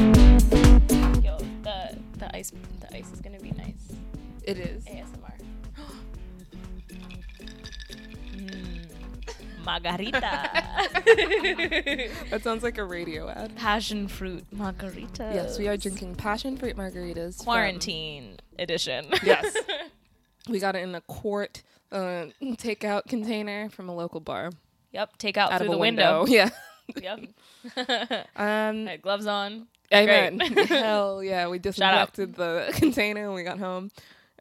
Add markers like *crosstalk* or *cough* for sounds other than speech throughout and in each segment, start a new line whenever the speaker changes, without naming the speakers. *laughs* *gasps* Hmm.
*laughs*
margarita.
That sounds like a radio ad.
Passion fruit margarita.
Yes, we are drinking passion fruit margaritas. from-
Quarantine
*laughs*
edition. *laughs*
Yes. we got it in a quart uh, takeout container from a local bar.
yep. Take out,
Out
through
of a
the window. *laughs*
*laughs* Yeah.
yep.
Um,
*laughs* Had gloves on. *laughs*
Amen.
Great.
Hell yeah. We
Shout out.
disinfected the *laughs* container when we got home.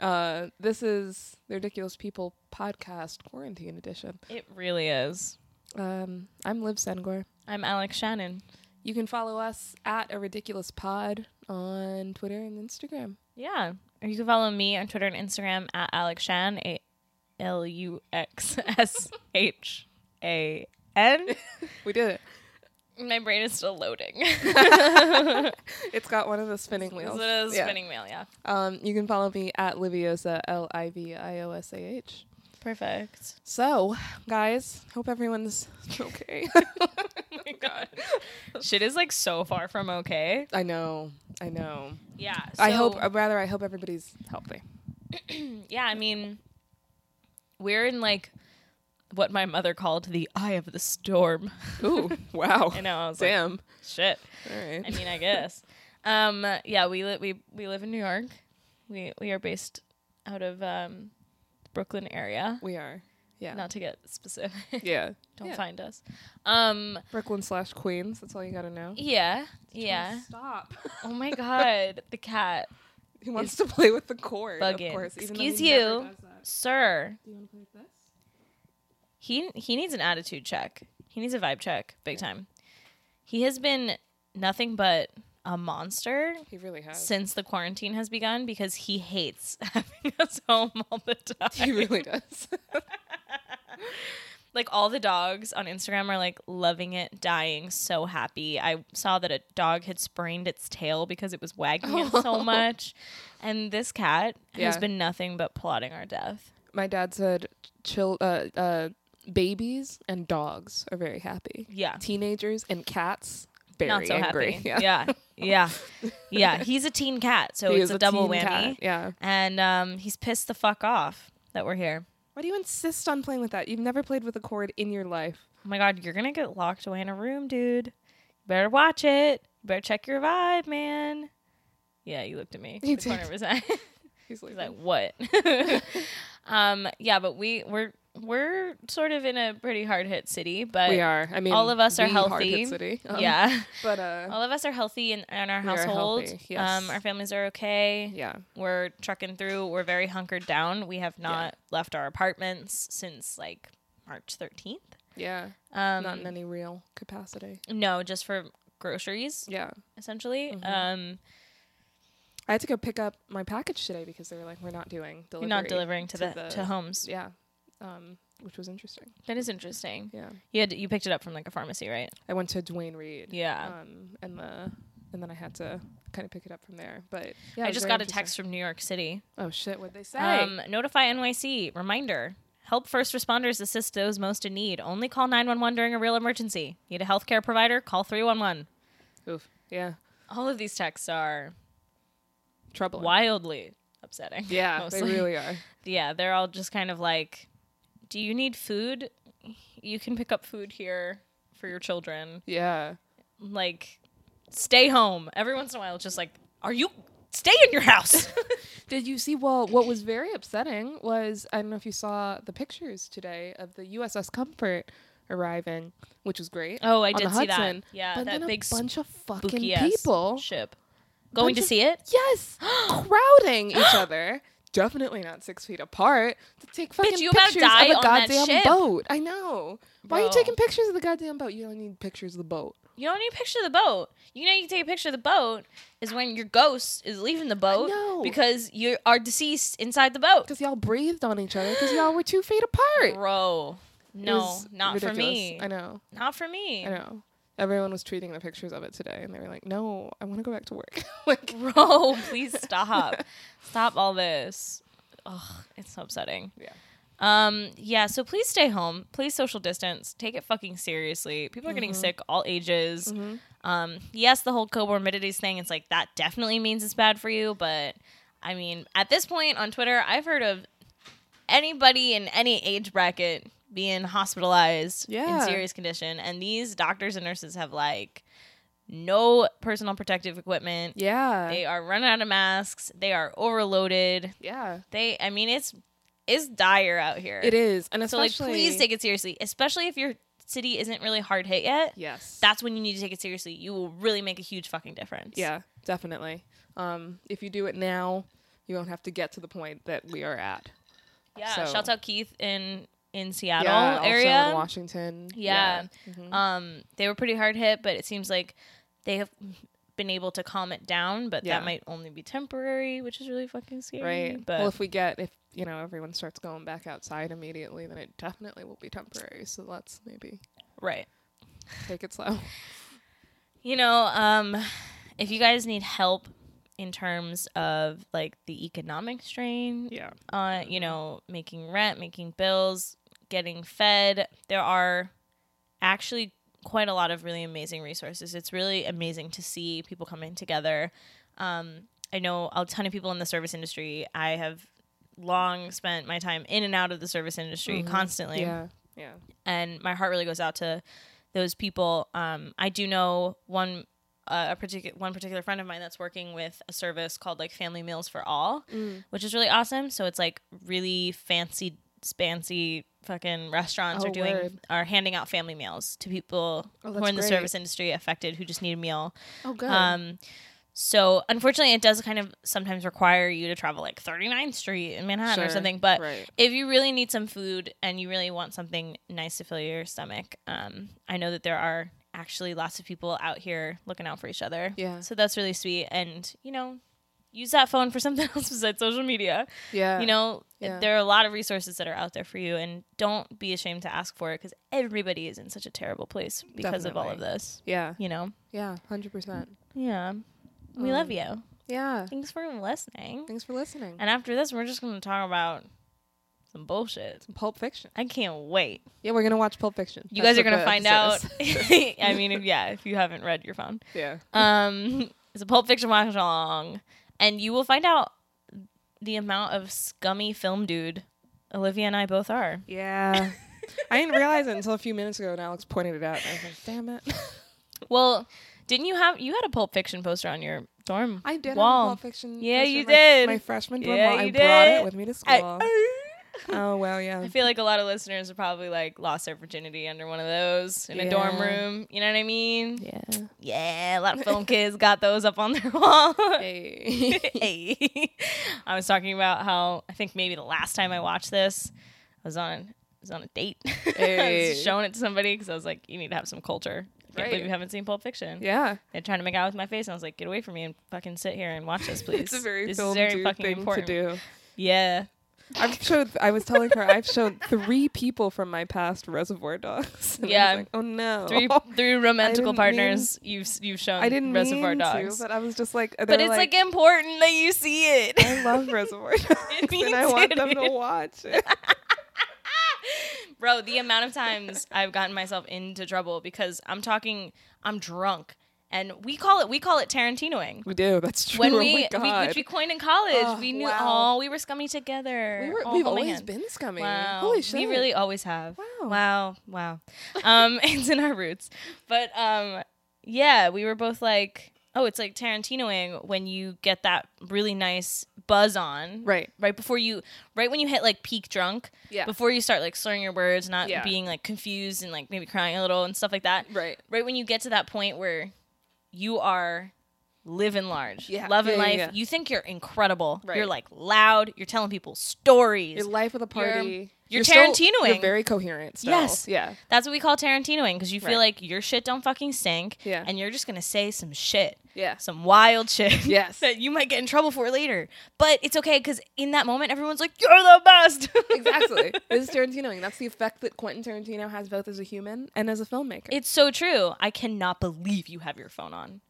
Uh, this is the Ridiculous People podcast quarantine edition.
It really is.
Um, I'm Liv Sengor.
I'm Alex Shannon.
You can follow us at a ridiculous pod on Twitter and Instagram.
Yeah. Or you can follow me on Twitter and Instagram at Alex Shan, A L U X S H A N.
We did it.
My brain is still *laughs* loading.
It's got one of the spinning
This
wheels.
is
Yeah.
spinning mail, yeah.
Um, you can follow me at Liviosa L I V I O S A H.
Perfect.
So, guys, hope everyone's
*laughs*
okay.
Oh my god. *laughs* Shit is like so far from okay.
I know, I know.
Yeah.
I hope, uh, rather, I hope everybody's *laughs* healthy.
mm, yeah, I mean, we're in like what my mother called the eye of the storm.
Ooh, *laughs* wow.
*laughs* I know. I was like,
Damn.
shit.
All right.
I mean, I guess. *laughs* Um, yeah, we li- we we live in New York. We we are based out of um, the Brooklyn area.
we are. Yeah.
Not to get specific. *laughs*
yeah.
Don't
Yeah.
find us. Um,
Brooklyn slash Queens. That's all you got to know.
yeah, yeah.
Stop. *laughs*
Oh my god, the cat,
he wants to play with the cord.
Bugging.
Of course. even though he
Excuse
never
you.
does that.
sir.
Do you want to play with this?
He he needs an attitude check. He needs a vibe check, big time. He has been nothing but a monster
He really has.
since the quarantine has begun because he hates *laughs* having
*laughs*
us home all the time.
he really *laughs* does.
like all the dogs on Instagram are like loving it, dying, so happy. I saw that a dog had sprained its tail because it was wagging it
*laughs*
so much. And this cat has
Yeah.
been nothing but plotting our death.
My dad said, "Chill, uh, uh, babies and dogs are very happy.
Yeah.
Teenagers and cats very
Not so *laughs*
angry. *laughs*
happy.
Yeah,
Yeah. Yeah. Yeah. He's a teen cat, so
He
it's
is
a, double
teen
whammy.
cat. Yeah.
And um, he's pissed the fuck off that we're here.
Why do you insist on playing with that? You've never played with a cord in your life.
Oh my god, you're gonna get locked away in a room, dude. You better watch it. You better check your vibe, man. Yeah, you looked at
*laughs*
me.
He
The corner
did.
of his eye.
He's like,
*laughs* He's like, "What?" *laughs* um, yeah, but we we're we're sort of in a pretty hard hit city, but
we are. I mean,
all of us are
the hard hit
healthy.
*laughs* City. Um,
yeah,
But uh,
*laughs* all of us are healthy in, in our
We are
household.
healthy, yes.
Um, our families are okay.
yeah,
We're trucking through. We're very hunkered down. We have not left our apartments since like March thirteenth.
yeah,
Um,
not in any real capacity.
no, just for groceries
Yeah,
essentially.
Mhm.
Um,
I had to go pick up my package today because they were like, we're not doing
we're
delivery.
not delivering to,
to
the,
the-
to homes.
Yeah, um, which was interesting.
That is interesting.
Yeah,
You had you picked it up from like a pharmacy, right?
I went to Dwayne Reed.
Yeah.
um, and the and then I had to kind of pick it up from there. But yeah, it
I
was
just
very
got a
interesting.
text from New York City.
Oh shit! What they say?
Um, notify NYC. Reminder. Help first responders assist those most in need. Only call 911 during a real emergency. Need a healthcare provider? Call 311.
Oof. Yeah,
All of these texts are
trouble.
wildly upsetting.
Yeah,
*laughs* mostly.
they really are.
Yeah, they're all just kind of like, do you need food? You can pick up food here for your children.
Yeah,
Like, stay home. Every once in a while, it's just like, are you, stay in your
*laughs*
house.
Did you see? Well, what was very upsetting was I don't know if you saw the pictures today of the USS Comfort arriving, which was great.
oh, I
on
did
the
see
Hudson,
that. Yeah,
but
that
then
big
a bunch of fucking
spooky ass
people.
ship. Going
Bunch
to
of-
see it?
Yes,
*gasps*
crowding each other. Definitely not six feet apart to take fucking
you about to
pictures
die on
of a
that
goddamn
ship.
boat. I know. Why are you
Bro.
taking pictures of the goddamn boat? You don't need pictures of the boat.
You don't need a picture of the boat. You know, you can take a picture of the boat is when your ghost is leaving the boat
know.
because you are deceased inside the boat.
Because y'all breathed on each other because y'all were two feet apart.
Bro,
It
no,
was
not for
ridiculous.
me.
I know.
Not for me.
I know. Everyone was tweeting the pictures of it today, and they were like, "No, I want to go back to work." *laughs* like,
*laughs* Bro, please stop. stop all this. Ugh, it's so upsetting.
Yeah.
Um, yeah, so please stay home. Please social distance. Take it fucking seriously. People are getting
Mm-hmm.
sick all ages. Um, yes, the whole comorbidities thing, it's like that definitely means it's bad for you, but I mean, at this point on Twitter, I've heard of anybody in any age bracket being hospitalized
Yeah.
in serious condition, and these doctors and nurses have like no personal protective equipment.
Yeah.
They are running out of masks. They are overloaded.
yeah.
They, I mean, it's it's dire out here.
It is. And
So like,
especially
please take it seriously, especially if your city isn't really hard hit yet.
Yes.
That's when you need to take it seriously. You will really make a huge fucking difference.
yeah, definitely. Um if you do it now, you won't have to get to the point that we are at.
Yeah.
So-
Shouts out Keith in in Seattle
yeah, also
area.
in Washington.
Yeah.
Mhm.
Um, they were pretty hard hit, but it seems like they have been able to calm it down. But
Yeah.
that might only be temporary, which is really fucking scary.
Right.
But
well, if we get if you know everyone starts going back outside immediately, then it definitely will be temporary. So let's maybe
right.
take
*laughs*
it slow.
You know, um, if you guys need help in terms of like the economic strain
Yeah.
uh, you know, making rent, making bills, getting fed. There are actually quite a lot of really amazing resources. It's really amazing to see people coming together. Um, I know a ton of people in the service industry. I have long spent my time in and out of the service industry constantly
Yeah. Yeah.
and my heart really goes out to those people. Um, I do know one uh, a particular one particular friend of mine that's working with a service called like Family Meals for All,
Mm.
which is really awesome. So it's like really fancy, fancy fucking restaurants
Oh,
are doing
word.
are handing out family meals to people
Oh,
who are
that's
in the
great.
service industry affected who just need a meal.
Oh, good.
Um, so unfortunately, it does kind of sometimes require you to travel like 39th Street in Manhattan or
Sure.
something. But
Right.
if you really need some food and you really want something nice to fill your stomach, um, I know that there are actually lots of people out here looking out for each other.
Yeah.
So that's really sweet. And you know, use that phone for *laughs* something else besides social media.
yeah.
You know,
Yeah.
there are a lot of resources that are out there for you, and don't be ashamed to ask for it because everybody is in such a terrible place because of all of
Definitely.
this.
Yeah.
You know.
Yeah. Hundred percent.
Yeah. We love
Mm.
you.
Yeah.
Thanks for listening.
Thanks for listening.
And after this, we're just going to talk about some bullshit.
Pulp Fiction.
I can't wait.
Yeah, we're gonna watch Pulp Fiction.
You
That's
guys are
what
going to
the
find out.
episode is.
*laughs* I mean, if, yeah, if you haven't read your phone. *laughs*
yeah.
Um, it's a Pulp Fiction watch along. And you will find out the amount of scummy film dude Olivia and I both are.
Yeah. *laughs* I didn't realize it until a few minutes ago, and Alex pointed it out. And I was like, "Damn it!"
Well, didn't you have, you had a Pulp Fiction poster on your dorm
*laughs* I did have a
wall.
Pulp Fiction.
Yeah,
poster
you
my-
did.
My freshman dorm
Yeah,
wall. I
you
brought
did.
it with me to school.
I-
oh well,
*laughs*
yeah. *laughs*
I feel like a lot of listeners have probably like lost their virginity under one of those in a dorm
Yeah.
room. You know what I mean?
Yeah.
Yeah, a lot of film kids got those up on their *laughs* wall.
Hey.
Hey. *laughs* I was talking about how I think maybe the last time I watched this, I was on I was on a date. *laughs* I
Hey.
was showing it to somebody because I was like, "You need to have some culture." I can't believe
Right.
you haven't seen Pulp Fiction.
*laughs* yeah.
They're trying to make out with my face, and I was like, "Get away from me and fucking sit here and
*laughs*
watch this, please."
It's a very
this is
film
very
dude
fucking
thing
important.
to
*laughs*
do.
Yeah.
I've showed. I was telling her I've shown three people from my past Reservoir Dogs. *laughs* And I was
Yeah.
like, oh no. *laughs*
Three, three romantical
didn't
partners you've you've shown
I didn't
Reservoir
mean
Dogs.
to, but I was just like,
But it's like, important that you see it.
I
*laughs*
love Reservoir Dogs, *laughs*
Me
and I want
too,
them to
dude.
watch it. *laughs*
Bro, the amount of times I've gotten myself into trouble because I'm talking I'm drunk and we call it we call it Tarantinoing.
We do. That's true.
When
*laughs* oh
we,
my
we
God.
which we coined in college,
Oh,
we knew
wow.
oh we were scummy together.
We were,
Oh,
we've
hold my
always
hand.
been scummy.
Wow.
Holy shit.
We really always have.
Wow.
Wow. Wow. Um, *laughs* it's in our roots. But um, yeah, we were both like, oh, it's like Tarantinoing when you get that really nice buzz on.
Right.
Right before you, right when you hit like peak drunk.
Yeah.
Before you start like slurring your words, not
Yeah.
being like confused and like maybe crying a little and stuff like that.
Right.
Right when you get to that point where you are living large,
Yeah.
loving
Yeah, yeah,
life,
yeah.
you think you're incredible.
Right.
You're like loud. You're telling people stories.
Your life with a
You're-
party.
you're
still-
Tarantinoing.
you're very coherent. Still.
Yes.
Yeah.
That's what we call Tarantinoing because you feel
Right.
like your shit don't fucking stink,
Yeah.
and you're just gonna say some shit,
Yeah.
some wild shit, *laughs*
Yes.
that you might get in trouble for later. But it's okay because in that moment, everyone's like, "You're the best." *laughs*
exactly. *laughs* This is Tarantinoing. That's the effect that Quentin Tarantino has both as a human and as a filmmaker.
It's so true. I cannot believe you have your phone on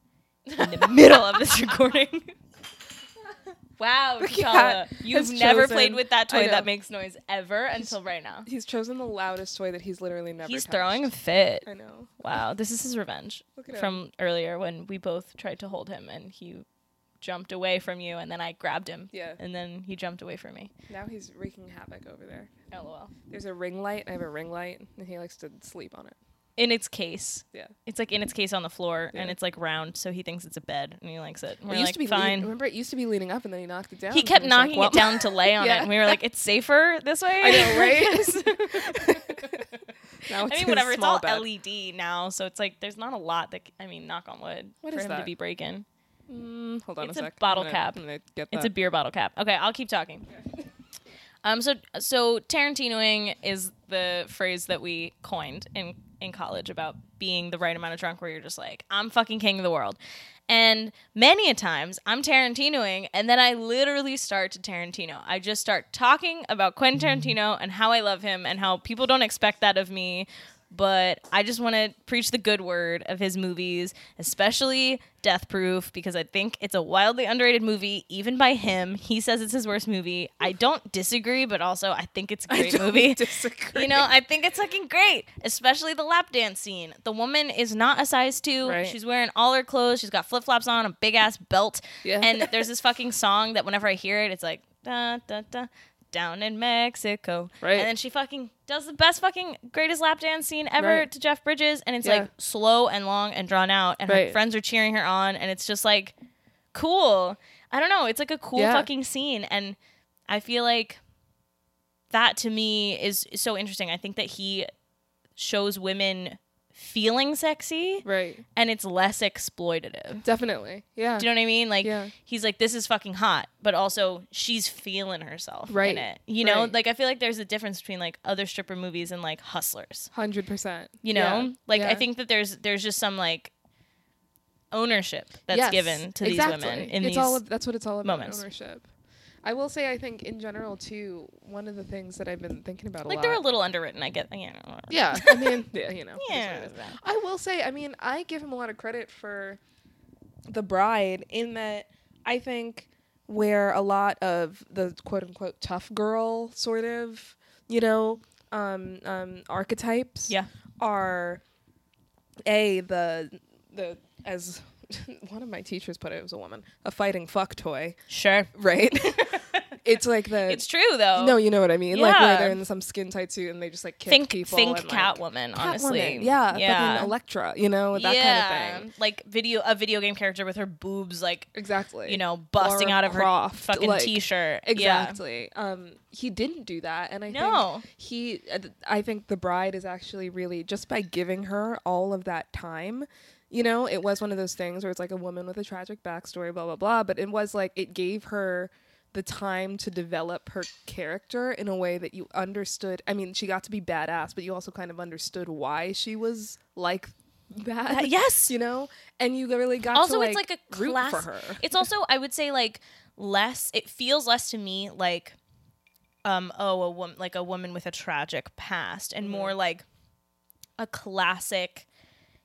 in the *laughs* middle of this recording. *laughs* wow, T'Challa,
cat
you've
has
never
chosen-
played with that
I
toy
know.
that makes noise ever until right now.
he's chosen the loudest toy that he's literally never.
He's
touched.
throwing a fit.
*laughs* I know.
Wow, this is his revenge
Look at him.
from earlier when we both tried to hold him and he jumped away from you, and then I grabbed him.
Yeah.
And then he jumped away from me.
Now he's wreaking havoc over there.
LOL.
There's a ring light. I have a ring light, and he likes to sleep on it.
In its case.
Yeah.
It's like in its case on the floor, and
Yeah.
it's like round, so he thinks it's a bed, and he likes it. And
it
We're
used
like,
to be lean-
fine.
remember, it used to be leaning up, and then he knocked it down.
he
and
kept
was like,
knocking
"Well."
it down to lay on
*laughs* Yeah.
it, and we were like, "It's safer this way." *laughs*
I know, right? *laughs* now
I
it's
mean,
his
whatever. It's
small
all
bed.
LED now, so it's like there's not a lot that c- I mean, knock on wood
What
for
is
him to
that?
be breaking.
Mm, hold on
It's
a
a
sec.
bottle
I'm
cap.
I'm gonna get
It's a
that.
beer bottle cap. Okay, I'll keep
*laughs*
talking. Um, so so Tarantinoing is the phrase that we coined in in college about being the right amount of drunk, where you're just like, I'm fucking king of the world. And many a times I'm Tarantinoing, and then I literally start to Tarantino. I just start talking about Quentin
Mm-hmm.
Tarantino and how I love him and how people don't expect that of me, but I just want to preach the good word of his movies, especially Death Proof, because I think it's a wildly underrated movie, even by him. He says it's his worst movie. I don't disagree, but also *laughs* I think it's a
I
great
don't
movie. *laughs*
disagree.
You know, I think it's fucking great, especially the lap dance scene. The woman is not a size two.
Right.
She's wearing all her clothes. She's got flip flops on, a big ass belt.
Yeah. *laughs*
And there's this fucking song that whenever I hear it, it's like da da da. Down in Mexico,
Right.
And then she fucking does the best fucking greatest lap dance scene ever
Right.
to Jeff Bridges, and it's
Yeah.
like slow and long and drawn out, and her
Right.
friends are cheering her on, and it's just like cool. I don't know. It's like a cool
Yeah.
fucking scene, and I feel like that to me is is so interesting. I think that he shows women feeling sexy
right.
and it's less exploitative.
Definitely. Yeah.
Do you know what I mean? Like
Yeah.
he's like, this is fucking hot, but also she's feeling herself
Right.
in it. You know,
Right.
like I feel like there's a difference between like other stripper movies and like hustlers.
Hundred percent.
You know, like I think that there's there's just some like ownership that's given to these women in
it's
these.
all of, that's what it's all about
moments.
ownership. I will say, I think in general too, one of the things that I've been thinking about a
like
lot.
they're a little underwritten. I get. You know,
yeah,
*laughs*
I mean, yeah, you know, it is what
Yeah.
it is. I will say, I mean, I give him a lot of credit for the bride in that I think where a lot of the quote unquote tough girl sort of, you know, um, um, archetypes
Yeah.
are a the the as *laughs* one of my teachers put it, it was a woman, a fighting fuck toy,
Sure. *laughs*
right? *laughs* it's like the
It's true though.
no, you know what I mean, like where
Yeah.
they're in some skin tight suit and they just like kick
think
people.
think
and, like,
Catwoman, honestly.
Catwoman, Yeah,
yeah,
fucking Electra, you know, that kind of thing.
Like video, a video game character with her boobs, like
Exactly.
you know, busting
Lara
out of her
Croft,
fucking
like,
t-shirt. Yeah.
Exactly. Um, he didn't do that, and I
No.
think he. uh, I think the bride is actually really just by giving her all of that time. You know, it was one of those things where it's like a woman with a tragic backstory, blah blah blah. But it was like it gave her the time to develop her character in a way that you understood. I mean, she got to be badass, but you also kind of understood why she was like that.
yes.
*laughs* you know, and you really got
Also,
to like,
it's like a
root
class. *laughs*
for her.
It's also, I would say, like less. It feels less to me like, um, oh, a woman like a woman with a tragic past, and more
Mm-hmm.
like a classic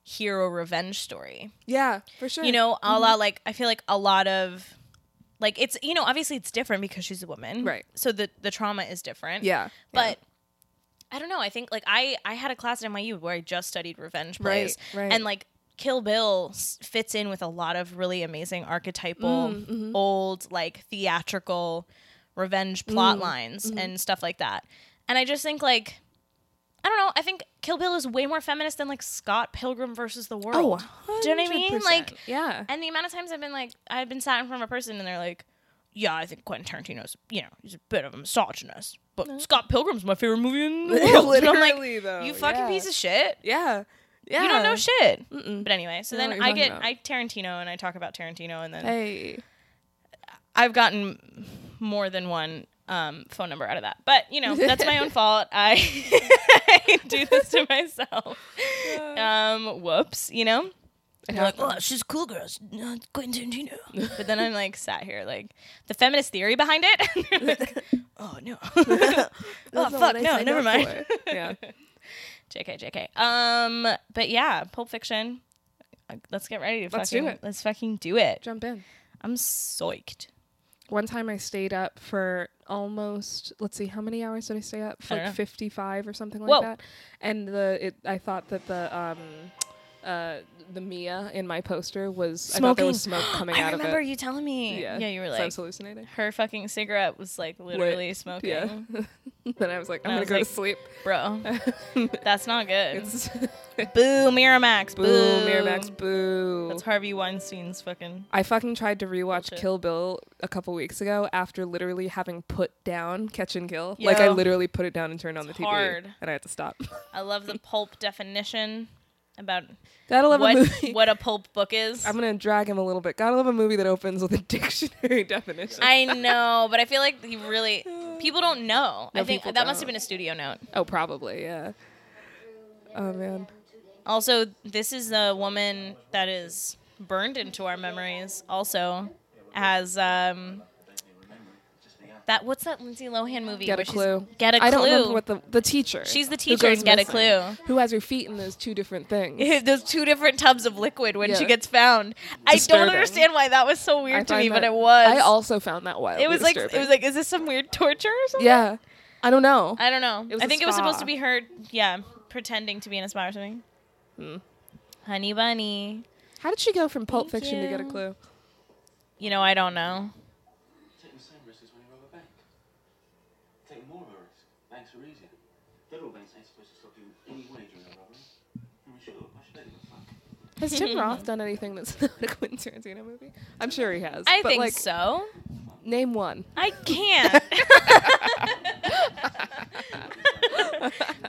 hero revenge story.
Yeah, for sure. Mm-hmm.
you know a lot like i feel like a lot of like it's you know obviously it's different because she's a woman
Right.
so the the trauma is different
Yeah,
but i don't know i think like i i had a class at nyu where i just studied revenge
Right,
plays
right.
and like kill bill s- fits in with a lot of really amazing archetypal
Mm, mm-hmm.
old like theatrical revenge
Mm,
plot lines
mm-hmm.
and stuff like that and i just think like I don't know. I think Kill Bill is way more feminist than like Scott Pilgrim versus the World.
Oh,
Do you know what I mean?
100%.
Like,
yeah,
and the amount of times I've been like, I've been sat in front of a person and they're like, yeah, I think Quentin Tarantino's, you know, he's a bit of a misogynist, but Scott Pilgrim's my favorite movie
*laughs*
in the world. And I'm like,
Literally, though,
you fucking
yeah.
piece of shit.
yeah, yeah.
You don't know shit. But anyway, so
I know
then
what you're
I
talking
get,
about.
I Tarantino and I talk about Tarantino and then
hey,
I've gotten more than one um, phone number out of that. But, you know, that's my
*laughs*
own fault. I, *laughs* I do this to myself.
*laughs*
Um, whoops, you know?
It
They're like,
happens.
oh, she's cool girl. She's not Quentin Tarantino. *laughs* But then I'm like sat here, like the feminist theory behind it. *laughs* They're like, oh no. *laughs* oh
That's not
fuck
what I
no,
signed
never
up
mind.
*laughs* for. yeah,
Jk Jk. Um, but yeah, Pulp Fiction. Uh, Let's get ready to
Let's do
fucking
it.
let's fucking do it.
jump in.
I'm soiked.
One time I stayed up for almost let's see how many hours did I stay up? For
I don't
like
know.
55 or something like
Whoa.
that. And the it I thought that the um uh, the Mia in my poster was I thought there was smoke
*gasps*
coming
I
out of it.
remember you telling me.
yeah.
Yeah, you were
So I
like,
was hallucinating. *laughs*
her fucking cigarette was like literally smoking.
Yeah. *laughs* then I was like, I'm
And I
gonna
was
go
like-
to sleep.
Bro, that's not good.
It's-
*laughs*
*laughs*
boo, Miramax. Boo,
boo, Miramax, boo.
That's Harvey Weinstein's fucking.
I fucking tried to rewatch
Bullshit.
Kill Bill a couple weeks ago after literally having put down Catch and Kill. Like I
Yo.
literally put it down and turned on the
It's
TV,
hard.
and I had to stop. *laughs*
I love the pulp definition about
Gotta *laughs* love
what
a movie.
what a pulp book is.
*laughs* I'm gonna drag him a little bit. Gotta love a movie that opens with a *laughs* dictionary definition.
I know, but I feel like you
*laughs*
really people don't know.
No,
I think
people
that must
don't.
have been a studio note.
oh, probably yeah. Oh man.
Also, this is the woman that is burned into our memories. Also, as um, that what's that Lindsay Lohan movie?
Get a
where she's-
clue.
Get a clue.
I don't
*laughs*
remember what the the teacher.
She's the
who
teacher
goes
in Get a
missing,
Clue.
Who has her feet in those two different things?
Those two different tubs of liquid when she
Yeah.
gets found. I
Disturbing.
don't understand why that was so
I
weird to
find
me, but
that-
it was.
I also found that wild.
it was like it was like, is this some weird torture or something?
yeah. I don't know.
I don't know.
It was
I
a
think it was
spa.
supposed to be her, yeah, pretending to be in a spa or something.
Hmm.
Honey bunny.
How did she go from Pulp
Thank
Fiction to Get a
you.
Clue?
You know, I don't know.
Taking the same risk as when you rob a bank. Taking more of a risk. Banks are easier. Federal banks ain't supposed to stop you in any way during a robbery. I mean, sure, why should they give a fuck?
*laughs* Has Tim Roth done anything that's *laughs* not a Quentin Tarantino movie? I'm sure he has.
I
but
think
like,
so.
Name one.
I
*laughs*
can't.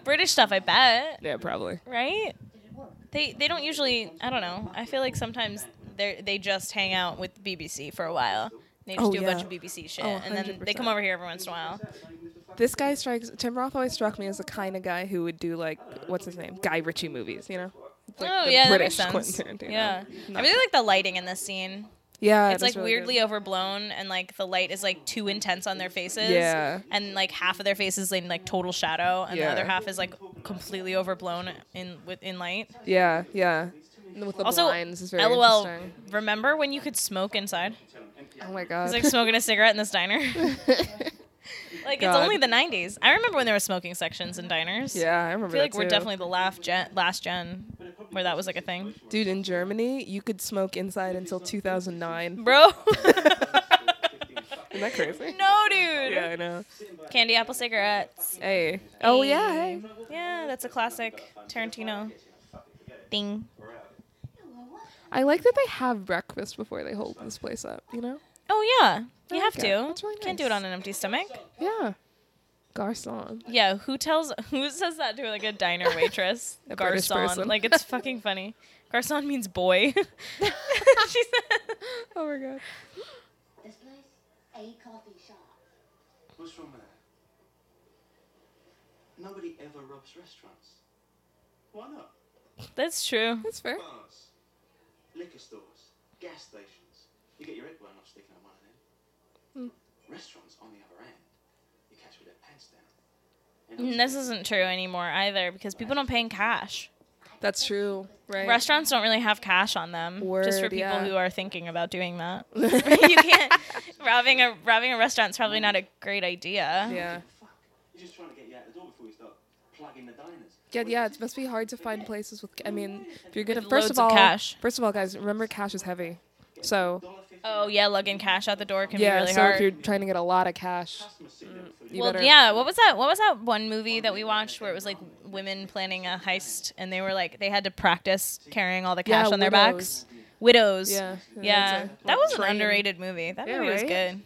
British stuff, I bet.
Yeah, probably.
Right? They they don't usually. I don't know. I feel like sometimes they they just hang out with BBC for a while. They just
Oh,
do a bunch
yeah.
of BBC shit,
Oh,
and then they
100%.
come over here every once in a while.
This guy strikes. Tim Roth always struck me as the kind of guy who would do like what's his name, Guy Ritchie movies. You know. It's like
oh
the
yeah,
British *laughs*
that makes sense.
Quentin Tarantino.
Yeah, I
Not-
really like the lighting in this scene.
yeah. it
it's
is
like
really good.
weirdly overblown and like the light is like too intense on their faces
Yeah.
and like half of their faces in like total shadow and
Yeah.
the other half is like completely overblown in with in light
Yeah, yeah. And with the
also
blinds is very
lol
interesting.
remember when you could smoke inside
Oh my
it's
god. *laughs*
like smoking a cigarette in this diner like it's
God.
only the 90s i remember when there were smoking sections in diners
yeah, I remember.
i feel like
that
we're
too.
definitely the last gen last gen where that was like a thing
Dude, in Germany, you could smoke inside until 2009.
bro
*laughs* Isn't that crazy?
no dude
Yeah, I know.
candy apple cigarettes
Hey. Oh yeah. Hey.
Yeah, that's a classic Tarantino thing.
I like that they have breakfast before they hold this place up. You know?
Oh yeah, you
I
have
like
to.
it. That's really
Can't do it
nice.
on an empty stomach.
Yeah. Garcon.
Yeah, who tells *laughs* who says that to like a
*laughs*
diner waitress?
A British
Garcon.
person.
Like it's fucking funny. Garcon means boy. *laughs* She said-
Oh my god.
This place, a coffee shop.
What's wrong with that? Nobody ever robs restaurants. Why not?
that's true.
That's fair.
Bars, liquor stores, gas stations. You get your head blown off sticking up one of them. Restaurants, on the other hand, you catch with their pants down.
Mm, This isn't true anymore either because people don't pay in cash.
That's true. Right.
Restaurants don't really have cash on them. just for
Word,
people
yeah.
who are thinking about doing
*laughs*
that. *laughs* you can't robbing a robbing a restaurant's probably not a great idea.
Yeah.
Fuck. You're just trying to get you out the door before you start plugging the diners.
Yeah, yeah, it must be hard to find places with. I mean, if you're gonna
With
first
loads
of
of
all,
cash.
first of all, guys, remember cash is heavy. So
Dollar fifty.
Oh yeah, lugging cash out the door can
yeah,
be really
so
hard.
if you're trying to get a lot of cash,
Customers sit there for
you
well,
better.
yeah. What was that? What was that one movie that we watched where it was like women planning a heist and they were like they had to practice carrying all the
Yeah,
cash on their
widows.
backs? Widows.
Yeah,
Yeah.
that's it.
That was an
Train.
underrated movie. That
Yeah,
movie was
right?
good.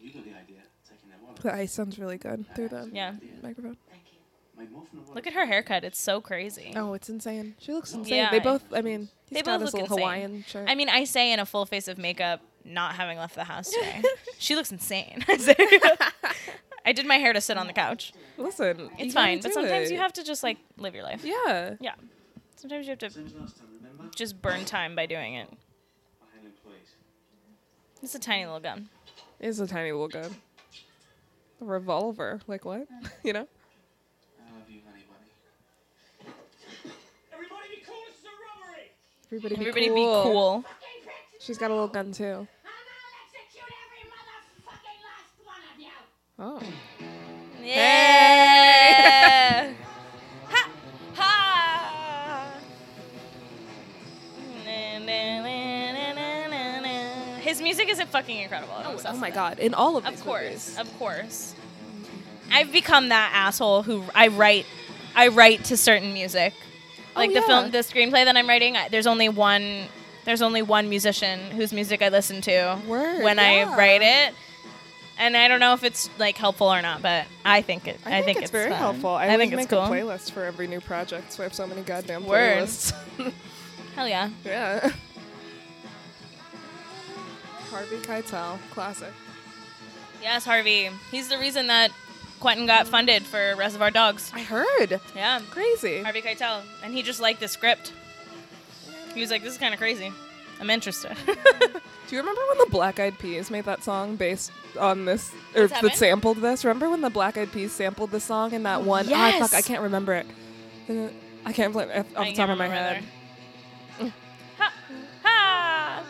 You got the idea. Taking their wallet.
The ice sounds really good through the
Yeah.
microphone.
Made more from the wallet.
Look at
*laughs*
her haircut. It's so crazy.
Oh, it's insane. She looks insane.
Yeah.
They both. I mean, he's
They
got
both
this
look
little
insane.
Hawaiian shirt.
I mean, I say in a full face of makeup, not having left the house
*laughs*
today. she looks insane. *laughs* I say- I did my hair to sit on the couch.
listen, you
It's
gotta
fine, but
do
sometimes
it.
you have to just like live your life.
Yeah.
Yeah. Sometimes you have to
Same as last time, remember?
just burn time by doing it.
I had employees.
It's a tiny little gun.
It's a tiny little gun. A revolver. Like what? *laughs* you know?
I love you, honey bunny.
Everybody be cool, this is a robbery!
Everybody be
Everybody
cool.
be cool.
Fucking pricks!
She's got a little gun too.
I'm gonna execute every motherfucking last one of you!
Oh.
Yeah. ha. Ha. fucking incredible. I'm obsessed
Oh my
with it.
god! In all of
Of
these
course,
movies.
of course. I've become that asshole who I write. I write to certain music, like the
Oh, yeah.
film, the screenplay that I'm writing. I, there's only one. There's only one musician whose music I listen to
Word,
when
yeah.
I write it, and I don't know if it's like helpful or not, but I think it. I, think,
it's, very
fun.
helpful.
I,
I, always
think
make
it's cool.
a playlist for every new project, so I have so many goddamn
Word. *laughs*
playlists.
Hell yeah.
yeah. Harvey Keitel, classic.
Yes, Harvey. He's the reason that Quentin got funded for Reservoir Dogs.
I heard.
Yeah,
Crazy.
Harvey Keitel, and he just liked the script. He was like, "This is kind of crazy. I'm interested." *laughs*
Do you remember when the Black Eyed Peas made that song based on this, or
What's happened?
that sampled this? Remember when the Black Eyed Peas sampled the song in that one? Ah,
Oh, Yes.
fuck, I can't remember it. Uh, I can't play it off
I
the
can't
top of my
remember
head.
either. Ha- ha.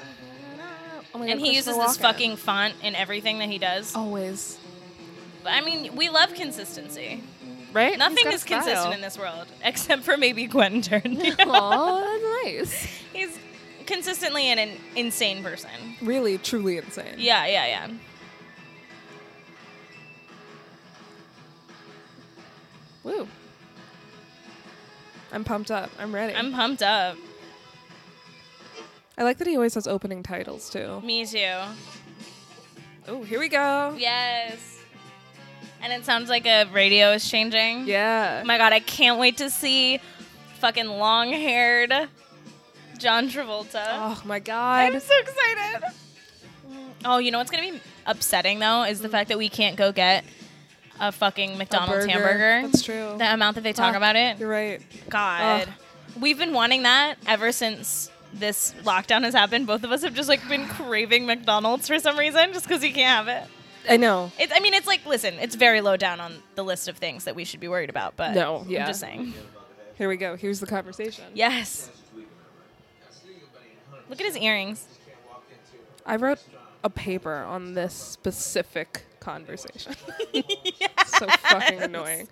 Oh my God,
And he
Christopher
uses this
Walken.
fucking font in everything that he does.
Oh. always
But, I mean, we love consistency.
right. He's
Nothing
got
is consistent
style.
in this world, *laughs* except for maybe Gwen *laughs* Turner.
*laughs* Aw, that's nice.
He's consistently an, an insane person.
Really, truly insane.
Yeah, yeah, yeah.
Woo. I'm pumped up. I'm ready.
I'm pumped up.
I like that he always has opening titles too.
Me too.
Oh, here we go.
Yes. And it sounds like a radio is changing.
Yeah.
Oh my god, I can't wait to see fucking long haired John Travolta.
oh my
I'm
god.
so excited. Oh, you know what's gonna be upsetting though is the fact that we can't go get a fucking
Mm. A
McDonald's
burger.
hamburger.
That's true.
The amount that they talk
Fuck,
about it.
You're right.
God.
Ugh.
We've been wanting that ever since this lockdown has happened. Both of us have just like been craving McDonald's for some reason just because you can't have it.
I know.
It's, I mean, it's like, listen, it's very low down on the list of things that we should be worried about, but
No,
I'm
yeah.
just saying.
Here we go. Here's the conversation.
Yes. Look at his earrings.
I wrote a paper on this specific
*laughs*
conversation. So fucking annoying.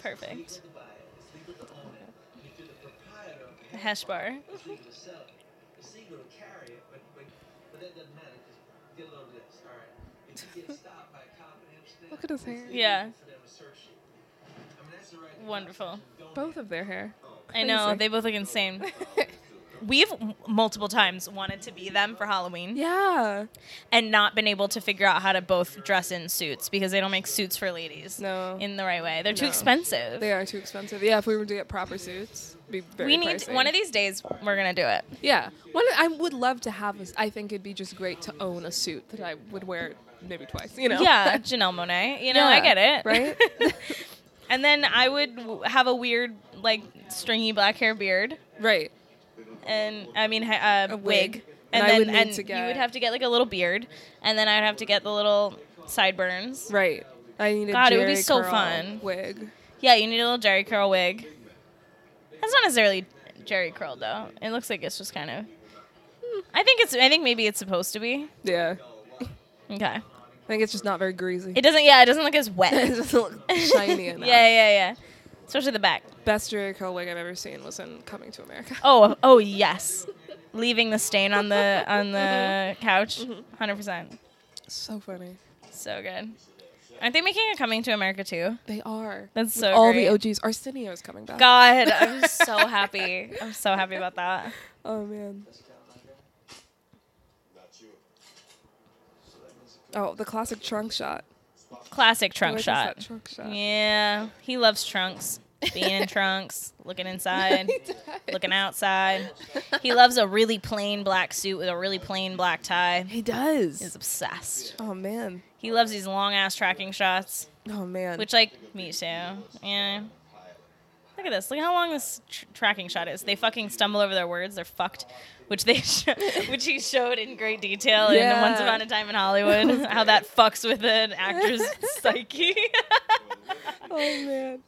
Perfect. A hash bar.
Look at his hair.
Yeah. Wonderful.
Both of their hair.
I know
Crazy.
they both look
*laughs*
insane. We've m- multiple times wanted to be them for Halloween
Yeah.
and not been able to figure out how to both dress in suits because they don't make suits for ladies
No.
in the right way. They're too
No.
expensive.
They are too expensive. Yeah, if we were to get proper suits, it'd be very
we need
pricey.
one of these days we're gonna do it.
Yeah, one. I would love to have. A, I think it'd be just great to own a suit that I would wear maybe twice. You know. *laughs*
Yeah, Janelle Monet. You know, I
Yeah,
get it. *laughs*
right?
and then I would w- have a weird, like, stringy black hair beard.
right.
and I mean ha- uh, a wig,
wig.
and,
And I
then
would need
and
to
you
get-
would have to get like a little beard, and then I'd have to get the little sideburns.
Right. I need a
God, it would be
Jerry
so
curl
fun.
wig.
Yeah, you need a little Jerry curl wig. That's not necessarily Jerry curl though. It looks like it's just kind of. Hmm, I think it's. I think maybe it's supposed to be.
Yeah,
Okay.
I think it's just not very greasy.
It doesn't. Yeah, it doesn't look as
*laughs* It *laughs*
wet.
doesn't
*laughs*
look shiny
yeah,
enough.
yeah, yeah. Especially the back.
Best Jerry curl wig I've ever seen was in Coming to America.
Oh, oh yes. Leaving the stain on the on the
Mm-hmm.
couch, hundred percent.
*laughs* So funny.
So good. Aren't they making a coming to America too?
They are.
That's
With
so
All
great.
the OGs. Arsenio's coming back.
God,
*laughs*
I'm so happy. I'm so happy about that.
Oh man. Oh, the classic trunk shot.
Classic
Where
trunk
is
shot.
that trunk shot.
Yeah, he loves trunks. Being in trunks, looking
*laughs*
inside, looking outside. He loves a really plain black suit with a really plain black tie.
He does.
He's obsessed.
Oh man.
He loves these long ass tracking shots,
Oh man.
which like me too. Yeah. Look at this. Look how long this tr- tracking shot is. They fucking stumble over their words. They're fucked, which they *laughs* sho which he showed in great detail in
Yeah.
Once Upon a Time in
*laughs*
Hollywood. how that fucks with an actor's *laughs* psyche.
oh man.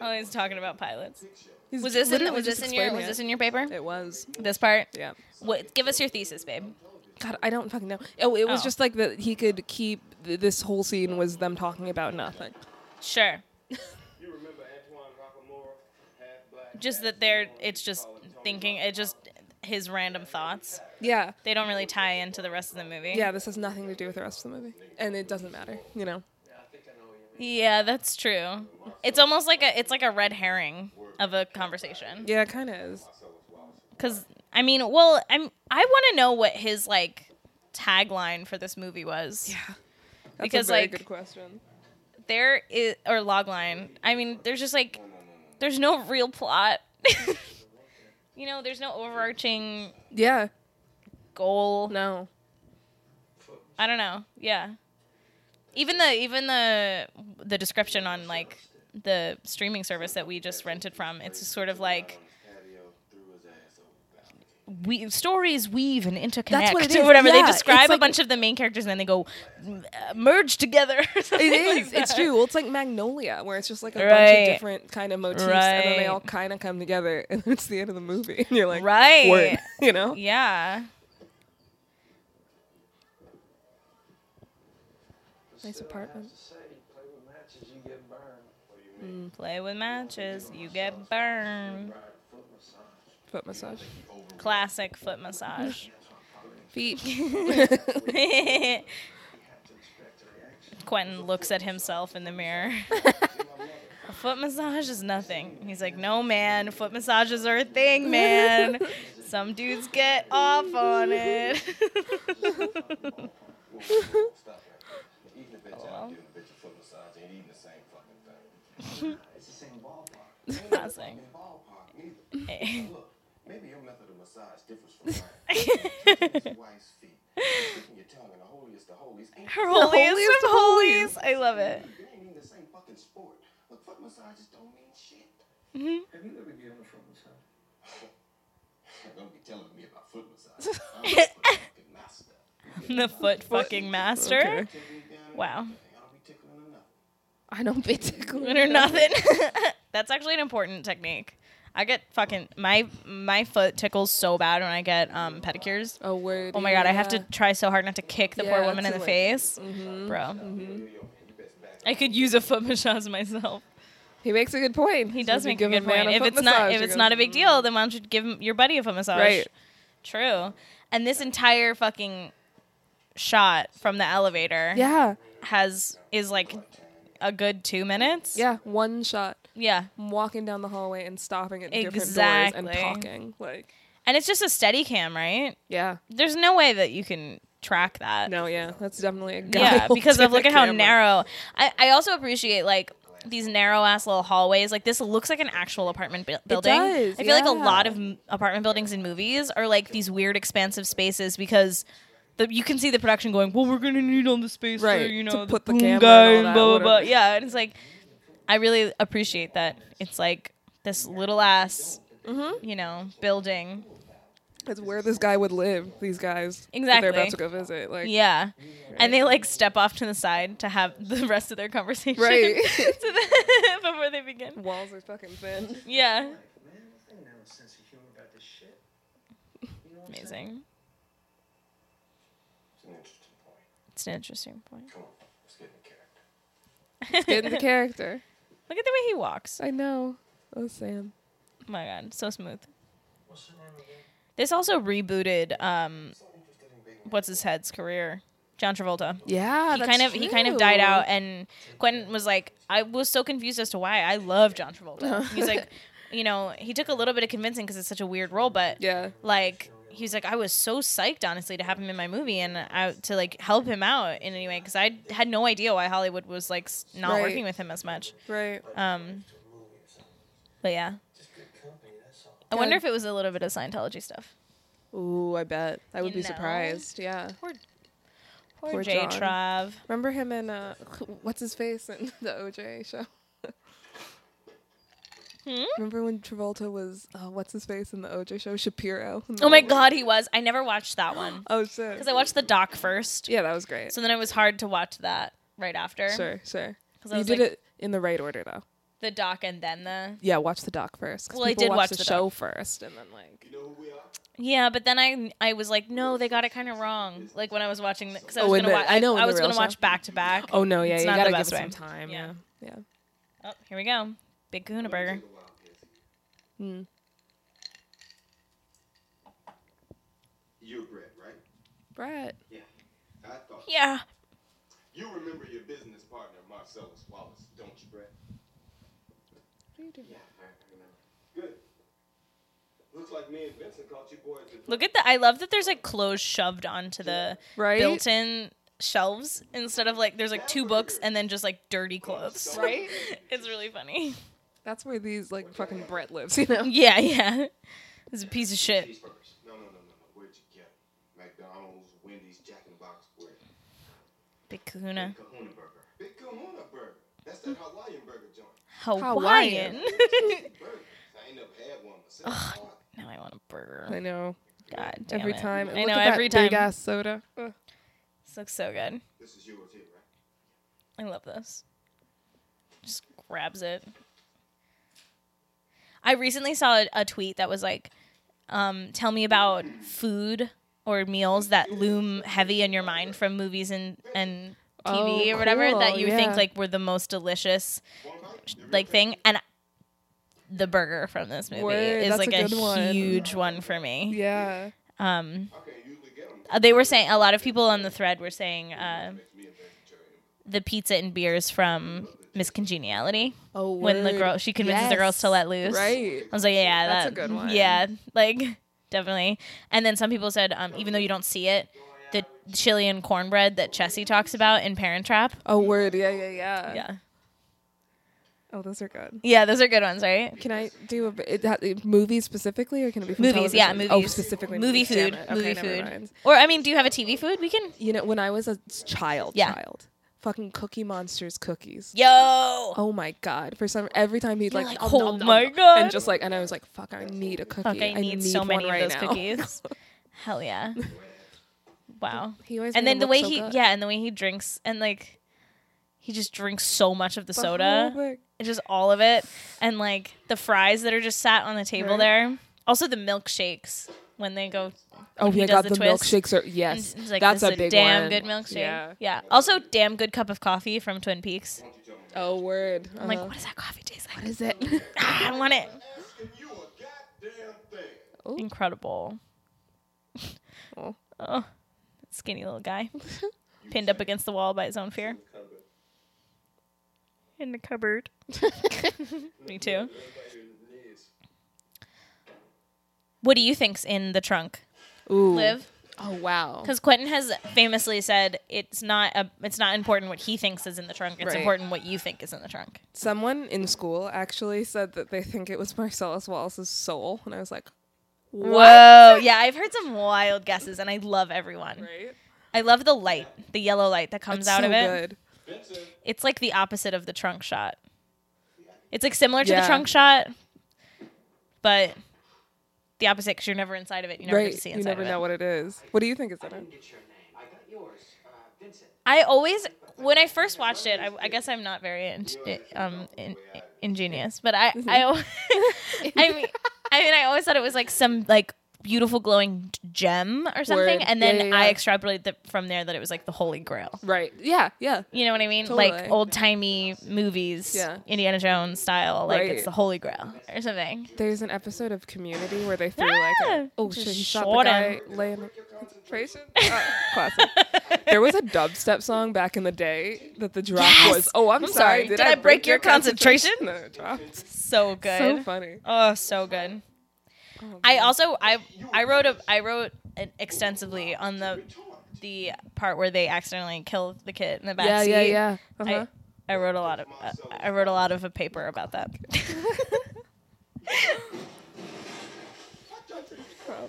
oh, he's talking about pilots.
He's
Was this in
literally
was
just
this in your
explaining
was
it.
this in your paper?
It was.
This part.
Yeah.
What? Give us your thesis, babe.
God, I don't fucking know. Oh, it was
Oh.
just like that. He could keep th- this whole scene was them talking about nothing.
Sure.
You remember Antoine Rockamora, half black.
Just that they're. It's just thinking. It just his random thoughts.
Yeah.
They don't really tie into the rest of the movie.
Yeah, this has nothing to do with the rest of the movie. And it doesn't matter, you know.
Yeah, that's true. It's almost like a it's like a red herring of a conversation.
Yeah, it kind of is.
Cuz I mean, well, I'm I want to know what his like tagline for this movie was.
Yeah. That's
Because,
a very
like-
good question.
There is or logline. I mean, there's just like there's no real plot. *laughs* you know, there's no overarching
Yeah.
goal.
No.
I don't know. Yeah. Even the even the the description on like the streaming service that we just rented from, it's sort of like we stories weave and interconnect
what it
or
is.
whatever.
Yeah,
they describe
it's
a
like-
bunch of the main characters and then they go "M- uh, merge together. or *laughs* something
It
like
is. It's
that.
true. Well, it's like Magnolia, where it's just like a bunch
Right.
of different kind of motifs, and then they
Right.
all kind of come together, *laughs* and it's the end of the movie, and you're like,
Right.
word, *laughs* you know?
Yeah.
Nice apartment.
Mm, Play with matches, you get burned.
Foot massage.
Classic foot massage. *laughs*
Feet. *laughs*
*laughs* Quentin looks at himself in the mirror. a foot massage is nothing. He's like, no, man, foot massages are a thing, man. Some dudes get off on it. *laughs*
Stop right there. Even a bitch out giving a bitch a foot massage ain't even the same fucking thing. it's the same ballpark. Ain't even the
Classic.
fucking ballpark neither. Look, maybe your method of massage differs from mine. Your wife's feet. Sticking your tongue in the holiest of holies ain't,
Her holiest of holies. I love it.
it ain't even the same fucking sport. Look, foot massages don't mean shit.
Have you ever given a foot massage?
Don't be telling me about foot massages. I'm a fucking master.
The foot fucking master.
Okay.
Take me down and
Wow.
everything. I don't be tickling enough.
I don't be *laughs* tickling.
Good or nothing. *laughs* That's actually an important technique. I get fucking my my foot tickles so bad when I get um pedicures.
A word.
Oh my god, I have to
yeah.
try so hard not to kick the
Yeah, Mm-hmm.
poor woman in the
that's a
face. Bro. I could use a foot massage myself.
He makes a good point.
He does
If you
make a
give
good
man
point. If
foot
it's not
massage,
if
he
it's
goes,
not a big deal, then why don't you give him, your buddy a foot massage?
Right.
True. And this entire fucking shot from the elevator
Yeah.
has is like a good two minutes.
Yeah. One shot.
Yeah.
Walking down the hallway and stopping at different doors
Exactly.
and talking. Like.
And it's just a steady cam, right?
Yeah.
There's no way that you can track that.
No. Yeah. That's definitely a guy. *laughs*
Yeah, because of look at how narrow. I, I also appreciate like these narrow ass little hallways. Like this looks like an actual apartment bu- building.
does,
I feel like a
yeah.
lot of m- apartment buildings in movies are like these weird expansive spaces because the, you can see the production going. Well, we're gonna need all the space for
Right,
you
to
know
put the
boom
camera and
guy
all
and
that,
blah blah blah.
whatever.
Yeah, and it's like I really appreciate that. It's like this little ass,
Mm-hmm.
you know, building.
It's where this guy would live. These guys. that
Exactly.
They're about to go visit. Like.
Yeah. And they like step off to the side to have the rest of their conversation
Right.
So that- *laughs* before they begin.
Walls are fucking
*laughs*
thin.
Yeah.
Man, I think now a sense of humor about this shit. You know what I'm saying?
Amazing.
It's an interesting point.
It's an interesting point.
Come on, let's get in character.
Get in the character.
Look at the way he walks.
I know. Oh, Sam.
Oh my god, so smooth.
What's her name again?
This also rebooted um
So interested in being
what's his head's career. John Travolta.
Yeah.
He kind of he kind of died out and Quentin was like, I was so confused as to why I love John
*laughs*
Travolta. He's like, you know, he took a little bit of convincing because it's such a weird role, but
Yeah.
like he was like i was so psyched honestly to have him in my movie and I, to like help him out in any way because i had no idea why hollywood was like s- not
Right.
working with him as much
Right.
um
To a movie or something.
but yeah
Just good company, that's all.
i wonder if it was a little bit of scientology stuff
Ooh, I bet. I would
You
be
know?
surprised. Yeah.
poor,
Poor
j
John.
trav
Remember him in uh, *laughs* what's his face in *laughs* the OJ show?
Hmm?
Remember when Travolta was uh, what's his face in the OJ show? Shapiro.
oh my god he was i never watched that one
*gasps* Oh shit.
because i watched the doc first
yeah, that was great.
so then it was hard to watch that right after
sure, sure.
'Cause I
You
was
did
like-
it in the right order though.
the doc and then the
Yeah, watch the doc first. 'cause
Well, I
people
did watch
watch the,
the
show first, and then like.
yeah but then i i was like no they got it kind of wrong like when i was watching because i
Oh,
was
in
gonna
the-
watch
I know, in
i
the
was
real
gonna
show.
watch back to back
Oh no! Yeah,
It's
you
not the
gotta give it
best
some
way.
time.
Yeah.
Yeah, yeah.
Hmm. Oh, here we go. Big Kahuna Burger.
Brett.
Yeah. I thought.
Yeah.
You remember your business partner, Marcellus Wallace, don't you, Brett?
What are you doing?
Yeah, I remember. Good. Looks like me and Vincent caught you boys. in-
Look at the. I love that there's like clothes shoved onto the
Right?
built-in shelves instead of like there's like two books and then just like dirty clothes. *laughs*
Right?
It's really funny.
That's where these like fucking Brett lives, you know?
Yeah, yeah. It's a piece of shit.
Cheeseburgers. No, no, no, no, no. Where'd you get 'em? McDonald's, Wendy's, Jack in the Box, where?
Big kahuna.
Big Kahuna Burger. Big Kahuna Burger. That's
Mm.
that Hawaiian burger
*laughs*
joint.
Hawaiian.
Burgers. I ain't never had one myself. Oh,
*laughs* now I want a
I
burger.
know.
God damn
every
it.
time. And
I
look
know
at that
every time.
Big ass soda. Ugh.
This looks so good.
This is yours here, right?
I love this. Just grabs it. I recently saw a, a tweet that was like, um, "Tell me about food or meals that loom heavy in your mind from movies and and TV
Oh,
or whatever that
cool,
you think
yeah.
like were the most delicious
One bite? The real
like
thing?
thing." And the burger from this movie
Word,
is
that's
like
a
a,
good one.
huge one for me.
Yeah.
Um,
I can't usually get 'em.
Uh, they were saying a lot of people on the thread were saying uh,
Makes me a vegetarian.
the pizza and beers from Miss Congeniality.
Oh,
when the girl she convinces the girls to let loose.
Right.
I was like, yeah,
That's a
that-
good one.
Yeah, like definitely. And then some people said, um, even though you don't see it, the chili and cornbread that Chessie talks about in Parent Trap.
Oh, word. Yeah, yeah, yeah.
Yeah,
Oh, those are good.
yeah, those are good ones, right?
Can I do a b- it, ha- it- movies specifically, or can it be from
Movies, yeah,
television?
movies.
Oh, specifically
movie
movies, damn
food,
it.
movie
okay,
food.
Never mind.
Or I mean, do you have a TV food? We can.
You know, when I was a s- child,
Yeah.
child, fucking Cookie Monsters cookies.
Yo.
Oh my god! For some, every time he'd
You're
like,
like,
"Om
"Oh
nom, nom,
my
nom,"
God.
and just like, and I was like, "Fuck, I need a cookie.
Fuck, I need, so
one
many of
right
those
now."
cookies. Hell yeah. Wow.
*laughs* He always
and
made
then
them
the
look
way
so
he
good.
yeah and the way he drinks and like he just drinks so much of the,
The
soda
whole thing.
It's just all of it and like the fries that are just sat on the table
Right.
there also the milkshakes when they go
Oh
he
yeah,
does
God,
the
the,
twist.
milkshakes are
and
yes.
it's like
That's
this
a
is
big
damn
one.
good milkshake
Yeah.
yeah also damn good cup of coffee from twin peaks
Oh word.
i'm like
Uh-huh.
what does that coffee taste like
what is it? *laughs*
Ah, i want it *laughs*
Asking you a goddamn thing.
incredible
*laughs* Oh.
oh skinny little
*laughs*
guy pinned up against the wall by his own fear in the cupboard *laughs* me too what do you think's in the trunk
Ooh.
live
Oh wow.
because quentin has famously said it's not a, it's not important what he thinks is in the trunk it's
Right.
important what you think is in the trunk
Someone in school actually said that they think it was Marcellus Wallace's soul, and I was like,
whoa yeah i've heard some wild guesses and i love everyone
right?
i love the light the yellow light that comes
That's
out
so
of it
good.
Vincent,
it's like the opposite of the trunk shot it's like similar to the
Yeah.
trunk shot but the opposite because you're never inside of it you never
right?
get to see
you
inside
never
of it
know what it is. What do you think is in
I didn't
it?
get your name. I got yours, uh, Vincent.
I always, when I first watched it, I, I guess I'm not very in, um, in, ingenious, but I,
Mm-hmm.
I, al- *laughs* I mean, I mean, I always thought it was like some like beautiful glowing gem or something,
Word.
and then
Yeah, yeah,
I
yeah.
extrapolated the, from there that it was like the Holy Grail.
Right. Yeah. Yeah.
You know what I mean? Like
Totally.
old timey movies,
Yeah.
Indiana Jones style, like it's
Right.
the Holy Grail or something.
There's an episode of Community where they threw like,
Ah!
a, oh
Just
shit, he shot the
shot
guy
him.
laying concentration. *laughs* Ah, classic.
*laughs*
There was a dubstep song back in the day that the drop
Yes!
was. Oh, I'm,
I'm sorry. Did I break your concentration?
No, *laughs* it dropped.
so good.
So funny.
Oh, so good.
Oh,
I also I I wrote a I wrote an extensively on the the part where they accidentally kill the kid in the back
Yeah.
seat.
Yeah. Yeah. Uh-huh.
I, I wrote a lot of uh, I wrote a lot of a paper about
*laughs*
that. *laughs* Uh-huh.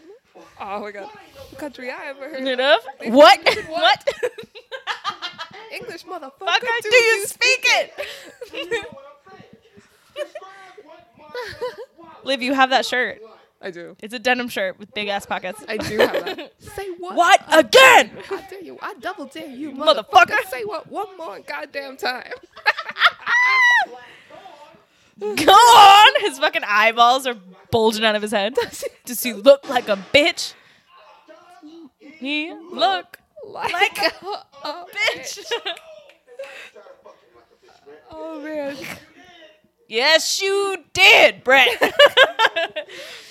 Oh my god. Country I ever heard.
Sort of. What? What?
*laughs* English
Fuck
motherfucker.
I do you speak it?
what I'm saying is, describe what Marcellus Wallace
*laughs* Liv, you have that shirt.
I do.
It's a denim shirt with big ass pockets.
I do have that. Say
*laughs*
what?
What again?
I dare you. I double dare you,
Motherfucker.
motherfucker. Say what one more goddamn time. *laughs*
Go on! His fucking eyeballs are bulging out of his head. Does he look like a bitch? He look like a
*laughs* uh,
*laughs* bitch.
Oh man.
Yes, you did, *laughs* Brett.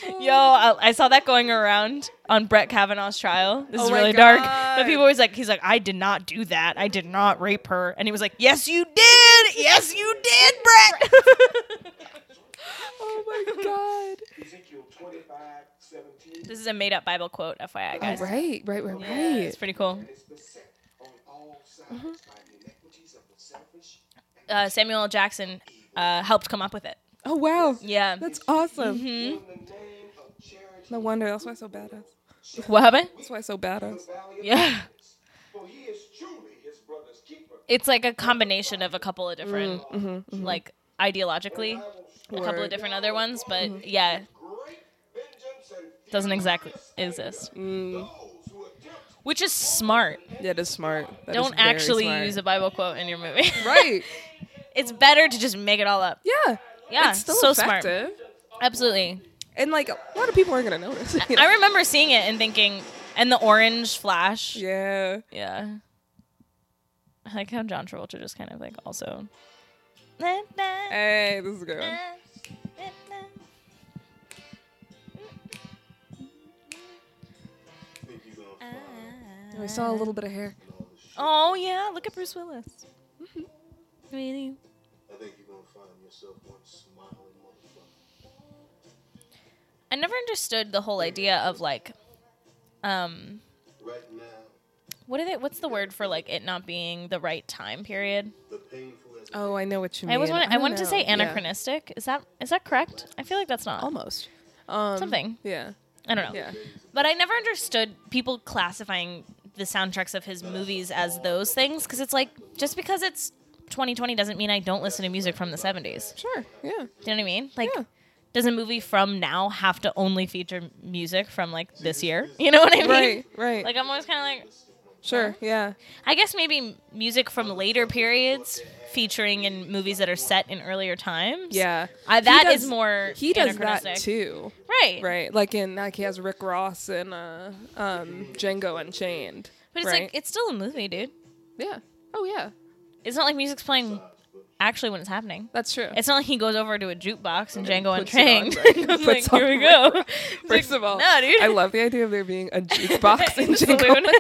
Yo, I, I saw that going around on Brett Kavanaugh's trial. This
Oh
is
my
really dark.
God.
But people always like, he's like, I did not do that. I did not rape her. And he was like, Yes, you did. Yes, you did, Brett.
Oh my god.
Ezekiel 25, 17.
*laughs* this is a made up Bible quote, FYI, guys.
right, right, right,
Yeah, it's
right.
pretty cool.
And it's beset on all sides
Mm-hmm.
by the inequities of the selfish and
Uh, Samuel L. Jackson uh, helped come up with it.
Oh wow.
Yeah.
That's awesome.
hmm
in the name of charity.
No wonder. That's why I'm so badass.
What happened?
That's why I'm so badass.
valley of
Yeah.
darkness. For he is truly his brother's keeper.
It's like a combination of a couple of different, like, ideologically, a couple
Word.
of different other ones, but yeah,
Great vengeance and
doesn't exactly exist.
those who attempt
Which is smart.
Yeah, that's smart. Mm. That is
Don't
very
actually
smart.
use a Bible quote in your movie. *laughs*
Right. *laughs*
it's better to just make it all up.
Yeah.
Yeah,
It's still
so smart.
effective.
Absolutely.
And like a lot of people aren't gonna notice. *laughs* you know?
I remember seeing it and thinking, and the orange flash.
Yeah.
Yeah. I like how John Travolta just kind of like also.
Hey, this is a good. one.
Ah.
We saw a little bit of hair.
Oh yeah, look at Bruce Willis.
Mm-hmm.
Really?
I think you're gonna find yourself one smiling motherfucker.
I never understood the whole idea of like, um,
Right now,
what are they? What's the word for like it not being the right time period?
the painful as
Oh, I know what you mean.
I always wanted, I,
don't
wanted to
know.
say
Yeah.
anachronistic. Is that is that correct? I feel like that's not
Almost. Um,
something. Oh.
Yeah.
I don't know.
Yeah.
But I never understood people classifying the soundtracks of his movies as those things because it's like just because it's 2020 doesn't mean I don't listen to music from the 70s.
Sure. Yeah.
*laughs* Do you know what I mean? Like,
Yeah.
does a movie from now have to only feature music from like this year? You know what I mean?
Right. Right.
Like, uh, I'm always kind of like,
sure. Yeah.
I guess maybe m- music from later periods featuring in movies that are set in earlier times.
Yeah.
I,
He
that is
does-
more
He does that
anachronistic.
too.
Right.
Right. Like in like he has Rick Ross and uh um Django Unchained.
But it's
right?
like, it's still a movie, dude.
Yeah. Oh yeah.
It's not like music's playing actually when it's happening.
That's true.
It's not like he goes over to a jukebox and Django
puts it on,
Unchained. *laughs*
right.
Goes like,
Puts on
here we
*laughs*
go. It's
First
like,
of all,
no, dude.
I love the idea of there being *laughs* a jukebox in Django
Saloon.
*laughs*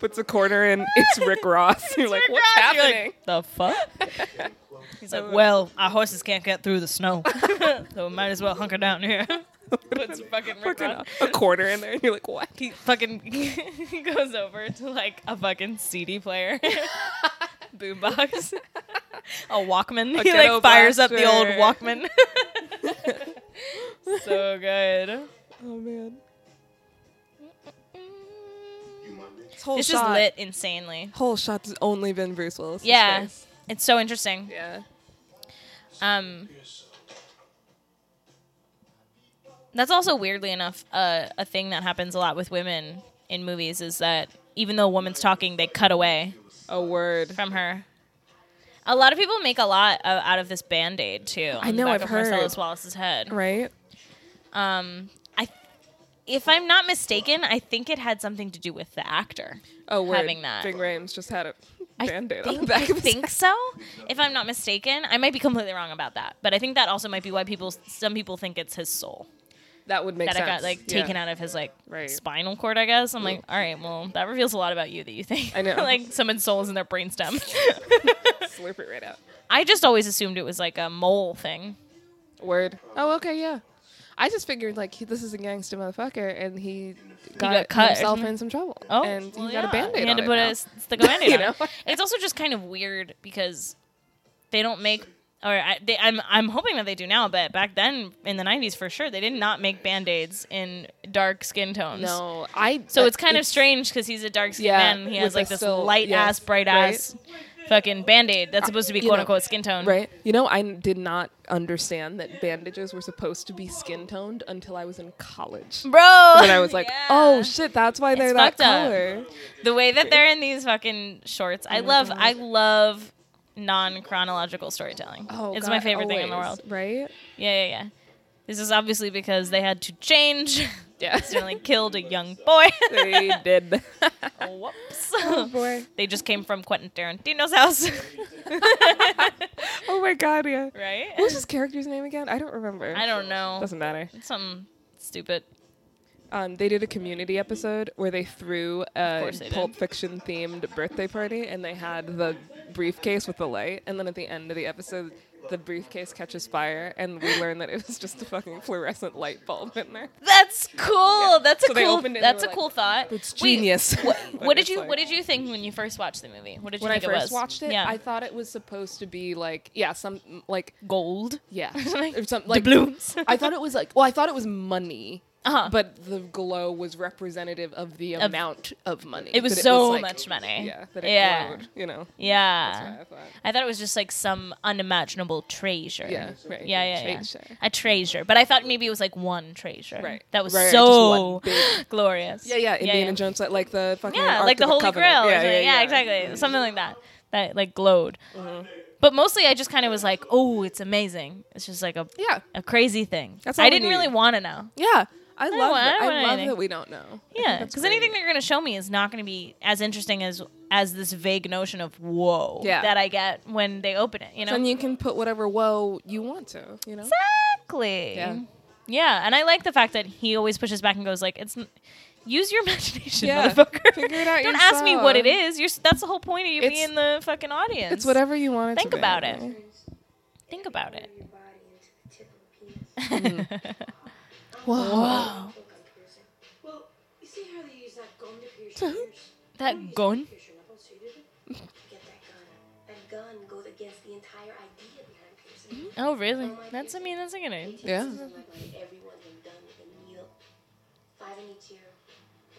puts a corner in it's Rick Ross. *laughs* You're like,
Rick
what's
Ross, you're like,
happening?
the fuck?
*laughs*
He's like, well, our horses can't get through the snow, *laughs* so we might as well hunker down here. *laughs* Puts fucking Rick
Fucking
Ross.
a corner in there and you're like, what?
He fucking *laughs* he goes over to like a fucking CD player, *laughs* boombox, a Walkman. he
ghetto
like fires up the old
blaster. *laughs*
Walkman. so good.
Oh man.
you, my nigga.
This whole
It's just
shot,
lit insanely.
Whole shot's only been Bruce Willis.
Yeah, it's so interesting.
Yeah.
Um, that's also weirdly enough uh, a thing that happens a lot with women in movies is that even though a woman's talking, they cut away
A word.
from her. A lot of people make a lot of, out of this band aid too. On the
know,
back
I've
of
heard.
Marcellus Wallace's head.
Right?
Um, I, if I'm not mistaken, I think it had something to do with the actor.
Oh, word.
Having that.
Bing Rames just had a
I
band-aid on the
think,
back
I
of his
think so. If I'm not mistaken, I might be completely wrong about that, but I think that also might be why people, some people think it's his soul
That would make
that
sense.
it got like
Yeah.
taken out of his like
Right.
spinal cord. I guess I'm like, all right, well, that reveals a lot about you that you think
I
*laughs*
know.
like someone's soul is in their
*laughs*
brainstem.
Slurp it right out.
*laughs* I just always assumed it was like a mole thing.
Word. Oh, okay, yeah. I just figured like he, this is a gangster motherfucker, and he got,
got cut or
himself
something?
in some trouble.
Oh,
and he
well,
got a
yeah.
band-aid.
He had
on
to
it
put
now.
a stick
*laughs*
of band-aid
You
on it.
know?
It's also just kind of weird because they don't make, or I, they, I'm I'm hoping that they do now, but back then in the '90s for sure they did not make band-aids in dark skin tones.
No, I.
*laughs* So it's kind of strange because he's a dark skinned
Yeah,
man and he
with
has like
the
this
still-
light ass,
yes,
bright
right?
ass fucking band aid that's supposed to be
you
quote
know,
unquote skin tone.
Right. You know, I n- did not understand that bandages were supposed to be skin toned until I was in
*laughs*
college.
Bro.
When I
*laughs*
was like,
Yeah.
oh shit, that's why they're
It's
that
fucked up.
color.
the way that they're in these fucking shorts.
Oh
I love I love non chronological storytelling.
Oh,
it's
God,
my favorite thing in the
always,
*laughs* world.
Right?
Yeah, yeah, yeah. This is obviously because they had to change.
*laughs* Yeah.
Accidentally killed a young
*laughs*
boy.
they *laughs* did.
Whoops.
Oh, boy.
they just came from Quentin Tarantino's house. *laughs*
Oh my god, yeah. What was
right?
his character's name again? I don't remember.
I don't know.
Doesn't matter.
Some stupid.
Um, they did a community episode where they threw a
course they did.
Pulp Fiction themed birthday party, and they had the briefcase with the light, and then at the end of the episode, the briefcase catches fire, and we learn that it was just a fucking fluorescent light bulb in there.
That's cool. That's a
So they
cool.
opened it and
That's
they
a
were
cool thought.
It's
Wait,
genius.
What, did you What did you think when you first watched the movie? What did you
When I
think it
first
was?
watched it,
yeah.
I thought it was supposed to be like yeah, some like
gold. *laughs*
yeah,
Something-
or some, like
Doubloons.
*laughs* I thought it was like well, I thought it was money.
Uh-huh.
But the glow was representative of the amount of money.
It was
that
so
like-
much money.
Yeah, that it
yeah. Uh-huh.
glowed. You know,
Yeah.
That's what I thought.
I thought it was just like some unimaginable treasure.
Yeah, right.
Yeah, yeah, yeah.
Treasure.
A treasure. But I thought maybe it was like one treasure.
Right.
That was
Right, just
so
one
*laughs*
big-
glorious.
yeah, yeah. Indiana
yeah.
Jones, like, like the fucking
Yeah,
Ark
like the
of the
Holy Grail.
Covenant.
or
Yeah,
something.
yeah, yeah. Mm-hmm.
exactly. Something like that. That like glowed. But mostly I just kind of was like, oh, it's amazing. It's just like a
Yeah,
a crazy thing.
That's all
I
we
didn't really
need.
want to know.
yeah. I
don't
love.
want- I
that.
don't want
I love
anything.
that we don't know.
Yeah, because anything that you're gonna show me is not gonna be as interesting as as this vague notion of whoa
Yeah.
that I get when they open it. You know
and you can put whatever whoa you want to. You know.
exactly.
Yeah.
Yeah, and I like the fact that he always pushes back and goes like, "It's n- use your *laughs* imagination,
Yeah.
motherfucker.
Figure it out
Don't ask me what it
yourself."
is. You're, s- that's the whole point of you
It's-
being the fucking audience.
It's whatever you want it
Think
to be.
about it. Think about it.
Your body into the tip of the penis.
Mm.
*laughs*
Whoa.
Well, you see how they use that gun to pierce your ears?
That gun.
Pierce your nipples, so you did it?
Get that gun. That gun goes against the entire idea behind piercing.
Oh, really? That's I mean, that's a good idea.
Yeah.
Like, like everyone's been done with a needle. Five in each ear.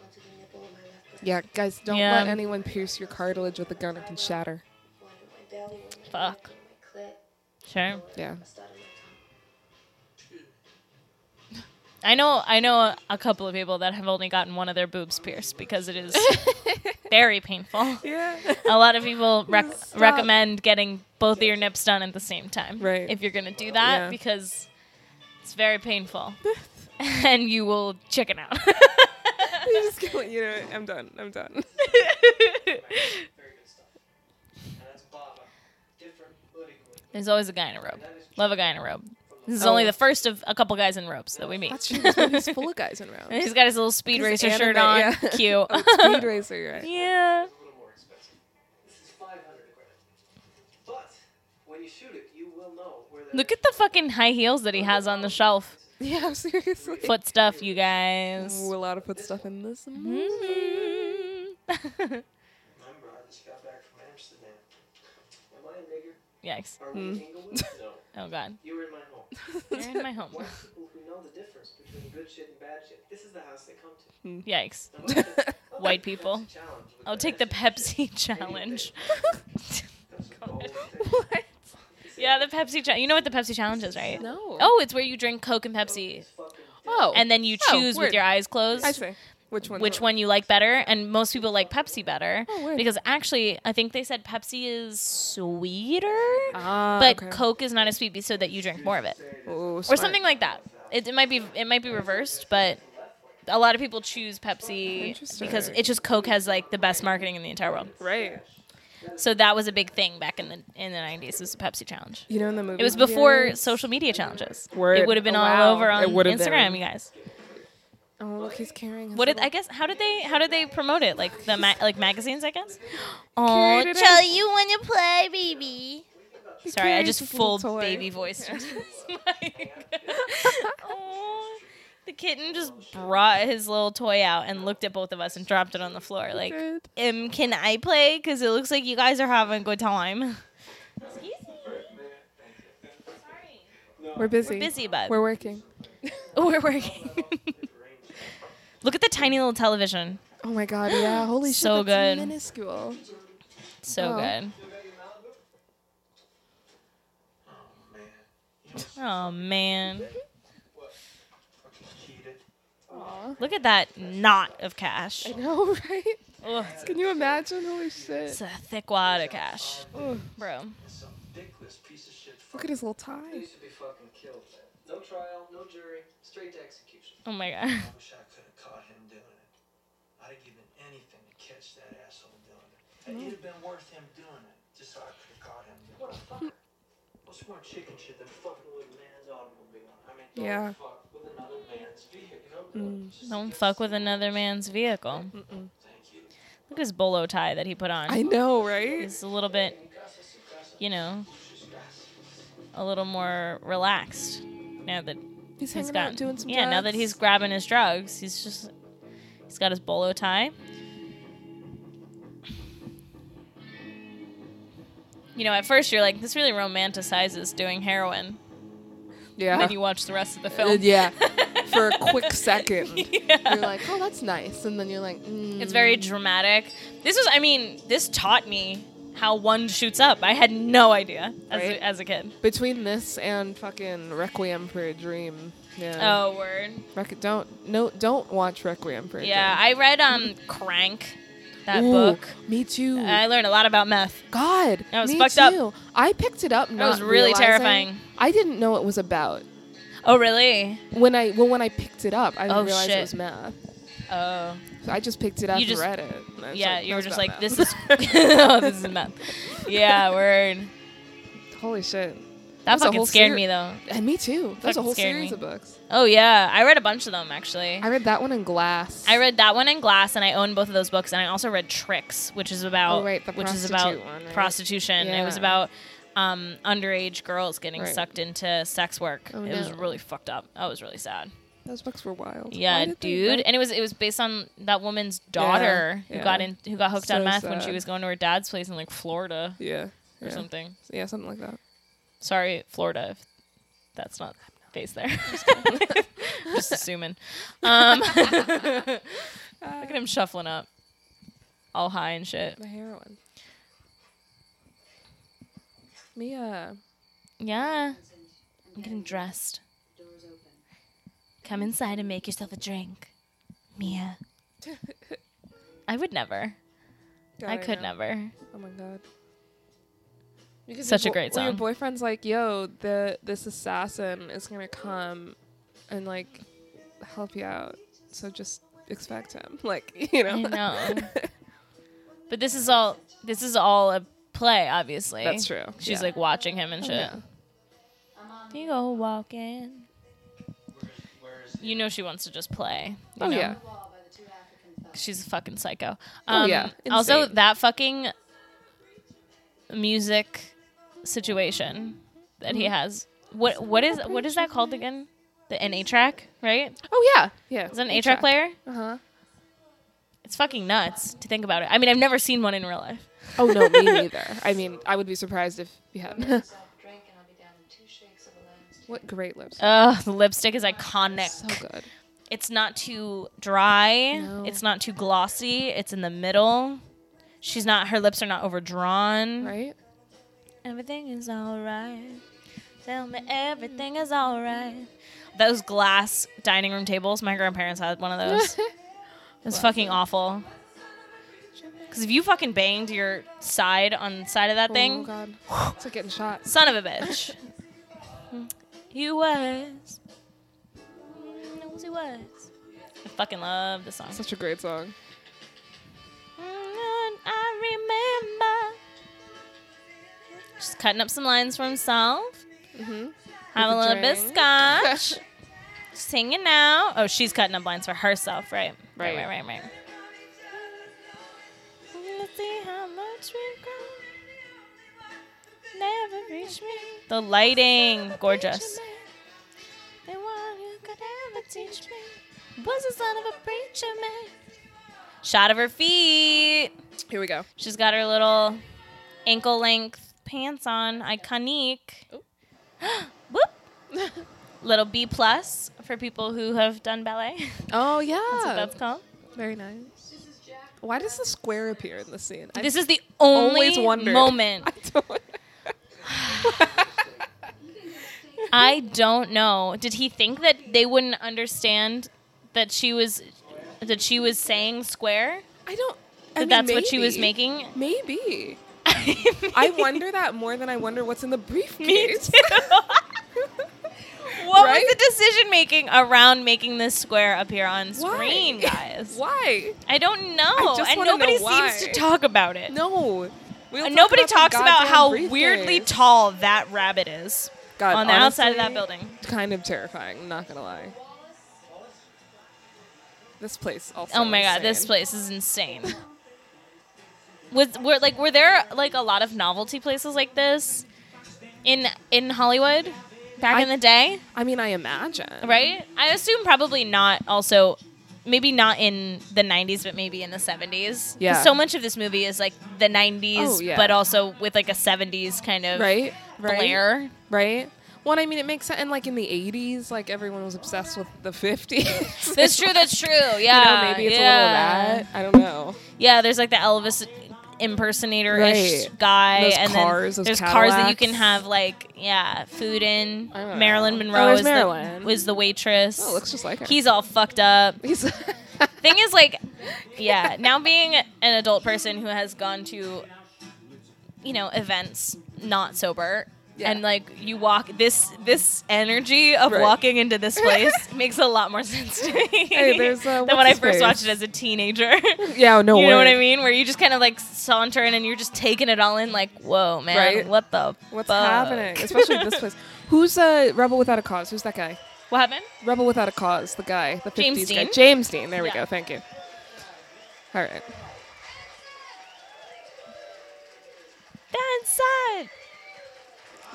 One to the nipple on my left breast.
Yeah, guys, don't
Yeah.
let anyone pierce your cartilage with a gun; it can shatter.
One in my belly. One in my
Fuck.
neck, one in my clit.
Sure.
Yeah.
A stud in my tongue.
I know I know a couple of people that have only gotten one of their boobs pierced because it
*laughs*
is very painful. *laughs*
Yeah.
A lot of
*laughs*
people rec-
Stop.
recommend getting both of your nips done at the same time.
Right.
If you're going to do that
Yeah.
because it's very
*laughs*
painful. *laughs* and you will chicken out. *laughs*
you just go, you know, I'm done. I'm done.
Very good stuff. And that's Baba. Different politically.
There's always a guy in a robe. Love a guy in a robe. This is only
Oh.
the first of a couple guys in robes that we meet.
That's true. This
*laughs*
movie's full of guys in
And
*laughs* round.
he's got his little speed
He's
racer shirt
anime,
on.
yeah.
Cute.
*laughs* Oh,
*laughs*
Speed Racer, you're right?
yeah.
a little more expensive. This is 500 grand. But when you shoot it, you will know where that
Look at the fucking high heels that he has on the shelf. *laughs*
Yeah, seriously.
Foot stuff, you guys.
Ooh, a lot of foot stuff in this. *laughs*
Mhm.
Remember, I just got back from Amsterdam. Am I a nigger?
*laughs* Yikes.
Are we
*laughs*
in Inglewood? No.
Oh,
*laughs*
God.
You were in my
*laughs*
home.
You're in my home.
White people who know the difference between good shit and bad shit. This is the house they
*laughs*
come to.
Yikes.
Now, what if it's- what if
White
it's a
people.
challenge with
I'll
the
take the
bad shit?
Pepsi *laughs*
*laughs*
challenge.
That's a bold thing.
what? *laughs*
yeah, the Pepsi challenge. You know what the Pepsi challenge is, right?
No.
Oh, it's where you drink Coke and Pepsi.
Fucking
Oh.
And then you
Oh,
choose with
weird.
your eyes closed
I see. Which one?
which one you like better. And most people like Pepsi better.
Oh, weird.
because actually, I think they said Pepsi is sweeter,
Ah,
but
okay.
Coke is not as sweet so that you drink more of it.
Ooh,
or
smart.
something like that. It, it might be it might be reversed, but a lot of people choose Pepsi
Interesting.
because it's just Coke has like the best marketing in the entire world.
Right.
So that was a big thing back in the in the nineties. Was the Pepsi challenge?
You know, in the movie.
It was before
theaters-
social media challenges. It
Word.
would have been
Oh,
all
wow.
over on
It would have
Instagram,
been.
you guys.
Oh, look, he's carrying. His
What did I
little-
guess? How did they how did they promote it? Like the ma- like magazines, I
*gasps*
guess. Oh,
Carried it
tell
out.
you when you play, baby.
He
Sorry, I
carries
just
his little
full
toy.
baby voiced.
*laughs*
*laughs* Aw, the kitten just brought his little toy out and looked at both of us and dropped it on the floor. Like,
did.
um, can I play? Because it looks like you guys are having a good time. Excuse me. Sorry.
We're busy.
Busy, bud.
We're working.
*laughs* We're working. *laughs* Look at the tiny little television.
Oh my
*laughs*
God! Yeah. Holy shit.
So
that's
good.
Minuscule.
So
Oh.
good. Oh man. Look at that knot of cash.
No, *laughs* right?
Ugh,
Can you imagine? Holy shit.
it's a thick wad of cash,
Ugh.
bro.
Some dickless piece of shit.
Look at his little tie.
You should be fucking killed, man. No trial, no jury, straight to execution.
Oh my god. *laughs*
I wish I could have caught him doing it. I'd have given anything to catch that asshole doing it. And
Mm.
it'd have been worth him doing it, just so I could have caught him doing it. What a fucker. What's more chicken shit than fucking with a man's automobile? I mean, don't
Yeah.
fuck with another man's vehicle. Just
Mm. Don't
against
fuck with
the
another
laws.
man's vehicle.
Thank you.
Look at his bolo tie that he put on.
I know, right?
He's a little bit, you know, a little more relaxed now that
He's
he's
hanging
got.
out doing some
yeah, now that
drugs.
he's grabbing his drugs, he's just he's got his bolo tie. You know, at first you're like, this really romanticizes doing heroin.
yeah.
And then you watch the rest of the film.
*laughs* Uh, yeah. For a quick second.
*laughs* Yeah.
You're like, oh, that's nice, and then you're like, mm.
It's very dramatic. This was, I mean, this taught me how one shoots up. I had no idea as,
Right.
a, as a kid.
between this and fucking Requiem for a Dream. Yeah.
Oh, word.
Requ- don't no don't watch Requiem for a
Yeah, I read um Crank, that
Dream. Ooh,
book.
Me too.
I learned a lot about meth.
God,
That was
me
fucked up.
too. I picked it up. Not
was really
realizing-
terrifying.
I didn't know it was about
Oh, really?
when I well when I picked it up. I didn't
Oh,
realize
shit.
it was math.
Oh,
So I just picked it up
You
and
just-
read it. and I was
yeah.
like,
you
that
were
was
just
about
like,
math.
this is
*laughs*
*laughs* oh, this is meth. Yeah, word.
holy shit.
That
was a
fucking
whole
scared
seri-
me though.
And Uh, me too. That was a
Fucking
whole
scared
series
me.
of books.
Oh yeah, I read a bunch of them actually.
I read that one in Glass.
I read that one in Glass, and I own both of those books. And I also read Tricks, which is about
Oh, right, the
which is about
prostitute one, right?
prostitution. It was
Yeah.
about um, underage girls getting
Right.
sucked into sex work.
Oh,
it was
no.
really fucked up. That was really sad.
Those books were wild. Why
Yeah,
did they
dude.
write-
And it was it was based on that woman's daughter who
yeah.
got in who got hooked on
So
meth when she
sad.
was going to her dad's place in like Florida
Yeah.
or
Yeah.
something.
yeah, something like that.
Sorry, Florida. If that's not based there. *laughs* Just assuming. Um, *laughs* look at him shuffling up, all high and shit.
The heroin. Mia.
Yeah, I'm getting dressed. Come inside and make yourself a drink, Mia. *laughs* I would never.
God,
I could
know.
never.
Oh my god. Because
Such
your
a great
well, Your
song.
boyfriend's like, "Yo, the this assassin is gonna come, and like, help you out. So just expect him. *laughs* Like, you know.
I know. But this is all this is all a play, obviously.
That's true.
She's
Yeah. Oh,
like watching him and shit.
Yeah.
You go walking.
Where is he?
You know she wants to just play. you
Oh
know?
yeah.
She's a fucking psycho. Um,
Oh, yeah.
Also,
Insane.
that fucking music situation that
Mm-hmm.
he has. What what is what is that called again? The an A track, right?
Oh yeah. Yeah.
Is it an A track player?
Uh huh.
It's fucking nuts to think about it. I mean, I've never seen one in real life.
Oh no,
*laughs*
me neither. I mean, I would be surprised if you *laughs* had.
drink and I'll be down in two shakes of a lamb's
what great lips.
Ugh, the lipstick is iconic.
so good.
It's not too dry.
No.
It's not too glossy. It's in the middle. She's not. Her lips are not overdrawn. *laughs*
Right.
Everything is alright. Tell me everything is alright. Those glass dining room tables. My grandparents had one of *laughs* those. it was fucking awful. Because if you fucking banged your side on the side of that
Oh
thing,
god. It's like getting shot.
son of a bitch. *laughs* he was. Knows he was. I fucking love this song.
Such a
*laughs*
great song.
"Mm, I remember. Just cutting up some lines for himself. Have Mm-hmm. a
With a
little bit of
drink.
*laughs* scotch. Singing now. Oh, she's cutting up lines for herself, right? Right,
Right.
right, right, right. Let's see how much we grow. Never reach me. The lighting, gorgeous. The one who could ever teach me was the son of a preacher man. Shot of her feet.
*laughs* Here we go.
She's got her little ankle length pants on, iconic. *gasps* Whoop. little B plus for people who have done ballet. *laughs*
Oh yeah.
That's what that's called.
Very nice. Why does the square appear in the scene? I
This is the
always
only
wondered.
moment
*laughs* I don't.
I don't know. Did he think that they wouldn't understand that she was that she was saying square?
I don't. I
That
mean,
that's what she was
maybe.
making? *laughs*
Maybe. I wonder that more than I wonder what's in the
Me
briefcase.
too. *laughs* what
Right?
was the decision making around making this square appear on
Why?
screen, guys?
*laughs* Why?
I don't know.
just
and
wanna know
nobody
why.
seems to talk about it.
No. We don't
And
talk
nobody
about the
talks about
goddamn
how
briefcase.
weirdly tall that rabbit is
God,
on the outside of that
honestly,
building.
Kind of terrifying. I'm not gonna lie. This place also.
Oh my god, this
insane.
place is insane. Was were like were there like a lot of novelty places like this in in Hollywood back
I-
in the day,
I mean, I imagine.
right? I assume probably not also maybe not in the 90s but maybe in the 70s. 'Cause
Yeah.
So much of this movie is like the 90s
Oh, yeah.
but also with like a 70s kind of
Right. Right.
flair.
Right. Well, I mean, it makes sense. And like in the '80s, like everyone was obsessed with the *laughs*
*laughs*
'50s.
That's true, that's true.
You know,
Yeah.
maybe it's
yeah.
a little that. I don't know.
Yeah, there's like the Elvis impersonator ish
Right.
guy,
Those
and
cars,
then
those
there's cars that you
Cadillacs.
can have like yeah food in.
I don't
Marilyn
know. Oh,
Monroe
there's
is
Marilyn.
the was the waitress.
Oh, looks just like her.
He's all fucked up.
He's
Thing is, like, yeah, now being an adult person who has gone to, you know, events not sober.
Yeah.
And like you walk this this energy of
Right.
walking into
*laughs*
this place makes a lot more sense to me
Hey, there's, uh,
than
what's
when I
his
first
face?
watched it as a teenager
*laughs*
*laughs*
yeah. No.
you know what I
word.
mean? Where you just kind of like saunter in and you're just taking it all in, like, whoa, man,
Right?
what the
What's
fuck?
happening? Especially this place. Who's uh, Rebel Without a Cause? Who's that guy?
What happened?
Rebel Without a Cause, the guy, the 50s
James
guy.
Dean?
James Dean. There we
Yeah.
go. Thank you. All right.
That's sad.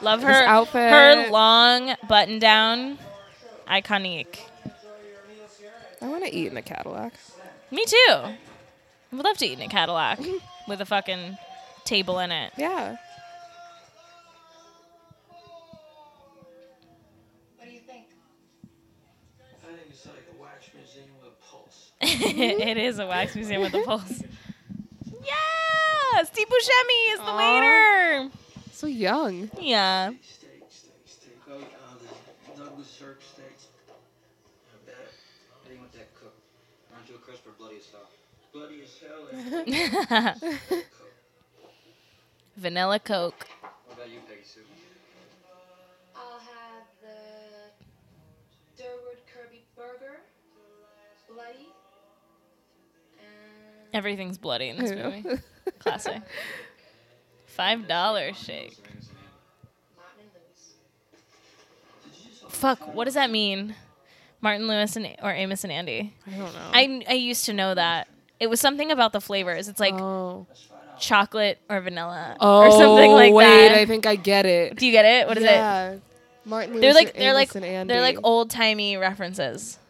Love her
His outfit.
Her long button down, iconic.
I want to eat in a Cadillac.
Me too. I would love to eat in a
*laughs*
Cadillac with a fucking table in it.
Yeah.
I think it's like a wax museum with a pulse.
*laughs*
Mm-hmm.
it is a wax museum
*laughs*
with a pulse. Yeah, Steve Buscemi is the
Aw.
waiter.
So young.
Yeah. *laughs*
Steak, steak, steak. Oh, uh, the Douglas Sirk steaks. I bet. How do you want that cooked? Aren't you a crisp or bloody as hell? Bloody as hell. eh?
Vanilla Coke.
what about you, Peggy Sue?
I'll have the Durwood Kirby burger, bloody, and
Everything's bloody in
I
this
know.
movie.
*laughs*
Classic. Five dollar shake.
Martin and Lewis.
Fuck. What does that mean? Martin Lewis and or Amos and Andy.
I don't know.
I I used to know that. It was something about the flavors. It's like
oh.
chocolate or vanilla
Oh,
or something like
wait,
that.
I think I get it.
Do you get it? What is it?
yeah. Martin Luther
They're like they're
Amos
like
and Andy.
they're like old timey references.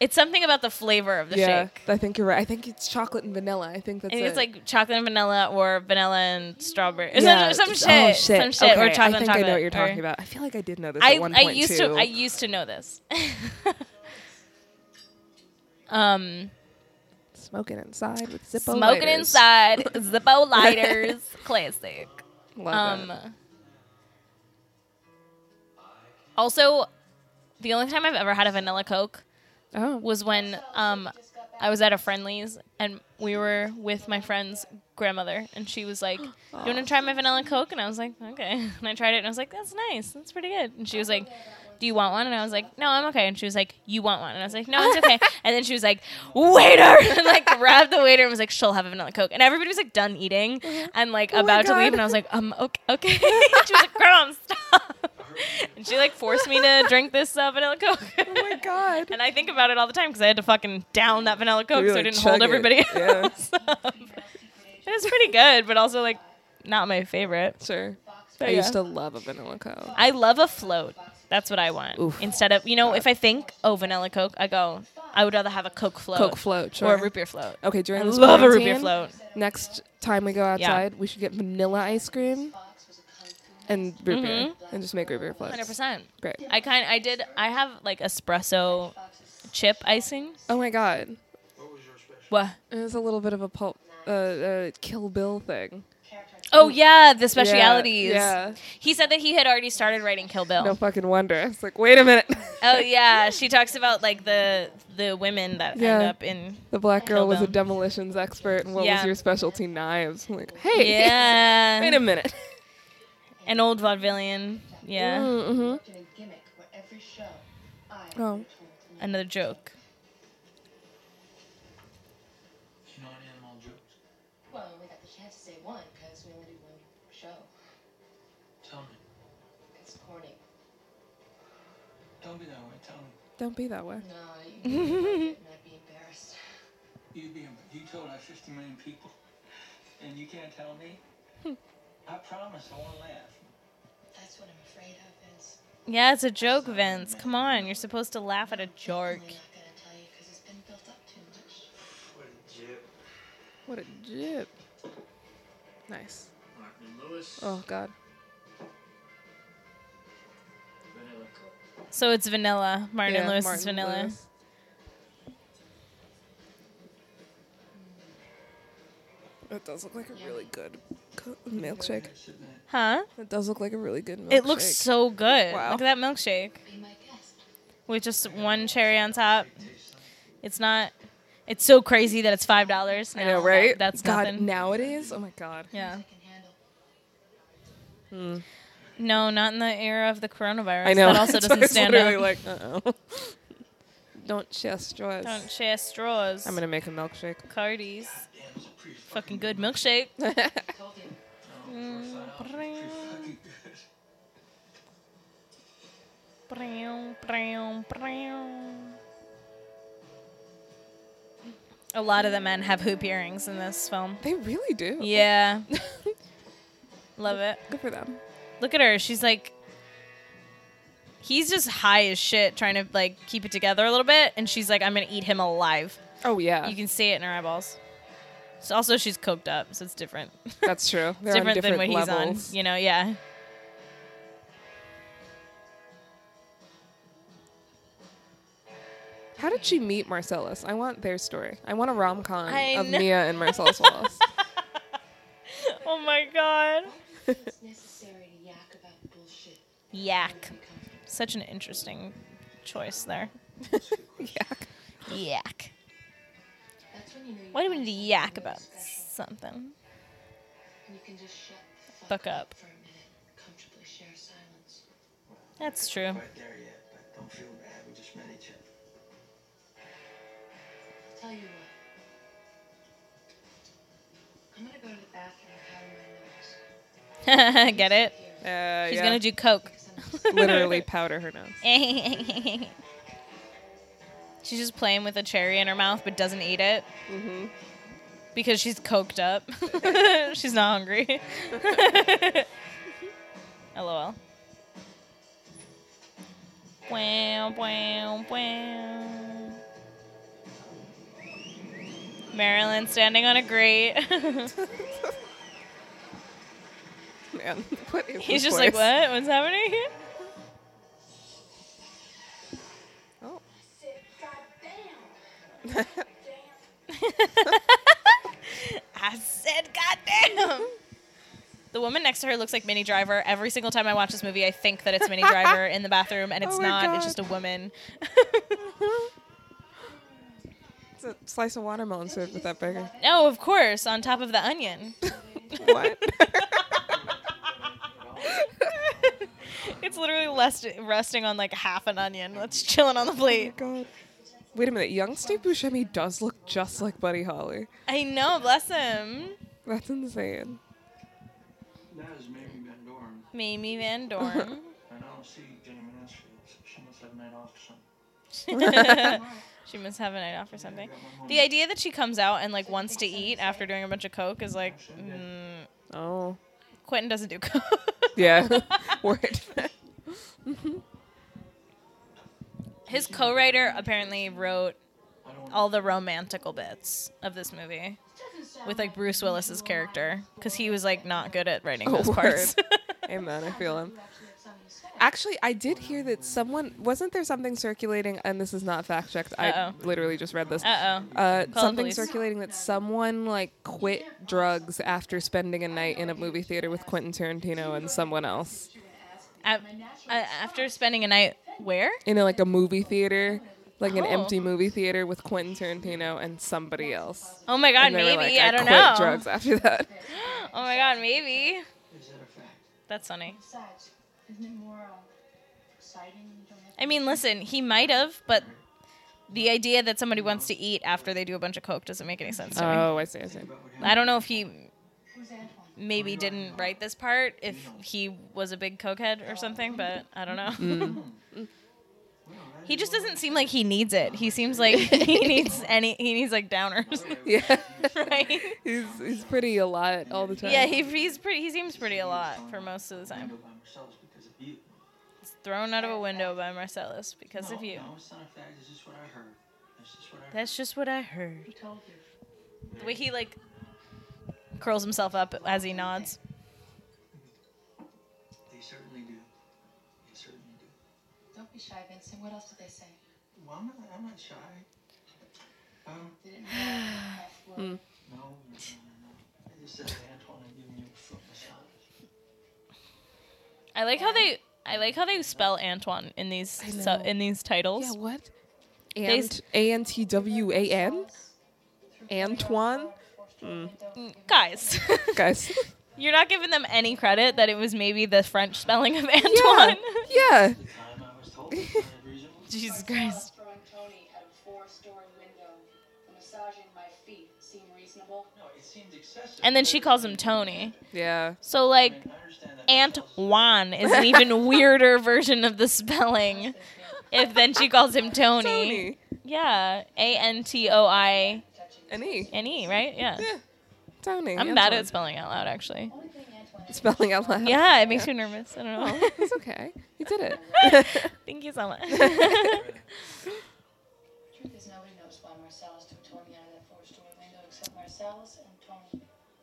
It's something about the flavor of the
yeah,
shake.
I think you're right. I think it's chocolate and vanilla. I think that's
I think
it.
it's like chocolate and vanilla or vanilla and strawberry. Or
yeah.
some, some shit.
Oh, shit.
Some shit. or
Okay,
chocolate
I
and
think I
chocolate
know what you're
or-
talking about. I feel like I did know this
I,
at one
I
point
used
too.
to I used to know this. *laughs* um,
Smoking inside with Zippo
smoking
lighters.
inside, Zippo lighters, classic.
Love
Um,
it.
also, the only time I've ever had a vanilla Coke
Oh,
was when um, I was at a friendlies and we were with my friend's grandmother, and she was like, "You want to try my vanilla Coke?" And I was like, "Okay." *laughs* And I tried it, and I was like, "That's nice. That's pretty good." And she was like. Do you want one? And I was like, No, I'm okay. And she was like, You want one? And I was like, No, it's
*laughs*
okay. and then she was like, Waiter! *laughs* And like grabbed the waiter and was like, She'll have a vanilla coke. And everybody was like done eating and like
Oh my
about to
God.
leave. And I was like, Um, okay. *laughs* okay. she was like, Girl, stop. *laughs* and she like forced me to drink this uh, vanilla coke.
oh my
*laughs*
god.
And I think about it all the time because I had to fucking down that vanilla coke
You,
so I
like,
didn't
chug
hold
it.
everybody
Yeah.
*laughs* else up. It was pretty good, but also like not my favorite.
Sure.
But
I
yeah.
used to love a vanilla coke.
I love a float. That's what I want.
Oof.
Instead of you know, if I think oh vanilla coke, I go. I would rather have a coke float,
Coke float,
or
sure.
a root beer float.
Okay, during
I
this
love a root beer
quarantine,
float.
Next time we go outside, we should get vanilla ice cream and root beer, and just make root beer floats.
Mm-hmm. Hundred percent.
Great.
I kind I did I have like espresso chip icing.
Oh my god,
What was your special?
What?
it was a little bit of a pulp, uh, uh, Kill Bill thing.
Oh yeah, the specialities.
Yeah.
He said that he had already started writing Kill Bill.
No fucking wonder. It's like, wait a minute. *laughs*
Oh yeah, she talks about like the the women that
Yeah.
end up
*laughs*
in
the black girl
Kill
was a
Bill.
demolitions expert, and what
Yeah.
was your specialty? Knives. I'm like, hey, *laughs*
yeah,
wait a minute.
an old vaudevillian. Yeah,
Mm-hmm.
in a gimmick where every
show, I
Oh.
return to me.
Another joke.
You know an animal jokes?
Well, we got the chance to say one because we only did one show.
Tell me.
It's corny.
Don't be that way. Tell me.
Don't be that way.
No, *laughs* you might be embarrassed.
You be. You told like 50 million people, and you can't tell me. I promise I won't laugh.
That's what I'm afraid of, Vince.
Yeah, it's a joke, Vince. Come on, you're supposed to laugh at a joke.
I'm not gonna tell you because it's been built up too much.
What a jip.
What a jip. Nice.
Martin Lewis.
Oh God.
Vanilla Coke.
So it's vanilla. Martin
Yeah,
Lewis
Martin
is vanilla.
Lewis. It does look like a really good co- milkshake.
Huh?
It does look like a really good milkshake.
It looks so good.
Wow.
Look at that milkshake
Be my guest.
with just one cherry on top. It's not. It's so crazy that it's five dollars.
I know, right?
That's
God,
nothing.
nowadays. Oh my God.
Yeah.
I can handle.
No, not in the era of the coronavirus.
I know. *laughs*
That also
So
doesn't
it's
stand
literally
up.
like, uh oh. *laughs* Don't share straws.
Don't share straws.
I'm gonna make a milkshake.
Cardi's
Damn, it's a pretty
fucking
fucking.
good
*laughs*
milkshake.
Told you.
Oh, for a five dollars, it's pretty fucking good.
A lot of the men have hoop earrings in this film.
They really do. *laughs*
Yeah. Love it.
Good for them.
Look at her. She's like He's just high as shit trying to like keep it together a little bit and she's like I'm going to eat him alive.
Oh yeah,
You can see it in her eyeballs. So also she's coked up, so it's different. *laughs*
that's true. They're
different,
on different
than what
levels.
he's on, you know, yeah.
How did she meet Marcellus? I want their story. I want a rom com
I
of
know.
Mia and Marcellus
*laughs*
Wallace.
Oh my god.
It's necessary to yak about bullshit.
Yak.
Be comfortable.
Such an interesting choice
*laughs*
there.
Yak.
Yak.
That's when you know you
Why do we
found
need to
something
yak
really
about
special.
something?
And you can just shut the
Fuck up.
for a minute, comfortably share silence.
That's true. *laughs*
Quite there yet, but don't feel bad. We just met each other.
Tell you what. I'm gonna go to the bathroom and powder my nose.
Get it?
Here,
Uh,
She's
yeah. *laughs*
gonna do coke.
because I'm just
*laughs*
literally powder her nose.
She's just playing with a cherry in her mouth but doesn't eat it
Mhm.
because she's coked up. *laughs* she's not hungry. *laughs* LOL. Wow, wow, wow. Marilyn standing on a grate. *laughs*
Man, *laughs* what is
He's
this
just like,
place?
what? What's happening here?
Oh.
I said, goddamn. The woman next to her looks like Minnie Driver. Every single time I watch this movie, I think that it's Minnie Driver in the bathroom, and it's
*laughs* Oh my
not. It's
God.
just a woman.
It's a slice of watermelon served with that burger.
no, of course, on top of the onion. *laughs*
what?
It's literally lest- resting on like half an onion that's chilling on the plate.
God. Wait a minute. Young Steve Buscemi does look just like Buddy Holly.
I know, bless him.
That's insane.
That is maybe Van Dorn.
Mamie Van Dorn.
I don't see Jenny Mansfield. so She must have night off or something.
*laughs* she must have a night off or something. The idea that she comes out and like wants to eat after doing a bunch of coke is like, mm,
Oh.
Quentin doesn't do coke. *laughs*
Yeah. *laughs* Word.
His co-writer apparently wrote
I don't
all the romantical bits of this movie with like Bruce Willis's character because he was like not good at writing
Oh, *laughs*
those parts. *laughs*
Amen. I feel him.
actually have something to say.
Actually, I did hear that someone wasn't there something circulating, and this is not fact checked. I
Uh-oh.
literally just read this.
uh oh.
Uh,
the
something
police.
circulating that someone like quit drugs after spending a night in a movie theater with Quentin Tarantino and someone else
uh, after spending a night where?
in like a movie theater, like an
Oh.
empty movie theater with Quentin Tarantino and somebody else.
Oh my god,
And they
maybe
were like,
I,
I,
don't
quit
know.
drugs after
*laughs*
that.
*gasps* Oh my god, maybe.
Is that a fact?
That's funny.
Besides, isn't it moral?
I mean, listen, he might have, but the idea that somebody wants to eat after they do a bunch of coke doesn't make any sense to
Uh,
me.
Oh, I see. I see.
I don't know if he maybe didn't write this part if he was a big cokehead or something, but I don't know. *laughs* he just doesn't seem like he needs it. He seems *laughs* like he needs any he needs like downers, *laughs*
Yeah. *laughs*
right?
he's he's pretty a lot all the time.
Yeah, he, he's pretty. He seems pretty a lot for most of the time.
by ourselves because of you.
Thrown out of a window by Marcellus because of you.
No, it's not a fact. It's just what I heard. It's just what I heard.
That's just what I heard.
Who told you?
The way he like curls himself up as he nods.
They certainly do. They certainly do.
Don't be shy, Vincent. What else did they say?
Well, I'm not, I'm not shy. Um,
Did
*sighs*
it matter? F word.
no, no, no, no, no. I just said to Antoine, I'm giving you a foot massage.
I like how they I like how they spell Antoine in these su-
know.
in these titles.
Yeah, what?
They s-
And A N T W A
Mm.
N?
*laughs*
Antoine?
Guys, *laughs*
Guys. *laughs*
you're not giving them any credit that it was maybe the French spelling of *laughs* Antoine.
Yeah. Yeah.
The time I was told was kind of reasonable. *laughs*
Jesus Christ.
Throwing Tony out a four-story window. The massaging my feet seemed reasonable.
No, it seemed excessive.
And then she calls him Tony.
Yeah.
So like
I understand that.
Antoine is an *laughs* even weirder version of the spelling. If then she calls him Tony.
Tony.
Yeah, A N T O I
An E.
N E, right? Yeah.
Yeah. Tony.
I'm bad at
Antoine.
spelling out loud, *laughs* actually.
Only thing Antoine is
spelling out loud.
Yeah, it makes me nervous. I don't know.
It's okay. You
*laughs*
did it. *laughs*
Thank you so much. *laughs*
truth is nobody knows why Marcellus took Tony out of that four-story window except Marcellus and Tony.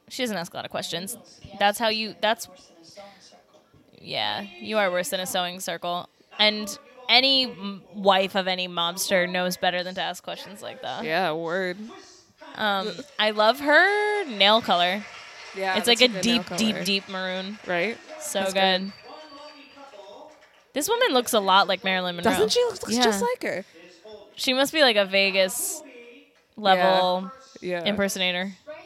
she doesn't ask a lot of questions. That's how you. That's
Worse than a sewing circle.
yeah. You are worse than a sewing circle, and any m- wife of any mobster knows better than to ask questions like that.
yeah, word.
Um, I love her nail color.
Yeah.
it's
that's
like a
good
deep,
nail
deep,
color.
deep maroon.
Right?
So
That's
good.
good.
This woman looks a lot like Marilyn Monroe.
Doesn't she look
Yeah.
just like her?
She must be like a Vegas level
Yeah. *laughs*
impersonator.
Right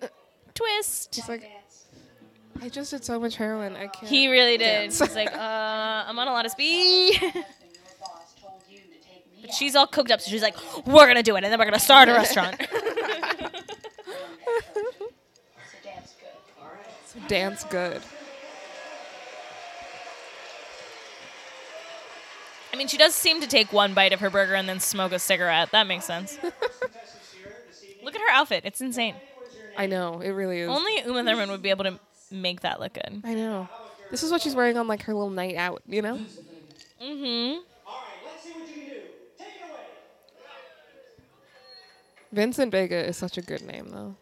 here.
Twist.
It's like,
Dance.
I just did so much heroin. I can't.
He really did.
Dance.
She's like, uh, I'm on a lot of speed. *laughs*
Husband, your boss told you to take me
But she's all cooked up, so she's like, we're gonna do it, and then we're gonna start a restaurant. *laughs*
out. So dance good.
Dance good.
I mean, she does seem to take one bite of her burger and then smoke a cigarette. That makes sense. Look at her outfit; it's insane.
I know. It really is.
Only Uma Thurman would be able to make that look good.
I know. This is what she's wearing on like her little night out, you know?
Mm-hmm.
Vincent Vega is such a good name though.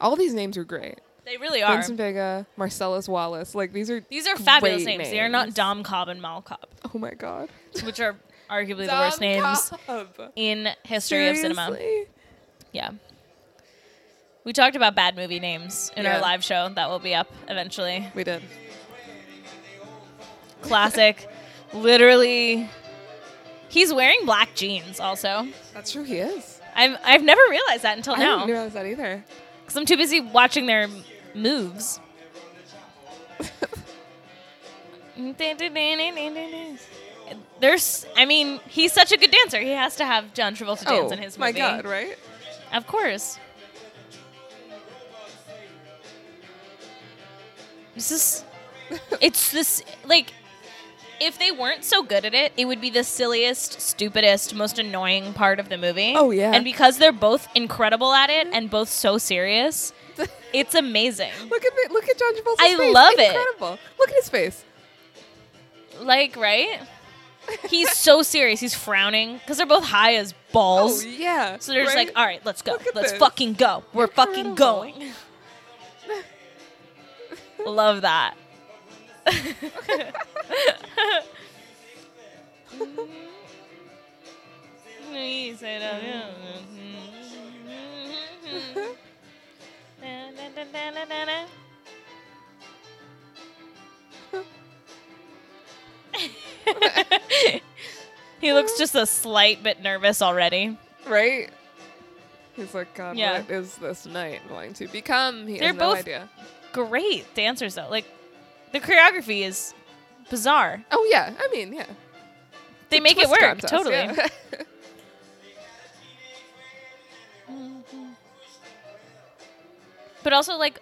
All these names are great.
They really are.
Vincent Vega, Marcellus Wallace, like these are
These are fabulous
great
names. They are not Dom Cobb and Mal Cobb,
Oh my god.
which are arguably the worst names in history of cinema. Yeah. We talked about bad movie names in
Yeah.
our live show that will be up eventually.
We did.
Classic. Literally. He's wearing black jeans also.
That's true. He is.
I've, I've never realized that until
I didn't
now.
realize that either.
Because I'm too busy watching their
*laughs*
moves. There's, I mean, he's such a good dancer. He has to have John Travolta dance
oh
in his movie.
my god! Right?
Of course. This is. *laughs* It's this. Like, if they weren't so good at it, it would be the silliest, stupidest, most annoying part of the movie.
Oh, yeah.
And because they're both incredible at it and both so
*laughs*
serious, it's amazing.
Look at the, look at John Travolta's
I
face.
love it.
Incredible. Look at his face.
Like, right? He's so serious. He's frowning because they're both high as
Oh
balls.
yeah.
So they're just
right?
like, all right, let's go.
Look at
Let's
this.
fucking go. We're fucking
Incredible.
going. Love that. *laughs* he looks just a slight bit nervous already.
*laughs* right. He's like, God,
Yeah.
what is this night going to become? He
They're
has no
both-
idea.
great dancers though. Like the choreography is Bizarre.
Oh yeah, I mean yeah.
They make it
Twist
work.
contest,
totally.
yeah. *laughs*
But also, like,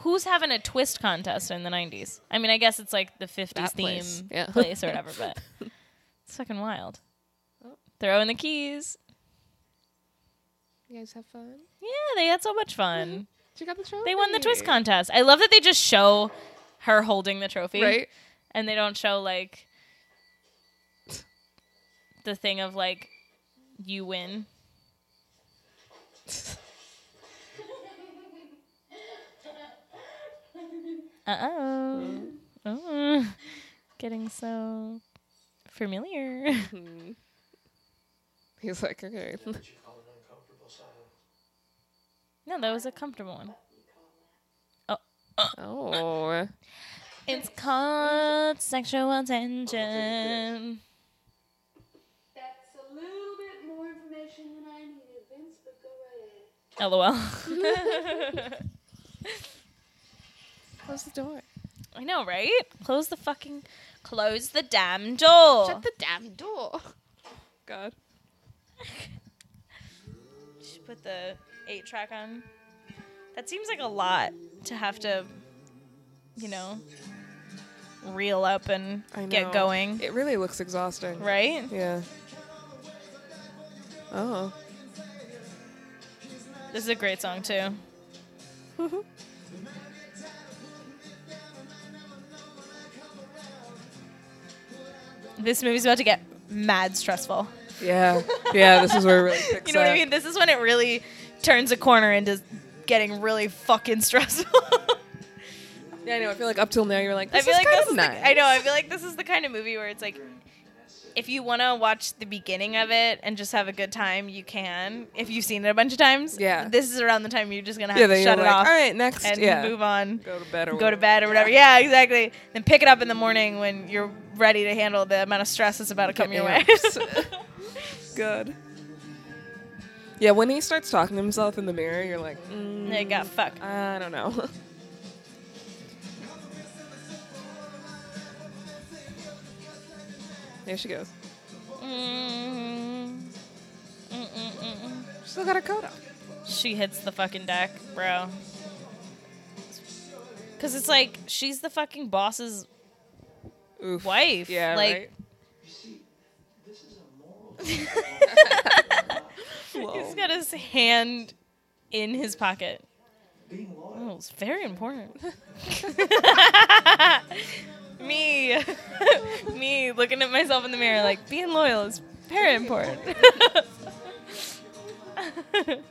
who's having a twist contest in the 90s? I mean, I guess it's like the 50s
That
theme
place,
place.
yeah. *laughs*
or whatever, but it's fucking wild.
Oh.
Throwing the keys.
you guys have fun.
Yeah, they had so much fun.
Check out the trophy.
They won the twist contest. I love that they just show her holding the trophy.
right?
and they don't show like the thing of like you win. Uh oh. Oh. Getting so familiar. *laughs*
Hmm. He's like, okay. *laughs*
What you call an uncomfortable silence?
no, that was a comfortable one.
oh,
It's called sexual tension.
That's a little bit more information than I needed, Vince, but go right
LOL.
ahead.
*laughs*
close the door.
I know, right? Close the fucking close the damn door.
the damn door. God.
Just put the eight track on. That seems like a lot to have to, you know, reel up and
I know.
get going,
It really looks exhausting.
right?
Yeah. Oh.
This is a great song too. this movie's about to get mad
*laughs*
stressful.
Yeah. Yeah, this is where it really
*laughs*
picks
You know what I
up.
mean? This is when it really turns a corner into getting really fucking *laughs* stressful.
Yeah, I know. I feel like up till now you were like,
I
this
feel
is
like
kind
this
of
is
nice.
the, I know. I feel like this is the kind of movie where it's like, if you want to watch the beginning of it and just have a good time, you can. If you've seen it a bunch of times,
Yeah.
This is around the time you're just gonna have
Yeah,
to
then
shut
you're
it
like,
off
all right, next.
and
yeah.
move on,
Go to bed or
go to
whatever.
bed or whatever. Yeah, exactly. Then pick it up in the morning when you're ready to handle the amount of stress that's about to come
Get
your
me
way.
up.
*laughs*
Good. Yeah, when he starts talking to himself in the mirror, you're like, mm,
They got fucked.
I don't know. *laughs* there she goes.
Mm. Mm-mm-mm.
She's still got her coat on.
she hits the fucking deck, bro. Cause it's like she's the fucking boss's
Oof.
wife.
Yeah,
like
right. Whoa.
he's got his hand in his pocket.
Being loyal.
Oh, it's very important. *laughs* Me, *laughs* me looking at myself in the mirror, like being loyal is very important. *laughs*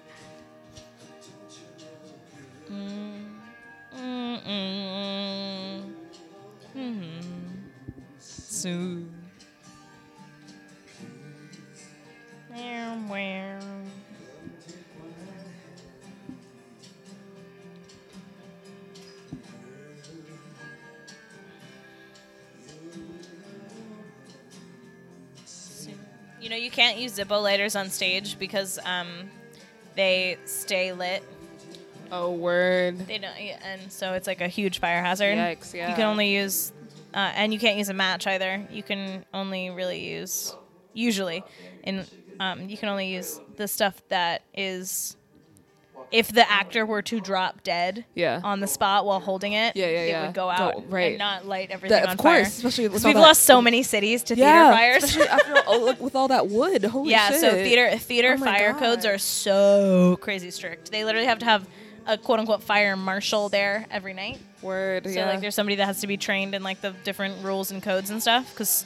Mm, mm, mm, mm. Soon. Meow, meow. You know, you can't use Zippo lighters on stage because um, they stay lit.
oh, word.
They don't, yeah, and so it's like a huge fire hazard.
Yikes, yeah.
You can only use, uh, and you can't use a match either. You can only really use, usually, in um, you can only use the stuff that is, if the actor were to drop dead
Yeah.
on the spot while holding it,
Yeah, yeah,
it
yeah.
would go out
Don't- right.
and not light everything
That,
on
of course,
fire.
especially with
'Cause
all
We've
that-
lost so many cities to
yeah,
theater fires.
especially
*laughs*
after all, look, with all that wood. Holy
yeah,
shit.
so theater theater
Oh my
fire
God.
codes are so crazy strict. They literally have to have a quote unquote fire marshal there every night.
Word.
So
yeah.
like, there's somebody that has to be trained in like the different rules and codes and stuff because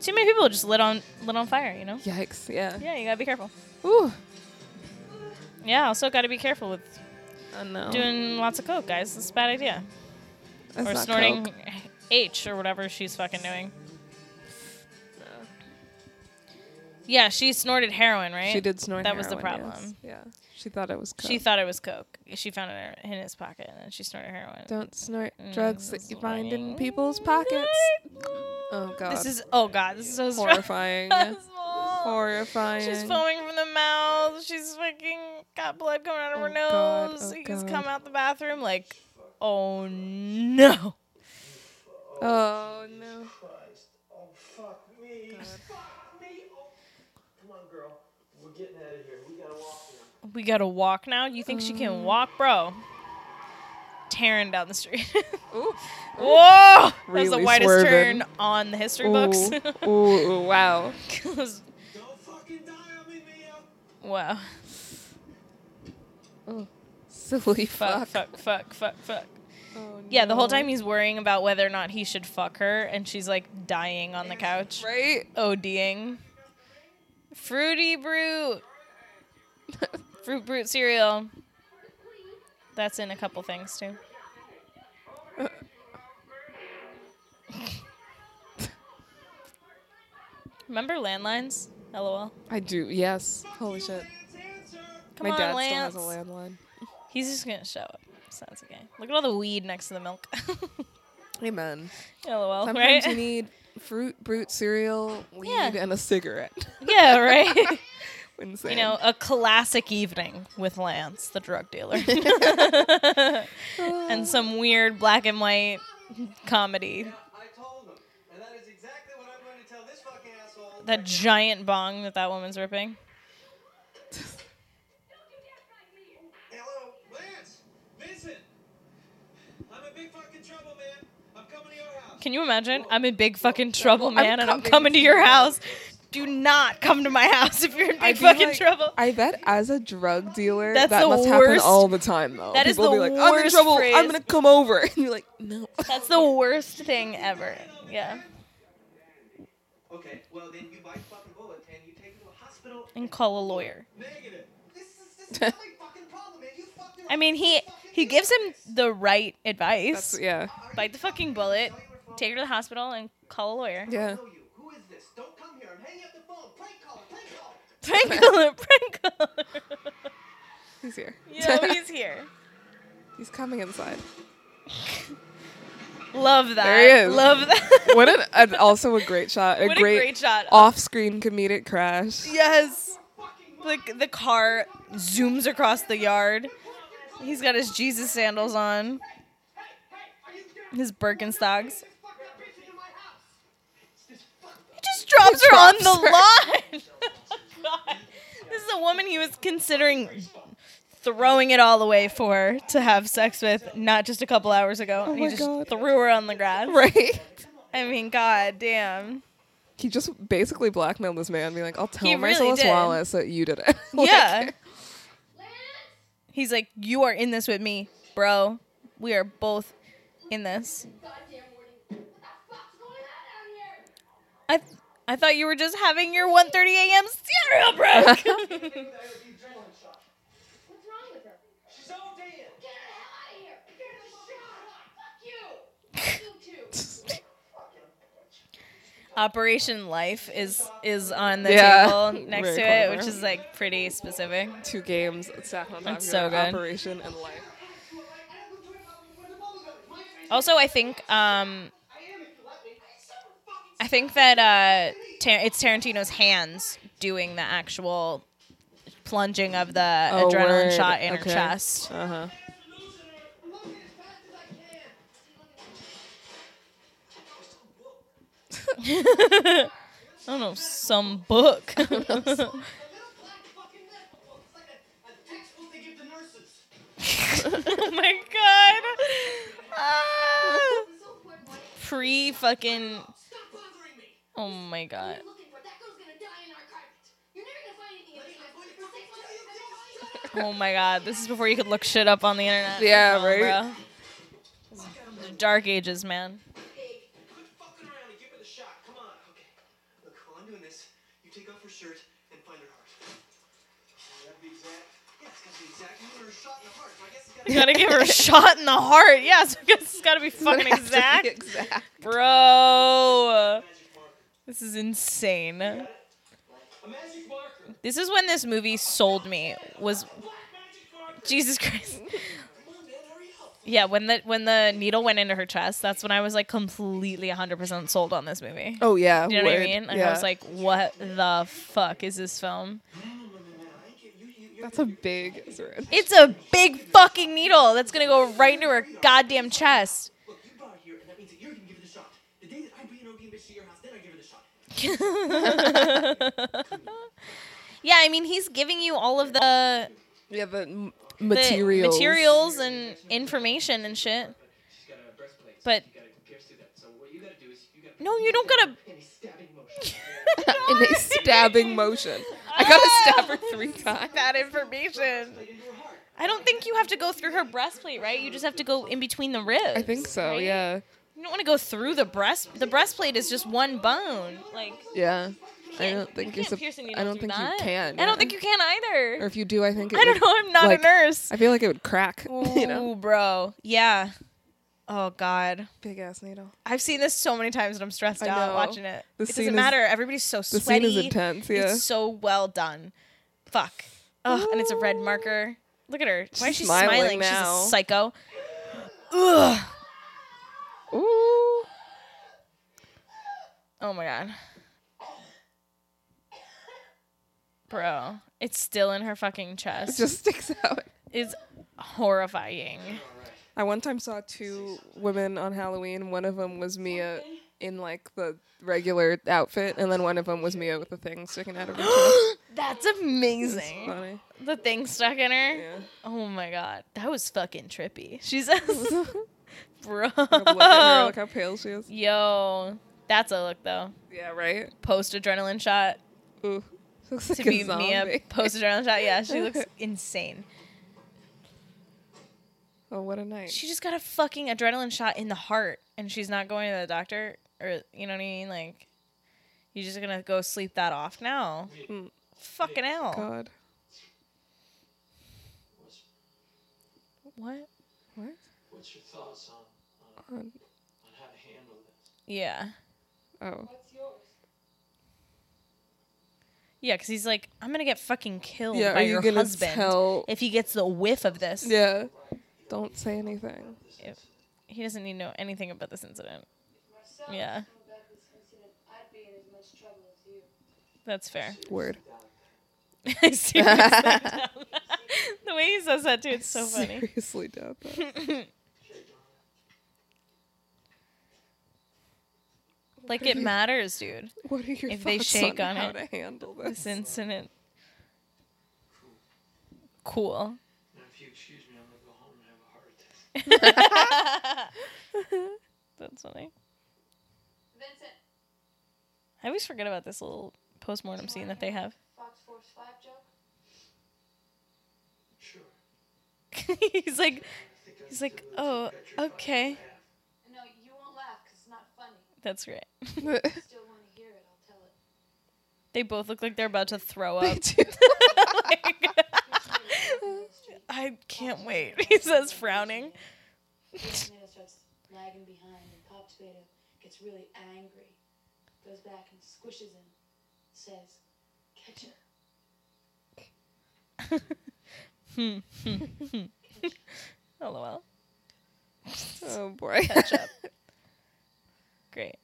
too many people just lit on lit on fire. You know.
Yikes. Yeah.
Yeah, you gotta be careful.
Ooh.
Yeah, also gotta be careful with
I know.
doing lots of coke, guys. It's a bad idea.
Oh. That's
or
not
snorting
Coke.
H or whatever she's fucking doing. Yeah, she snorted heroin, right?
She did snort.
That was the
heroin,
problem.
yes. Yeah. She thought it was. Coke.
She thought it was coke. She found it in his pocket, and then she snorted heroin. Mm,
Don't snort drugs that you find in
Snorting.
people's
*laughs*
pockets. Oh god.
This is oh god, this is so stressful. *laughs*
horrifying. horrifying.
She's foaming from the mouth. She's fucking got blood coming out of her
Oh, God.
nose.
Oh,
He's
God.
come out the bathroom like, oh no.
Oh,
Jesus
no.
Christ. Oh fuck me. Fuck me. Oh. Come on, girl. We're getting out of here. We gotta walk now.
We gotta walk now. You think she
Um.
can walk, bro? Tearing down the street. *laughs*
Ooh.
Whoa! That was the
Really
widest
swerving.
turn on the history
*laughs*
books. *laughs*
Ooh. Ooh, ooh, wow.
It was-
Don't fucking die on me, Mia.
wow.
Silly
Fuck,
fuck.
fuck, fuck, fuck, fuck.
Oh,
Yeah, the whole
no.
time he's worrying about whether or not he should fuck her, and she's like dying on the couch,
Right?
ODing. Fruity Brute! *laughs* Fruit Brute cereal. That's in a couple things, too. *laughs* Remember landlines? LOL.
I do. Yes. Holy shit.
Come
My
on,
dad
Lance.
still has a landline.
He's just gonna show up. So that's okay. Look at all the weed next to the milk. *laughs*
Amen.
LOL,
Sometimes
right?
you need fruit, brute, cereal, weed,
Yeah.
and a cigarette.
*laughs*
*laughs*
yeah, right?
Insane.
you know, a classic evening with Lance, the drug *laughs* dealer, and some weird black and white comedy.
I told him, and that is exactly what I'm going to tell this fucking asshole.
That giant bong that that woman's ripping.
Hello, Lance, Vincent. I'm in big fucking trouble, man. I'm coming to your house.
Can you imagine? I'm in big fucking trouble, man, and I'm
coming
coming to
to
your
you.
house. Do not come to my house if you're in
I'd
big
be
fucking
like-
trouble.
I bet as a drug dealer,
That's
that
the
must
worst-
happen all the time, though.
that is
People
the
be like, I'm in
worst
trouble.
phrase.
I'm gonna come over, *laughs* and you're like, no.
*laughs* That's the worst thing ever. Yeah.
Okay, well then you bite fucking bullet and you take him to a hospital.
And call a lawyer.
Negative. This is this is
*laughs*
my fucking problem, man. You fucked your
I mean, he he gives him the right advice.
*laughs* That's yeah,
Bite the fucking bullet, take her to the hospital, and call a lawyer.
yeah.
know you. Who is this? Don't come here. I'm hanging up the phone. Prank caller. Prank caller.
Prank caller, prank caller. *laughs*
He's here.
Yo, he's here.
*laughs* he's coming inside.
Love that.
There he is.
Love that. *laughs*
What an, an also a great shot. A
What a
great,
great shot.
off-screen comedic crash. *laughs*
yes. Like the car zooms across the yard. He's got his Jesus sandals on. His Birkenstocks. He just drops her on
drops
the
her.
lawn. *laughs* God. This is a woman he was considering throwing it all away for to have sex with not just a couple hours ago. and he
Oh my
just
God.
threw her on the grass.
Right.
I mean, god damn.
He just basically blackmailed this man, being like, "I'll tell
He really
Marcellus
did.
Wallace that you did it." *laughs* Like,
yeah. He's like, you are in this with me, bro. We are both in this. I I thought you were just having your 1:30 a.m. cereal break.
She's all dead.
*laughs*
*laughs*
Operation Life is is on the
Yeah.
table next
Very
to it,
clever.
which is like pretty specific.
Two games. Sat on top
That's
of
so
your
good.
Operation and life.
Also, I think um, I think that uh, Tar- it's Tarantino's hands doing the actual plunging of the
Oh,
adrenaline
word.
shot in her
Okay.
chest. *laughs*
Uh huh.
I don't know some
*laughs*
book. *laughs* oh my god. Ah. Pre fucking. Oh my god. Oh my god. This is before you could look shit up on the internet.
Yeah,
Come on,
right.
bro. This is Dark ages, man.
Quit fucking around and give her the shot. Come on. Okay. Look, while I'm doing this, you take off her shirt and find her heart. Gotta be exact. Yeah, it's gotta be exact. You want her shot in the heart, so I guess it's
*laughs*
gotta
You gotta give her a shot in the heart. Yes, *laughs* because it's gotta be fucking
It has to be
exact.
Exact.
Bro.
magic marker.
This is insane.
A magic marker.
This is when this movie sold me. Was
Black magic marker.
Jesus Christ.
Come on, man, hurry up.
Yeah, when the when the needle went into her chest, that's when I was like completely 100% sold on this movie.
Oh yeah.
You know what I
word.
mean? Like,
yeah.
I was like, what the fuck is this film?
that's a big. syringe.
It's a big fucking needle that's gonna go right into her goddamn chest.
Look, you brought her here, and that means that you're gonna give her the shot.
*laughs* yeah, I mean, he's giving you all of the,
Yeah, the m-
the
materials.
materials and information and shit.
She's got a breastplate.
But-
you gotta pierce through that. So what you gotta do is you gotta
No, you don't gotta.
in a stabbing motion.
*laughs*
in a stabbing motion. I gotta stab her three times.
Ah! that information. I don't think you have to go through her breastplate, right? You just have to go in between the ribs.
I think so.
right?
Yeah.
You don't want to go through the breast. The breastplate is just one bone. Like
Yeah. I
can't-
don't think
you
you're.
can't
sup-
pierce a needle
I don't
through
think
that.
you can.
I
yeah.
don't think you can
Or
either.
if you do, I think. It
I don't
would-
know. I'm not
like,
a nurse.
I feel like it would crack. *laughs* you know.
Ooh, bro. Yeah. Oh God.
Big ass needle.
I've seen this so many times and I'm stressed
I
out
know.
watching it.
The
it doesn't
scene is-
matter. Everybody's so
The
sweaty.
scene is intense. Yeah.
It's so well done. Fuck. Ugh, and it's a red marker. Look at her. Why is she
Smiling
smiling?
now.
She's a psycho. Ugh.
Ooh.
Oh my god. Bro, it's still in her fucking
It
chest.
just sticks out.
It's
*gasps*
horrifying.
I one time saw two women on Halloween. One of them was Mia in like the regular outfit, and then one of them was Mia with the thing sticking out
*gasps*
of her chest.
That's
It's
amazing.
funny.
The thing stuck in her.
Yeah.
Oh my god. That was fucking trippy. *laughs* She
*laughs*
says, Bro.
Look at
*laughs*
her. Look how pale she is.
Yo. That's a look though.
Yeah. Right.
Post adrenaline shot.
Ooh. *laughs* She looks like
to
a
be
zombie. *laughs*
Mia post adrenaline shot. Yeah, she looks insane.
oh, what a night.
She just got a fucking adrenaline shot in the heart and she's not going to the doctor or you know what I mean? Like you're just gonna go sleep that off now.
Mm.
Fucking hell.
God.
What?
What?
What's your thoughts on, uh, on,
On-
on how to handle this?
Yeah.
Oh.
Yeah, because he's like, I'm gonna get fucking killed
Yeah.
by
Are you
your
gonna
husband
tell?
if he gets the whiff of this.
Yeah. Don't say anything.
He doesn't need to know anything about this incident.
Myself,
Yeah.
going back to this incident, I'd be in as much trouble as you.
That's fair. *laughs*
Word.
I seriously doubt that. the way he says that too, it's so funny.
Seriously doubt
*laughs*
that.
Like it matters, dude.
What are your
If
thoughts
they shake
on,
on
how
it,
to handle
This
this?
incident. Cool. *laughs*
Now, if you excuse me, I'm gonna go home and have a heart attack.
That's funny.
Vincent,
I always forget about this little postmortem scene that they have. *laughs*
Fox Force 5 joke?
Sure. I
he's like,
think that's
he's like,
still-
oh,
that's your thought
okay.
I have.
No, you won't laugh because it's not *laughs* funny.
That's right.
*laughs*
If you still want to hear it, I'll tell it.
They both look like they're about to throw up. *laughs*
They do. *laughs*
Like- I can't wait. He says, frowning.
Tomato starts lagging behind, and Pop Tomato gets really angry. Goes back and squishes him. Says, "Catch her."
Hmm. *laughs* LOL.
Oh
*laughs*
boy.
Catch up. Great.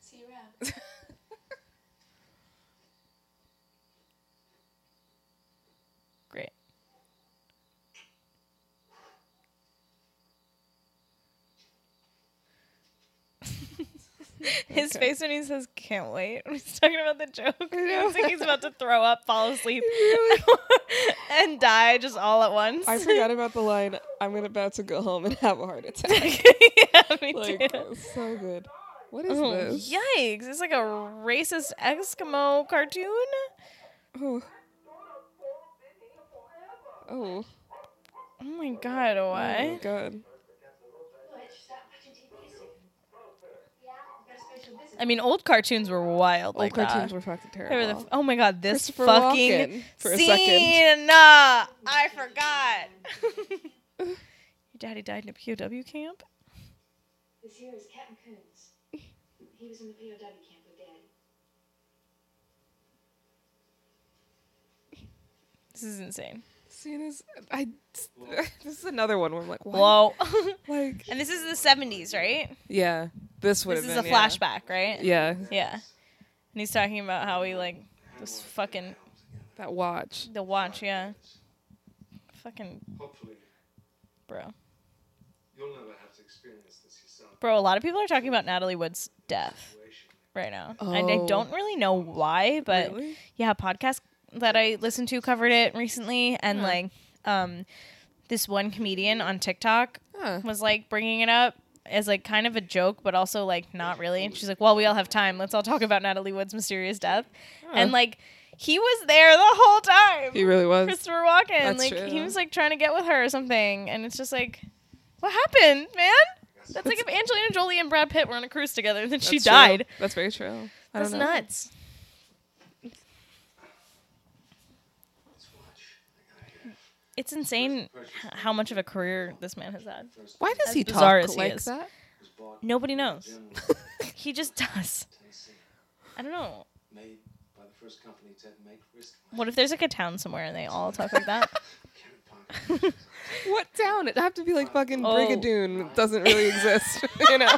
See you around.
Great. *laughs* His
Okay.
face when he says "can't wait" when he's talking about the joke,
know.
it's like *laughs* he's about to throw up, fall
*laughs*
asleep,
Really?
*laughs* and die just all at once.
I forgot about the line. I'm gonna about to go home and have a heart attack.
*laughs* yeah, me
*laughs* Like
too.
so good. What is
Oh,
this?
yikes! It's like a racist Eskimo cartoon.
Oh. Oh,
Oh my god!
my
Why?
God.
What? You stopped watching TV a second. Yeah. You got a special visit.
I mean, old cartoons were wild
Old
like
cartoons
that.
were fucking
They were
terrible.
the f- oh my god! This
Christopher
fucking
Walken for a
scene.
second.
Nah, I forgot. *laughs* Your daddy died in a POW camp.
This here is Captain Coons. He was in the POW camp with Daddy.
This is insane.
Scene is I. This is another one where I'm like, what?
Whoa!
Like,
*laughs* and this is the '70s, right?
yeah, this would
This
have
is
been
a
yeah.
flashback, right?
Yeah,
Yeah. And he's talking about how he like this fucking
that watch.
the watch, yeah. Fucking
Hopefully,
bro.
you'll never have to experience this yourself.
Bro, a lot of people are talking about Natalie Wood's death.
Situation.
right now. And I
Oh.
don't really know why, but
Really?
yeah, a podcast that I listened to covered it recently, and like, um, this one comedian on TikTok
Huh.
was like bringing it up as like kind of a joke, but also like not really. And she's like, "Well, we all have time. Let's all talk about Natalie Wood's mysterious death." And like, he was there the whole time.
He really was.
Christopher Walken,
That's
like he
true.
was like trying to get with her or something, and it's just like, what happened, man? That's like if Angelina Jolie and Brad Pitt were on a cruise together, and then she
That's true.
died.
That's very true. I
That's
don't know.
nuts.
Let's watch.
It's insane h- how much of a career this man has had.
Why does
As
he
bizarre
talk
as he
like
is.
that?
It was bought
Nobody knows. *laughs*
in
He just does.
Tennessee,
I don't know.
made by the first company to make wristwatch.
What if there's like a town somewhere and they all talk like that?
Carrot pocket.
What town? It'd have to be like fucking
Oh.
Brigadoon. It doesn't really exist, *laughs*
*laughs*
you know?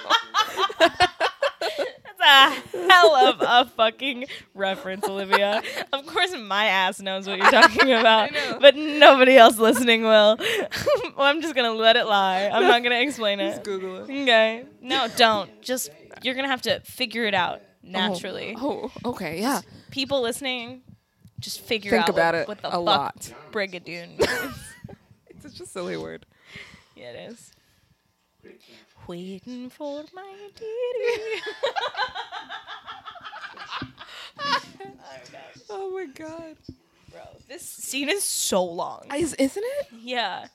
That's a hell of a fucking reference, Olivia. Of course, my ass knows what you're
*laughs*
talking about, but nobody else listening will. *laughs* well, I'm just gonna let it lie. I'm not gonna explain it.
Google it.
Okay. No, don't. Just you're gonna have to figure it out naturally.
Oh, okay, yeah.
*laughs* People listening, just figure
Think
out what-
about it
what the
a
fuck
lot. *laughs*
Brigadoon. means.
It's such a silly word.
yeah, it is. Waiting for my dearie.
Oh my god.
*laughs* Bro, this scene is so long.
Is, isn't it?
Yeah.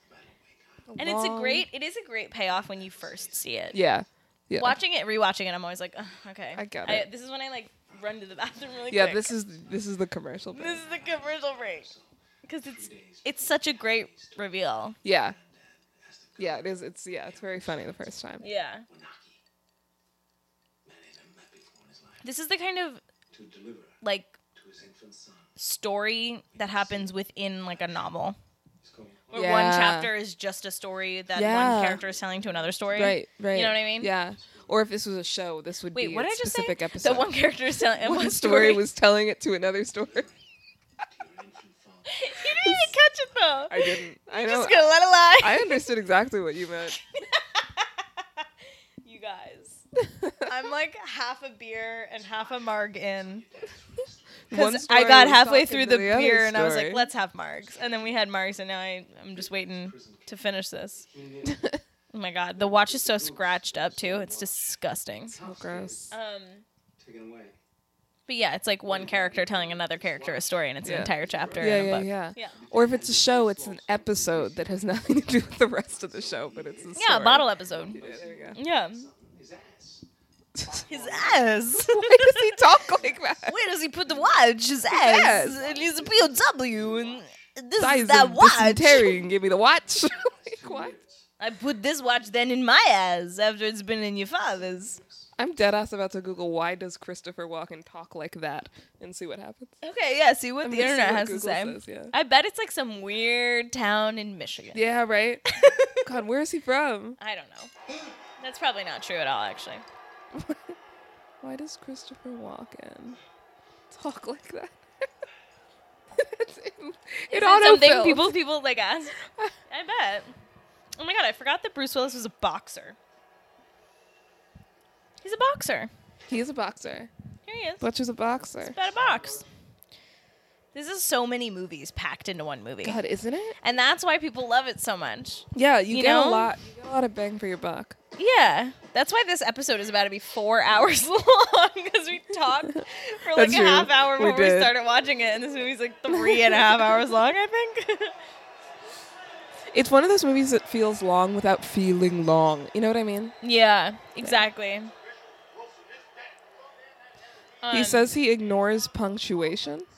And it's a
Long-
great it is a great payoff when you first see it.
Yeah. Yeah.
Watching it, rewatching it, I'm always like, "Ugh, okay.
I get it.
This is when I like run to the bathroom really
yeah,
quick.
this is this is the commercial
*laughs*
bit.
this is the commercial break. Cuz it's it's such a great reveal.
Yeah. Yeah, it is. It's yeah, it's very funny the first time.
Yeah.
Naki. Man he'd never met before in his life.
This is the kind of
To deliver
like
to his infant son.
story that happens within like a novel.
It's
*laughs*
called
Where
Yeah.
one chapter is just a story that
Yeah.
one character is telling to another story.
Right, right.
You know what I mean?
Yeah. Or if this was a show, this would
Wait,
be
what
a
did I just say?
specific
*laughs*
episode.
That one character is telling and
*laughs* One
one
story was telling it to another story.
*laughs* You didn't even catch it though.
I
*laughs*
didn't. I know.
just gonna let it lie.
I understood exactly what you
*laughs*
meant.
you guys, I'm like half a beer and half a marg in
One
because I
story
got
was
halfway
talking
through
to
the,
other
beer and I was like,
story.
"Let's have margs," and then we had margs, and now I, I'm just waiting to finish this.
*laughs*
oh my god, the watch is so scratched up too. It's disgusting.
Oh,
So gross.
Um,
taken away.
but yeah, it's like one character telling another character a story, and it's an
Yeah.
entire chapter
Yeah,
in a
yeah,
book.
yeah,
Yeah.
Or if it's a show, it's an episode that has *laughs* nothing to do with the rest of the show, but it's a story.
Yeah, a
*laughs*
bottle episode.
Yeah, there you go.
Yeah,
His ass.
his
*laughs*
ass.
Why does he talk *laughs* like that?
Where does he put the watch? His ass.
ass.
And he's a POW. And this
Size
is that
of
watch.
dysentery and give me the
*laughs*
watch. *laughs* like what?
I put this watch then in my ass after it's been in your father's.
I'm dead ass about to Google why does Christopher Walken talk like that and see what happens.
Okay, yeah, see what
I'm
the
gonna see
internet
what
has to
Google
say.
says, yeah.
I bet it's like some weird town in Michigan.
Yeah, right. God, where is he from?
*laughs* I don't know. That's probably not true at all, actually.
Why does Christopher Walken talk like
*laughs*
that? It's- it it
Is that something
autofilled.
people people like
*laughs*
ask? I bet. Oh my god, I forgot that Bruce Willis was a boxer. He's a boxer.
He's a boxer.
Here he is.
Butcher's a boxer.
about a box. This is so many movies packed into one movie.
God, isn't it?
And that's why people love it so much.
Yeah, you,
You
get
know?
a lot. You get a lot of bang for your buck.
Yeah. That's why this episode is about to be four *laughs* hours long because we talked for like
That's
a
true.
half hour
We
before we,
did.
started watching it. And this movie's like three and a half hours long, I think. *laughs*
It's one of those movies that feels long without feeling long. You know what I mean?
yeah, exactly.
he
Um,
says he ignores punctuation. *laughs*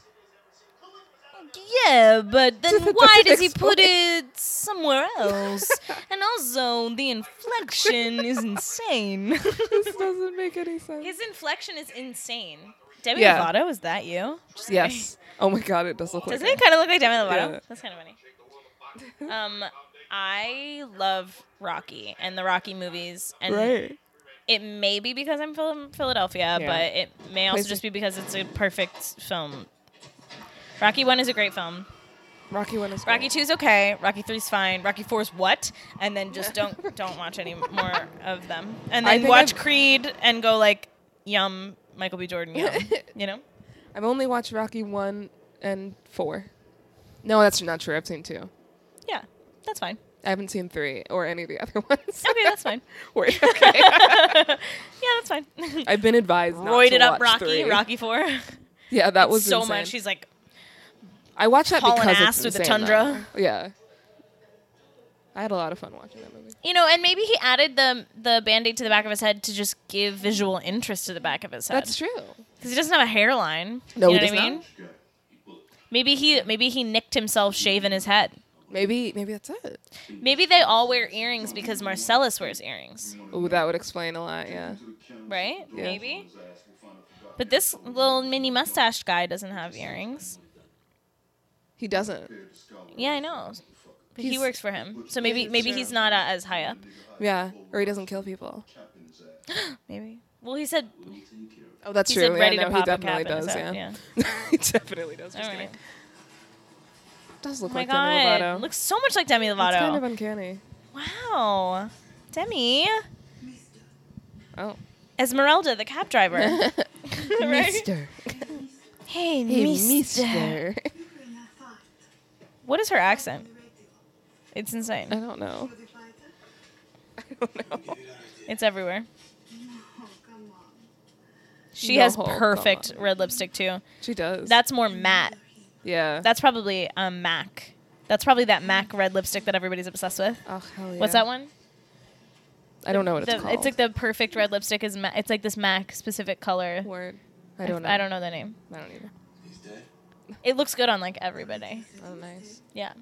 Yeah, but then
Doesn't
why does he
explain.
put it somewhere
*laughs*
else? and also, the inflection is
*laughs*
insane.
this doesn't make any sense.
His inflection is insane. Demi
Yeah.
Lovato, is that you? Just
yes. Oh my god, it does look
kidding.
like.
Doesn't it kind of look like Demi Lovato?
Yeah.
That's kind of funny. Um, I love Rocky and the Rocky movies, and
Right.
it may be because I'm from Philadelphia,
Yeah.
but it may also
Plays
just be because it's a perfect film. Rocky One is a great film.
Rocky one is.
Rocky
great.
Two's okay. Rocky Three's fine. Rocky Four's what? And then just
*laughs*
don't don't watch any more of them. And
I
then
think
watch
I've-
Creed and go like, yum, Michael B. Jordan
*laughs*
young. you know?
I've only watched Rocky one and four. No, that's not true. I've seen two.
Yeah, that's fine.
I haven't seen three or any of the *laughs* other ones.
Okay, that's
*laughs*
fine.
Wait, okay.
Yeah, that's fine. *laughs*
I've been advised. Not
Roided
to
up
watch
Rocky,
three.
Rocky
*laughs*
Four. *laughs*
Yeah, that was
so
insane.
much. She's like,
I watched that
hauling
because it's
ass through the
insane,
tundra.
though. Yeah. I had a lot of fun watching that movie.
you know, and maybe he added the the band aid to the back of his head to just give visual interest to the back of his head.
That's true.
because he doesn't have a hairline.
No,
you know
he
what
does
I
not.
mean? Maybe he maybe he nicked himself shaving his head.
Maybe maybe that's it.
Maybe they all wear earrings because Marcellus wears earrings,
Ooh, that would explain a lot. Yeah.
right? Maybe. But this little mini mustache guy doesn't have earrings.
He doesn't.
Yeah, I know. But he
He's-
works for him, so maybe maybe he's not uh, as high
*gasps*
up.
Yeah. Or he doesn't kill people.
Maybe. Well, he said
Oh, that's
he
true.
said ready
yeah,
to
no, he
pop a cap
definitely
in his
does.
head.
Yeah. *laughs* he definitely does.
All
Just
right.
kidding. Does look
Oh my
like Demi Lovato.
god, looks so much like Demi Lovato.
It's kind of uncanny.
wow, Demi
Oh. *laughs*
Esmeralda, the cab *laughs* driver. *laughs* right? Hey, mister. What is her accent? It's
I
insane. *laughs*
don't know. I don't know.
It's everywhere. She
No,
has
come
perfect red lipstick too.
She does.
That's more matte.
yeah.
That's probably um, Mac. That's probably that Mac red lipstick that everybody's obsessed with.
oh hell yeah.
What's that one?
I don't know what it's
The-
called.
it's like the perfect red lipstick is ma- it's like this Mac specific color.
word. I don't know.
I don't know the name.
I don't either.
He's dead.
It looks good on like everybody.
Oh nice.
Yeah.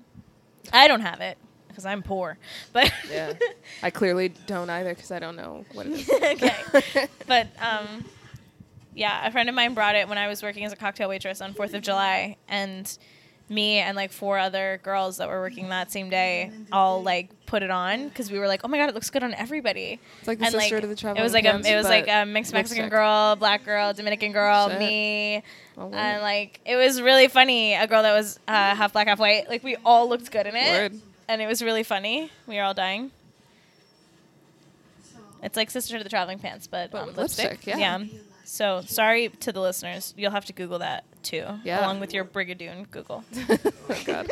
I don't have it because I'm poor. *laughs* But
Yeah. I clearly don't either because I don't know what it
*laughs*
is.
okay. But um yeah, a friend of mine brought it when I was working as a cocktail waitress on 4th of July and me and like four other girls that were working that same day all like put it on because we were like, "Oh my god, it looks good on everybody."
It's like the
and
sister
like
to the travel.
it was like a it was like um, a mixed Mexican girl, black girl, Dominican girl,
Shit.
me,
Oh,
and like it was really funny. A girl that was uh, half black, half white. Like we all looked good in it,
Word.
and it was really funny. We were all dying. It's like Sister to the Traveling Pants, but,
But
um,
with
lipstick.
lipstick, yeah.
So sorry to the listeners. You'll have to Google that too,
Yeah.
along with your Brigadoon Google.
*laughs*
*laughs*
oh god.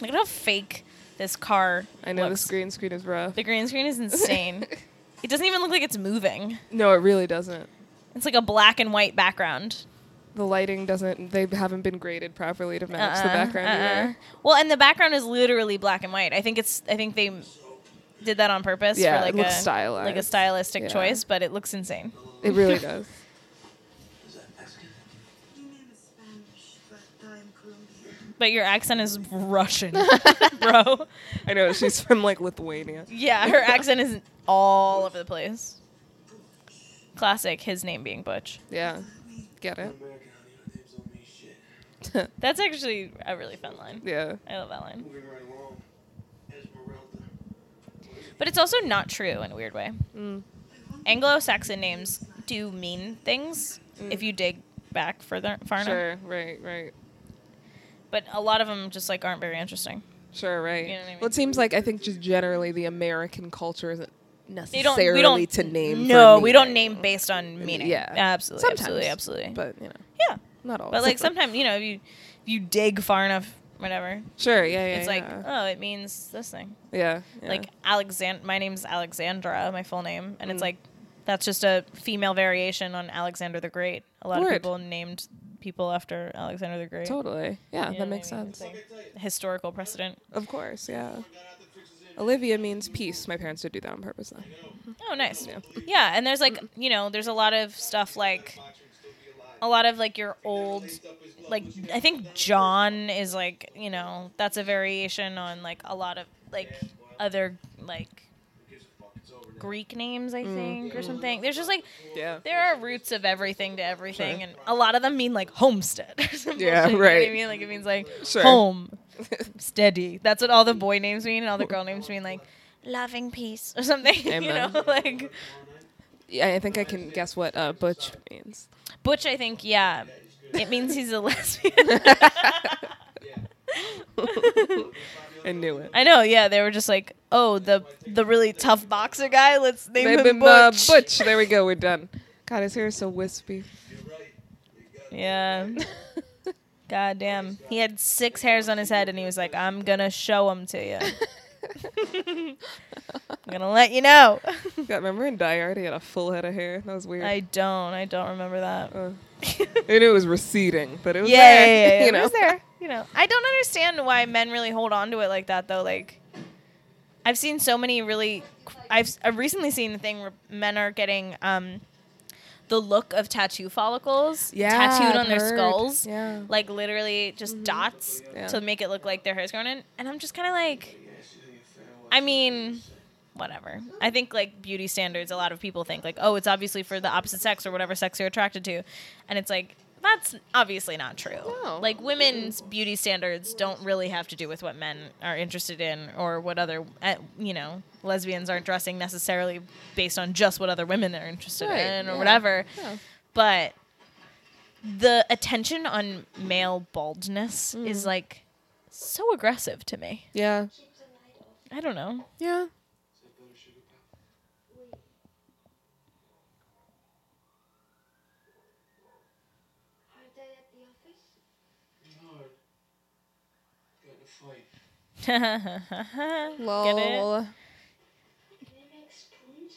Look at how fake this car.
I know
looks.
this green screen is rough.
The green
*laughs*
screen is insane. it doesn't even look like it's moving.
No, it really doesn't.
It's like a black and white background.
The lighting doesn't. They haven't been graded properly to match the
Uh-uh,
background
uh-uh.
either.
Well, and the background is literally black and white. I think it's. I think they did that on purpose.
Yeah,
for
it
like
looks
a,
stylized.
Like a stylistic
Yeah.
choice, but it looks insane.
It
*laughs*
really does.
Is that Mexican?
But your accent is *laughs* Russian, bro.
I know she's from like Lithuania.
Yeah, her accent is all over the place. Classic. His name being Butch.
Yeah, get it. *laughs*
American, honey. Her name's on me. Shit.
That's actually a really fun line.
Yeah,
I love that line.
Moving right along. Esmeralda.
But it's also not true in a weird way.
Mm.
Anglo-Saxon names do mean things if you dig back further far enough.
Mm. sure, right, right,
But a lot of them just like aren't very interesting.
sure, right.
You know what I mean?
Well, it seems like I think just generally the American culture isn't
They
necessarily
don't. We don't
to name.
No,
for
we don't
meaning,
name based on meaning.
Yeah.
absolutely, absolutely,
Sometimes.
absolutely. But
But you know,
yeah,
not always.
but like sometimes you know if you if you dig far enough, whatever.
sure, yeah, yeah,
It's like
yeah.
oh, it means this thing.
yeah, yeah.
Like Alexand. My name's Alexandra, my full name, and
Mm.
it's like that's just a female variation on Alexander the Great. A lot of
Word.
people named people after Alexander the Great.
totally, yeah,
You know what
that
I
makes
mean? It's
sense.
like historical precedent.
Of course, yeah. Olivia means peace. My parents did do that on purpose, though.
Oh, nice. Yeah. and there's like you know, there's a lot of stuff like a lot of like your old, like I think John is like you know that's a variation on like a lot of like other like Greek names
Mm.
I think or something. There's just like
Yeah.
there are roots of everything to everything, and a lot of them mean like homestead. Or *laughs* some
Yeah,
bullshit, you know what
right.
I mean, like it means like
Sure. *laughs*
home, steady. That's what all the boy names mean, and all the girl names mean like loving peace or something. *laughs* you
Amen.
know, like
Yeah, I think I can guess what uh, butch means.
Butch. I think yeah, it means he's a *laughs* lesbian.
I knew it.
I know. Yeah, they were just like oh, the the really tough boxer guy. Let's name
They've
him
been, uh,
Butch.
Butch. There we go. We're done. God, his hair is so wispy. *laughs*
You're right. You got
Yeah. God damn. He had six hairs on his head, and he was like, "I'm gonna show them to
*laughs*
you. I'm gonna let you
*laughs*
know."
God, remember in Die Hard, he had a full head of hair. That was weird.
I don't. I don't remember that.
Uh, and it was receding, but it
yeah,
was
yeah,
there.
yeah, yeah.
*laughs* You
It
know,
was there. *laughs* You know, I don't understand why men really hold on to it like that, though. Like, I've seen so many really. I've I've recently seen the thing where men are getting um, the look of tattoo follicles
Yeah,
tattooed on
I've
their
heard.
skulls,
Yeah. Mm-hmm.
like literally just dots
Yeah.
to make it look like their hair's grown in. And I'm just kind of like, I mean. Whatever. I think like beauty standards, a lot of people think like, oh, it's obviously for the opposite sex or whatever sex you're attracted to, and it's like that's obviously not true.
No.
Like women's beauty standards don't really have to do with what men are interested in or what other uh, you know lesbians aren't dressing necessarily based on just what other women are interested
Right,
in or
yeah,
whatever
yeah.
but the attention on male baldness
Mm.
is like so aggressive to me
yeah,
i don't know
yeah.
Hard day at the office?
No. Got in a fight.
Get it?
Lol.
Can I make spoons?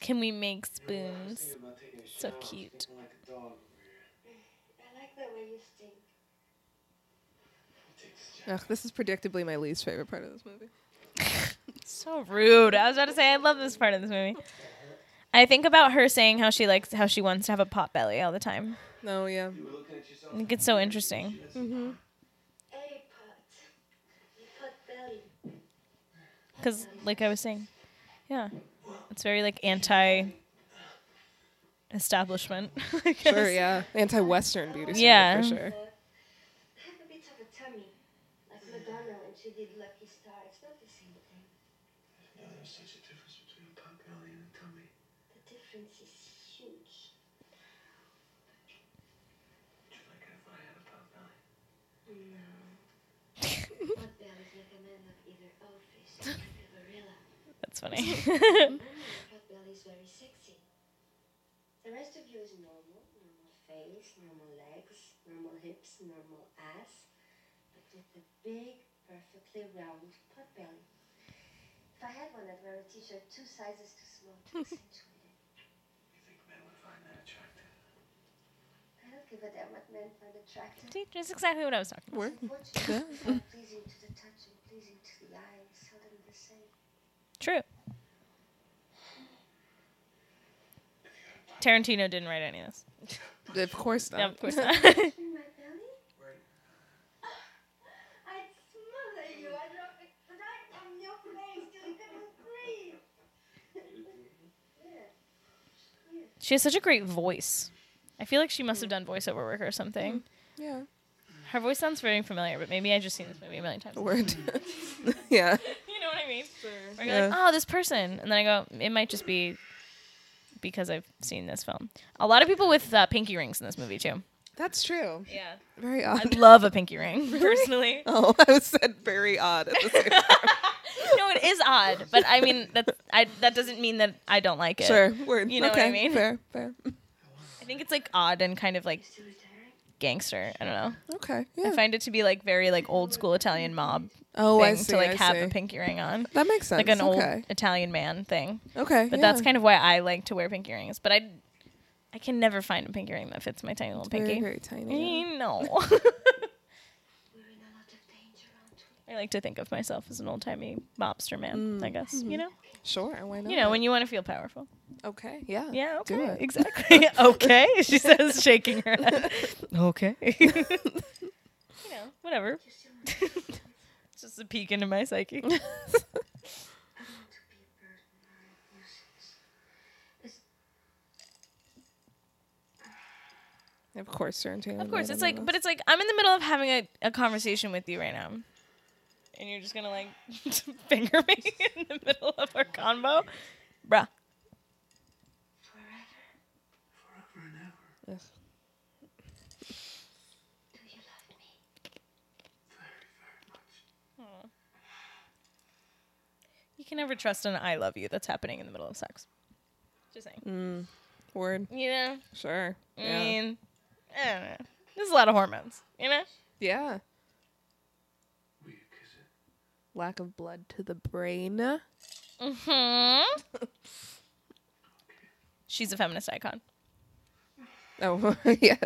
can we make
I was
spoons
thinking about taking a
So
shower. I was
cute.
thinking Like a dog.
I like the way you stink.
Take this jacket.
Ugh, this is predictably my least favorite part of this movie.
So rude. I was about to say I love this part of this movie. I think about her saying how she likes how she wants to have a pot belly all the time. *laughs*
No, yeah.
You were looking at yourself.
I think it's so interesting.
A pot. Pot belly.
Cause like I was saying, yeah. It's very like anti establishment. *laughs* I guess.
Sure, yeah. Anti-Western beauty standard
Yeah.
for sure.
I have a bit of a tummy. Like Madonna when she did Lucky Star. It's not the same thing.
You know, there's such a difference between a pot belly and a tummy.
The difference is huge.
Would you like it if I had a pot belly?
*laughs* Pot belly is like a man of either office or like a gorilla.
That's funny.
Only a pot belly is very sexy. The rest of you is normal. Normal face, normal legs, normal hips, normal ass. But with a big, perfectly round pot belly. If I had one, I'd wear a t-shirt two sizes too small to accentuate it.
You think men would find that attractive?
I don't give a damn what men find attractive.
See, that's exactly what I was talking about.
Work.
Unfortunately, it's not pleasing to the touch and pleasing to the eye is seldom the same.
True. Tarantino didn't write any of this.
Of course not.
Yeah, *laughs* of course not.
In my belly?
Right.
*laughs* I'd smother you. I'd drop it right on your face till you couldn't *laughs* breathe. yeah.
She has such a great voice. I feel like she must have done voiceover work or something.
Yeah.
Her voice sounds very familiar, but maybe I've just seen this movie a million times.
*laughs* Word. *laughs* yeah.
You know what I mean? Or you're
Yeah.
like, oh, this person. And then I go, it might just be because I've seen this film. A lot of people with uh, pinky rings in this movie, too.
That's true.
Yeah.
Very
I
odd.
love a pinky ring, *laughs* personally.
*laughs* Oh, I said very odd at the
*laughs*
same time.
no, it is odd, but I mean, that's, I, that doesn't mean that I don't like it.
sure. Word.
You know what
okay.
I mean?
Fair. Fair.
I think it's like odd and kind of like
Still retiring?
gangster. I don't know.
Okay.
I
Yeah.
find it to be like very like old school Italian mob
Oh, I
thing
see.
to like
I
have
see.
a pinky ring on.
That makes sense.
like an
okay.
old Italian man thing.
Okay.
But that's kind of why I like to wear pinky rings. But I, I can never find a pinky ring that fits my tiny little
very,
pinky.
very tiny.
Eh, No, *laughs*
We're in a lot of danger, aren't we?
I like to think of myself as an old timey mobster
Mm,
man. I guess
mm-hmm.
you know,
Sure. Why not?
you know when you want to feel powerful.
Okay. Yeah.
Yeah, okay,
Uh, Do it.
exactly. *laughs*
*laughs*
okay, she says, shaking her head. Okay, *laughs* you know, whatever. *laughs* it's just a peek into my psyche.
*laughs*
To be a burden or a nuisance.
Of course, Tarantino.
Of course, it's like, but it's like I'm in the middle of having a, a conversation with you right now, and you're just gonna like *laughs* finger me *laughs* in the middle of our convo, bruh.
Forever.
Forever and ever.
Do you love me?
Very, very much.
can never trust an I love you that's happening in the middle of sex. Just saying.
Mm. Word.
You know,
Sure.
I
Yeah.
mean, I don't know. There's a lot of hormones, you know?
yeah.
Will you kiss it?
Lack of blood to the brain.
hmm She's a feminist icon.
Oh, *laughs* yeah.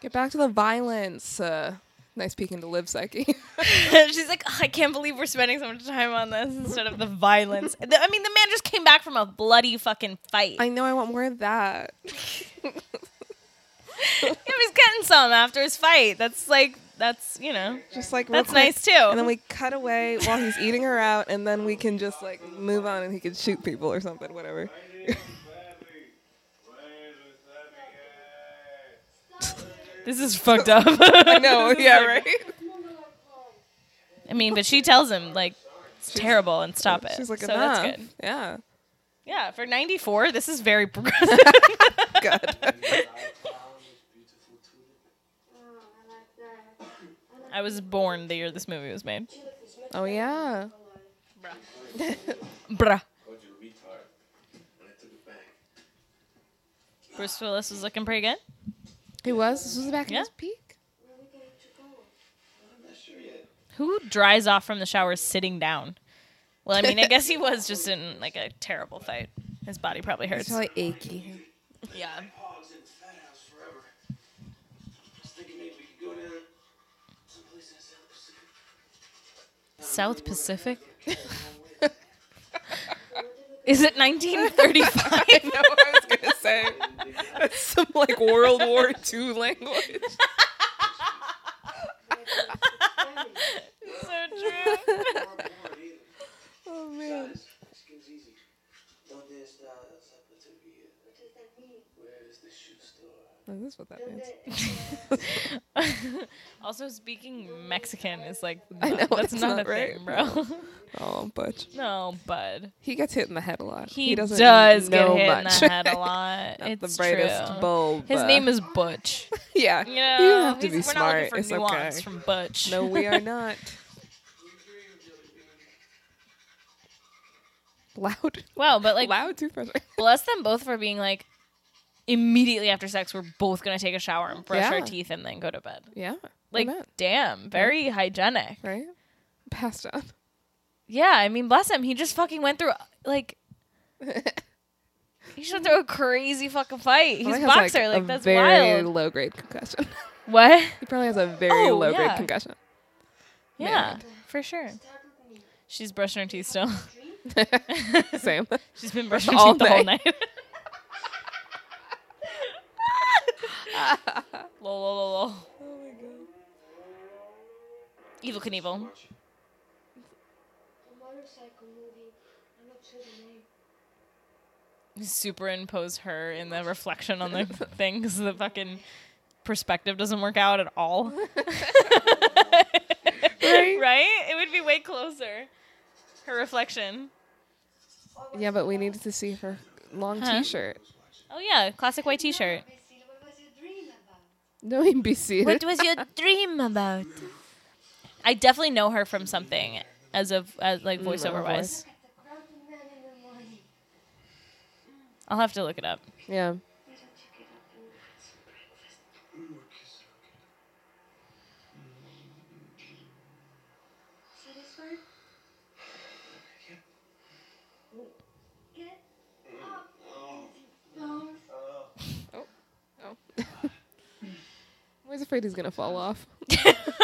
Get back to the violence. Uh, nice peeking to live, Psyche. *laughs*
*laughs* She's like, "Ugh, I can't believe we're spending so much time on this instead of the violence. The- I mean, the man just came back from a bloody fucking fight.
I know I want more of that.
*laughs* He was getting some after his fight. That's like, that's, you know,
Just like real
that's
quick.
nice too.
And then we cut away while he's eating her out, and then we can just like move on, and he can shoot people or something, whatever.
this is fucked up.
*laughs*
*laughs*
I know, yeah, right.
I mean, but she tells him, like, it's terrible and stop it.
She's like,
so
enough.
that's good. *laughs*
Yeah,
Yeah, for 94, this is
*laughs*
very progressive.
good.
*laughs*
Oh,
I was born the year this movie was made.
oh yeah.
Bruh.
Called you a retard. And I took it back.
Bruce Willis was looking pretty good.
He was. This was back in
Yeah.
his peak.
I'm not sure yet.
Who dries off from the shower sitting down? Well, I mean, I guess he was just in like a terrible fight. His body probably
It's
hurts.
probably achy.
*laughs* yeah.
Hogs in the fat house forever. I was thinking maybe we could go down someplace in the South Pacific.
South
*laughs*
Pacific. Is it 1935? *laughs*
*laughs* I know what I was gonna say. That's some like World War
*laughs*
II language.
so true.
Oh man.
Excuse easy. Donde está la zapateria? Where is the shoe store?
Oh, That's what that means.
*laughs* also, speaking Mexican is like
I know,
that's
it's
not,
not
a thing, bro. *laughs*
Oh, Butch.
no, bud.
He gets hit in the head a lot.
He,
doesn't
does get
know
hit
much.
in the head
*laughs*
a lot.
Not
it's
the brightest
true.
bulb. uh,
His name is Butch.
*laughs* Yeah.
You
you
know,
have to be
he's- we're
smart.
not looking for
it's
nuance
okay.
*laughs* from Butch.
no, we
*laughs*
are not. Loud.
Wow, but like,
Loud
*laughs*
too frustrating.
bless them both for being like, immediately after sex, we're both gonna take a shower and brush our
Yeah.
teeth and then go to bed.
Yeah.
Like,
Amen.
damn, very hygienic.
right? Passed out.
Yeah, I mean, bless him. He just fucking went through like. He just went through a crazy fucking fight. He's
Probably
a
has,
boxer, like,
a
that's
very
wild.
low grade concussion. *laughs*
What?
he probably has a very
Oh,
low grade
yeah. *laughs*
concussion. *laughs*
Yeah, for sure. She's brushing her teeth still. *laughs*
Sam.
She's been brushing her
All
teeth the whole
day. *laughs*
night. lol, lol, lol, lol. Evil Knievel.
motorcycle movie. I'm not sure the name.
Superimpose her in the reflection on the thing because the fucking perspective doesn't work out at all. *laughs*
Right?
right? It would be way closer. Her reflection.
Yeah, but we needed to see her long
Huh?
T-shirt.
Oh, yeah. Classic white t shirt.
Basil, what was your dream about?
No, he'd be seated. *laughs*
was your dream about? I definitely know her from something as of as like
Mm,
voiceover wise.
At the grumpy man in the morning.
I'll have to look it
*laughs*
up.
yeah.
Why don't you get up and get some breakfast? Satisfied? Get up.
Mm.
Oh, No.
I was afraid he's gonna fall off.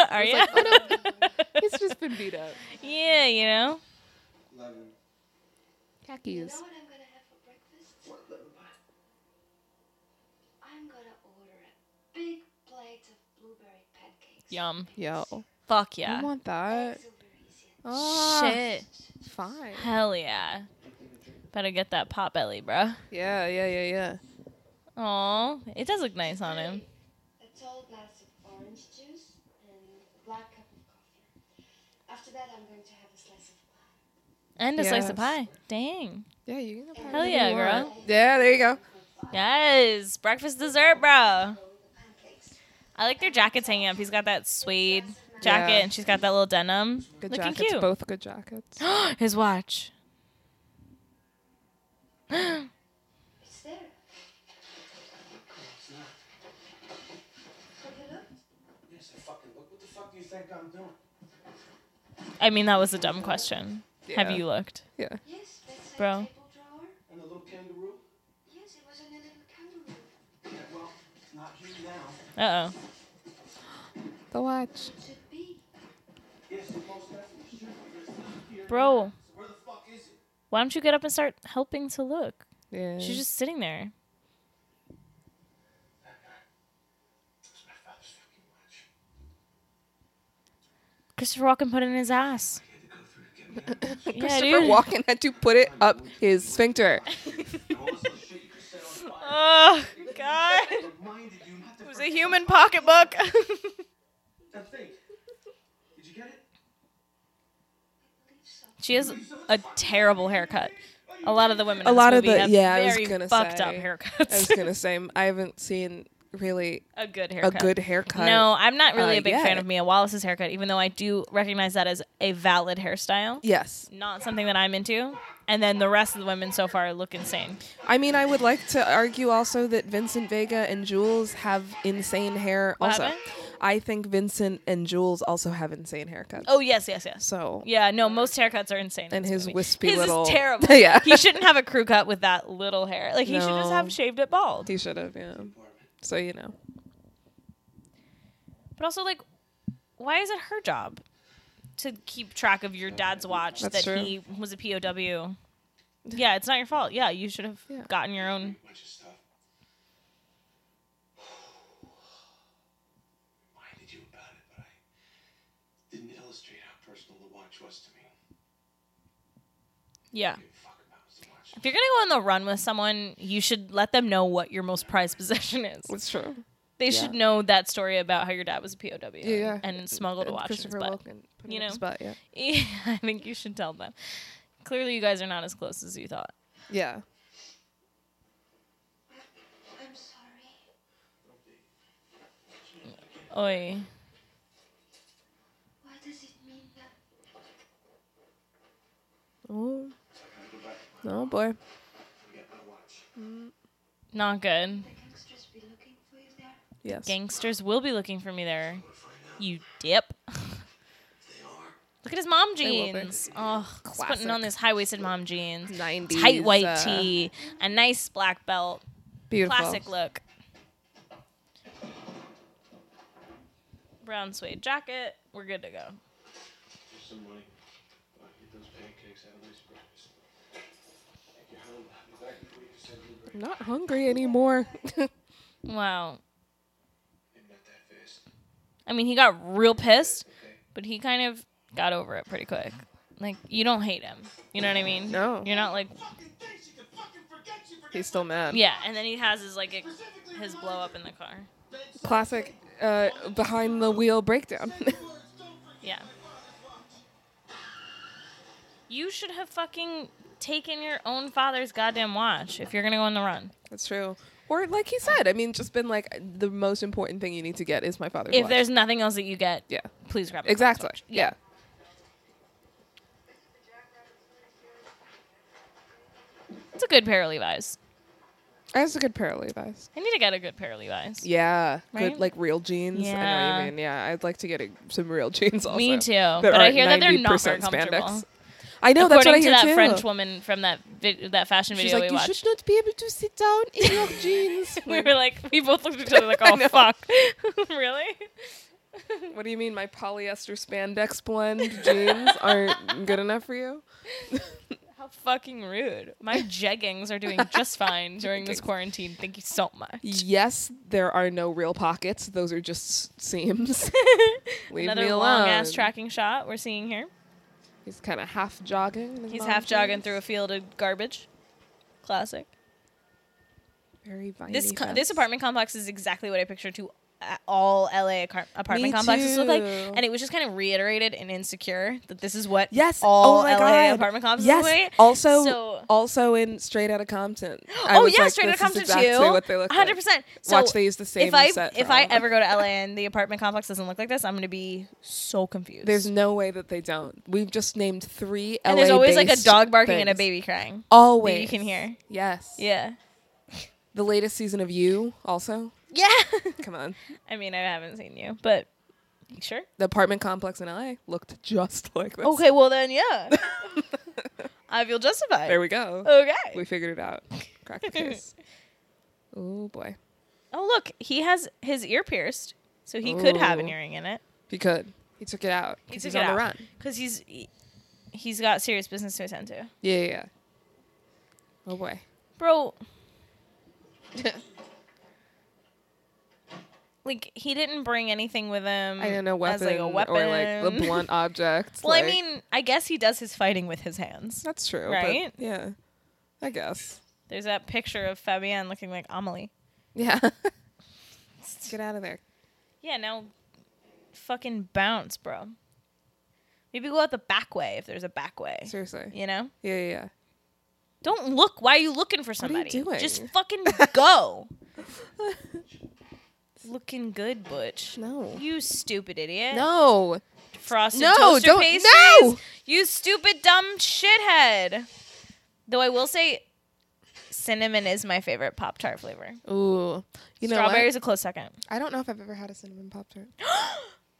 Are you?
like, oh, He's just been beat up.
*laughs* yeah, you know.
Lemon.
You
Khakis.
know what I'm gonna have for breakfast?
What lemon pie?
I'm gonna order a big plate of blueberry pancakes.
Yum.
Yo,
Fuck
I
yeah.
want that.
Silverisian.
Oh,
Shit.
Fine.
Hell yeah. Better get that pot belly, bro.
Yeah, yeah, yeah, yeah.
Aw, it does look nice on him.
A tall glass of orange juice and a black cup of coffee. After that, I'm going to have a slice of pie.
And a slice
Yes.
of pie. Dang.
Yeah, you can have
Hell
whatever you
yeah,
want.
girl.
Yeah, there you go.
Yes. Breakfast dessert, bro.
Pancakes.
I like their jackets hanging up. He's got that suede jacket
Yeah.
and she's got that little denim. *gasps*
Good
Looking
jackets.
cute.
Both good jackets.
His watch.
It's there.
It's not.
Have you looked?
Yes, I fucking look. What the fuck do you think I'm doing?
I mean, that was a dumb question. Have
Yeah.
you looked?
Yeah.
Yes, bedside
Bro.
table drawer.
And the little kangaroo?
Yes, it was in a little kangaroo.
Yeah, well, not you now.
Uh oh.
The watch.
It should be.
Yes, it most definitely should be. It's not here.
Bro,
So where the fuck is it?
why don't you get up and start helping to look?
Yeah.
She's just sitting there.
It's my father's fucking watch.
Christopher Walken put it in his
*laughs*
ass.
I had to go through to get me out.
Yeah,
Christopher *laughs*
dude.
Walken had to put it *laughs* up his sphincter.
All this little shit you could set on fire.
Oh, God. It
Reminded you not to
was a human pocketbook. *laughs*
Now think. Did you get it?
she has a terrible haircut. A lot of the women in
A
this
lot of
movie
the-
have
yeah, I was
very
gonna
fucked up
say. I was
haircuts.
gonna say I haven't seen really
*laughs* a good
a
haircut.
good haircut.
No, I'm not really a
uh,
big fan
yet.
of Mia Wallace's haircut, even though I do recognize that as a valid hairstyle.
Yes.
Not something that I'm into. And then the rest of the women so far look insane.
I mean, I would like to argue also that Vincent Vega and Jules have insane hair.
What
also,
happened?
I think Vincent and Jules also have insane haircuts.
Oh yes, yes, yes.
so
Yeah, no, most haircuts are insane. in
And
this
his
movie.
wispy
his
little-
is terrible.
*laughs* Yeah.
he shouldn't have a crew cut with that little hair. Like he should just
No.
have shaved it bald.
he should have. Yeah. So you know,
But also, like, why is it her job to keep track of your dad's watch
That's
that
true.
he was a POW? Yeah, it's not your fault. Yeah, you should have
Yeah.
gotten your own.
Bunch of stuff. *sighs* Reminded you about it, but I didn't illustrate how personal the watch was to me.
Yeah.
Give a fuck about the watch.
If you're gonna go on the run with someone, you should let them know what your most prized possession is.
it's true.
They should know that story about how your dad was a POW
Yeah, yeah.
and smuggled a
And
watch in his
Christopher
butt.
Walken. put
You
it in his
know.
butt, yeah.
*laughs* Yeah, I think you should tell them. Clearly, you guys are not as close as you thought.
Yeah.
I'm sorry.
Oi.
What does it mean that
Oh,
I gotta go back
oh boy.
and get my watch.
Not good.
the gangsters be looking for you there?
Yes.
Gangsters will be looking for me there. You dip. *laughs* Look
They are.
at his mom
will be.
jeans. Oh, he's putting on
Classic.
this high waisted mom jeans.
90s,
Tight white
uh,
tee, a nice black belt,
Beautiful.
classic look. Brown suede jacket. We're good to go.
Here's some money. I'll get those pancakes out of this breakfast. Take you home. I'll be back before you can send me a break.
I'm not hungry anymore. *laughs*
Wow.
Maybe not that fast.
I mean, he got real pissed,
Okay.
but he kind of got over it pretty quick. Like, you don't hate him. You know what I mean?
No.
You're not like,
Fucking think she can fucking forget she forgets
He's still mad.
yeah. And then he has his, like, ex- his blow up in the car.
Classic uh, behind the wheel breakdown. *laughs*
Yeah. You should have fucking taken your own father's goddamn watch if you're gonna go on the run.
That's true. Or like he said, I mean, just been like the most important thing you need to get is my father's.
If
watch.
there's nothing else that you get,
yeah,
please grab my father's
exactly.
watch.
Yeah.
It's a good pair of Levi's.
that's a good pair of Levi's.
I need to get a good pair of Levi's.
Yeah,
Right?
good like real jeans. I know what
Yeah.
you mean. Yeah, I'd like to get a, some real *laughs* jeans also.
Me too,
that
but I
aren't
hear that they're not
90%
very comfortable.
I know that's what I
According
hear
to that
too.
French woman from that vi- that fashion
She's
video we
like, you
watched.
should not be able to sit down in your
*laughs*
jeans. *laughs*
we were like, we both looked at each other *laughs* like, oh fuck, really?
What do you mean my polyester spandex blend *laughs* jeans aren't good enough for you?
How fucking rude.
*laughs*
My jeggings are doing just fine during this
Jeggings.
quarantine. Thank you so much. *laughs*
Yes, there are no real pockets. Those are just seams. *laughs* Leave me
Another
alone.
long ass tracking shot we're seeing here.
He's kind of half jogging. in his
He's
mom
half jogging
jeans.
through a field of garbage. Classic.
Very viney
This co-
fence.
this apartment complex is exactly what I picture to a- all LA acar- apartment
Me
complexes look like,
too.
and it was just kind of reiterated in Insecure that this is what
Yes.
all
oh my
LA
God.
apartment complexes
Yes.
look like.
Also,
So-
also in Straight
*gasps*
Outta Compton. I
Oh
was
yeah,
like,
straight out of
this is
Compton
exactly
too.
What they look like.
Hundred percent.
Watch, they use the same
If I
set
if
for
I
all of
ever go
*laughs*
to LA and the apartment complex doesn't look like this, I'm gonna be so confused.
There's no way that they don't. We've just named three.
and there's always like a
LA-based
dog barking and a
things.
baby crying.
Always.
can hear.
Yes.
Yeah.
*laughs* The latest season of You also.
Yeah.
Come on.
I mean, I haven't seen you, but
*laughs*
sure.
The apartment complex in LA looked just like this.
Okay, well then, yeah. *laughs* I feel justified.
*laughs* There we go.
okay. *laughs*
We figured it out. Crack the case. oh boy.
Oh look, he has his ear pierced, so he could have an
Ooh.
earring in it.
He could. He took it out. 'cause he's on the run.
because he's he- he's got serious business to attend to.
Yeah, yeah, yeah.
*laughs*
Oh boy.
Bro. like he didn't bring anything with him.
I don't know weapon,
as like a weapon
or like the blunt object.
well, I
like-
mean, I guess he does his fighting with his hands.
that's true, but
right?
yeah, I guess.
There's that picture of Fabienne looking like Amelie.
Yeah. *laughs* Get out of there.
Yeah, now fucking bounce, bro. Maybe go out the back way if there's a back way.
Seriously.
You know?
Yeah, yeah, yeah.
Don't look. Why are you looking for
are
somebody?
you doing?
Just fucking
*laughs*
go. looking good, Butch.
No.
You stupid idiot.
No.
Frosted
No,
toaster
don't-
pastries.
no!
You stupid dumb shithead. Though I will say cinnamon is my favorite Pop Tart flavor.
Ooh. You know
Strawberry
what?
is a close second.
I don't know if I've ever had a cinnamon pop tart.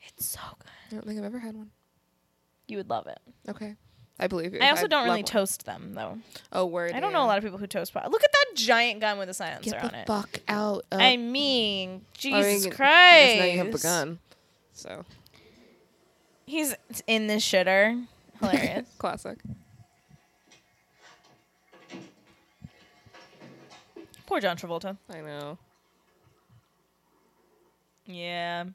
It's so good.
I don't think I've ever had one.
You would love it.
Okay. I believe you.
I also
I'd
don't really
love one.
toast them though.
Oh, word.
I don't know a lot of people who toast pop. Look at that giant gun with a silencer
Get
on
the
it.
fuck out of
I mean,
I mean,
Jesus
I guess
Christ.
Now you have the gun. So
He's in the shitter.
*laughs*
Hilarious.
classic.
Poor John Travolta.
I know.
Yeah.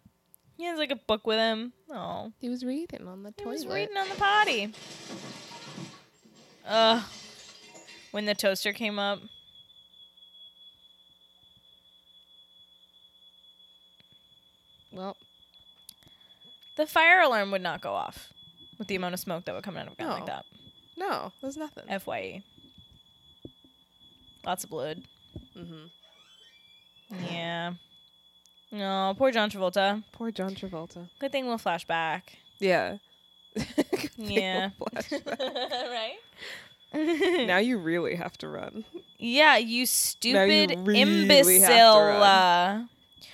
He has like a book with him. Oh.
He was reading on the
He
toilet.
was reading on the potty. Ugh. When the toaster came up.
Well,
The fire alarm would not go off with the amount of smoke that would come out of a gun like
No.
that.
no,
*laughs*
there's nothing.
FYE. E. Lots of blood. Mm-hmm. Yeah. No, poor John Travolta.
Poor John Travolta.
Good thing we'll flash
*laughs*
back.
Yeah. *laughs*
Yeah. *laughs* right?
now you really have to run.
Yeah, you stupid
really have to
imbecile.
run.
Uh,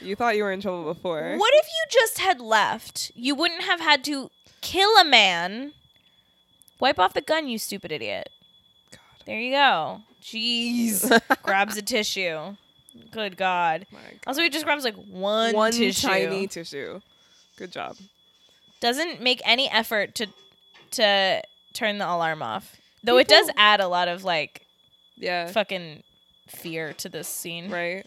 You thought you were in trouble before.
What if you just had left? You wouldn't have had to kill a man. Wipe off the gun, you stupid idiot. There you go.
*laughs*
Jeez. grabs a tissue. Good God.
My God.
Also, he just grabs like one,
One
tissue.
tiny tissue. Good job.
Doesn't make any effort to to turn the alarm off. Though it does add a lot of like
Yeah.
fucking fear to this scene.
Right.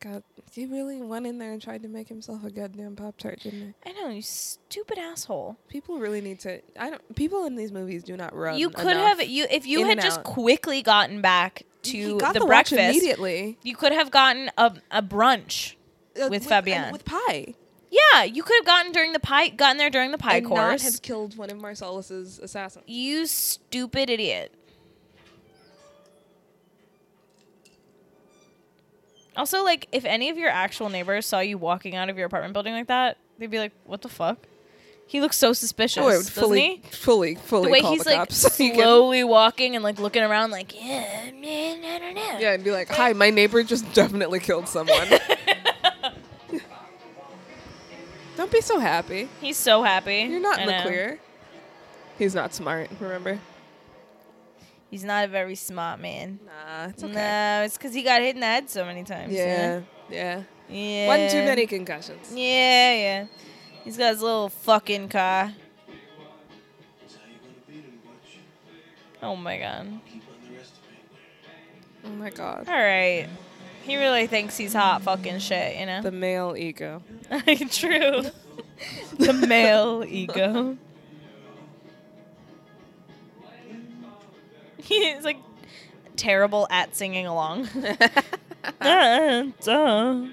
God, he really went in there and tried to make himself a goddamn pop tart, didn't
I know, you stupid asshole.
he? People really need to. I don't. People in these movies do not run.
you could
enough.
have you if you
in
had
and
just
out.
quickly gotten back
He
to
got
the,
the, watch
breakfast.
immediately
You could have gotten a, a brunch.
Uh,
With
and
Fabian.
with pie.
Yeah, you could have gotten during the pie, gotten there during the pie
and not
course.
have killed one of Marcellus's assassins.
you stupid idiot. Also, like, if any of your actual neighbors saw you walking out of your apartment building like that, they'd be like, "What the fuck?" He looks so suspicious, doesn't he?
Oh, fully, fully, fully
The way
call
he's
the
like
cops. *laughs* You can-
slowly walking and like looking around, like, "Yeah, man, I don't know."
yeah, and be like, "Hi, my neighbor just definitely killed *laughs* someone." Don't be so happy.
He's so happy.
You're not
I
in the
know.
clear. He's not smart. Remember?
He's not a very smart man.
Nah, it's
No, it's because he got hit in the head so many times.
Yeah, yeah.
Yeah. yeah.
One too many concussions.
Yeah, yeah. He's got his little fucking car.
That's how you gonna beat him, Butch.
Oh my god.
Keep underestimating.
Oh my god.
All right. He really thinks he's hot fucking shit, you know? *laughs*
The male ego.
True. *laughs* the male ego. *laughs* He's like terrible at singing along. *laughs* Duh, duh.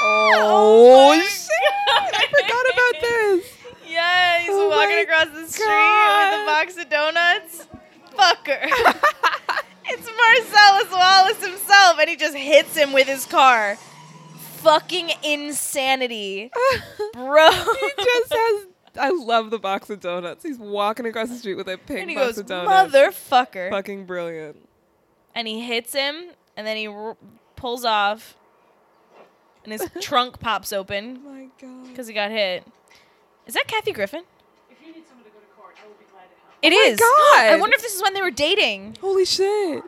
Oh, shit.
I *laughs*
Forgot about this. *laughs*
Yeah, he's
Oh
walking
my
across the street with a
God.
box of donuts. Fucker. *laughs* it's Marcellus Wallace himself, and he just hits him with his car. Fucking
*laughs*
insanity, bro.
he just has. I love the box of donuts. He's walking across the street with a
*laughs*
pink
and he
box
goes,
of donuts.
motherfucker.
Fucking brilliant.
And he hits him, and then he r- pulls off, and
*laughs*
his trunk pops open
My God.
because he got hit. Is that Kathy Griffin?
If you need someone to go to court, I will be glad to help.
It is. I
Oh God.
wonder if this is when they were dating.
Holy shit.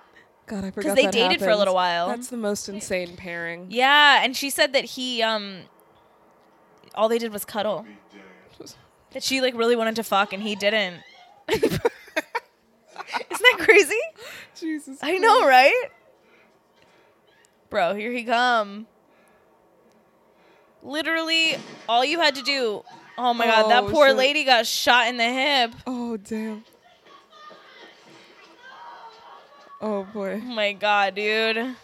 God, I forgot.
they
that
dated for a little
happens.
while.
That's the most insane pairing.
Yeah, and she said that he um all they did was cuddle. That she like really wanted to fuck and he didn't. Isn't that crazy?
*laughs* Jesus.
I know, right? Bro, here he come. Literally all you had to do Oh my god, that
Oh,
poor
shit.
lady got shot in the hip.
Oh damn. Oh boy.
Oh my god, dude.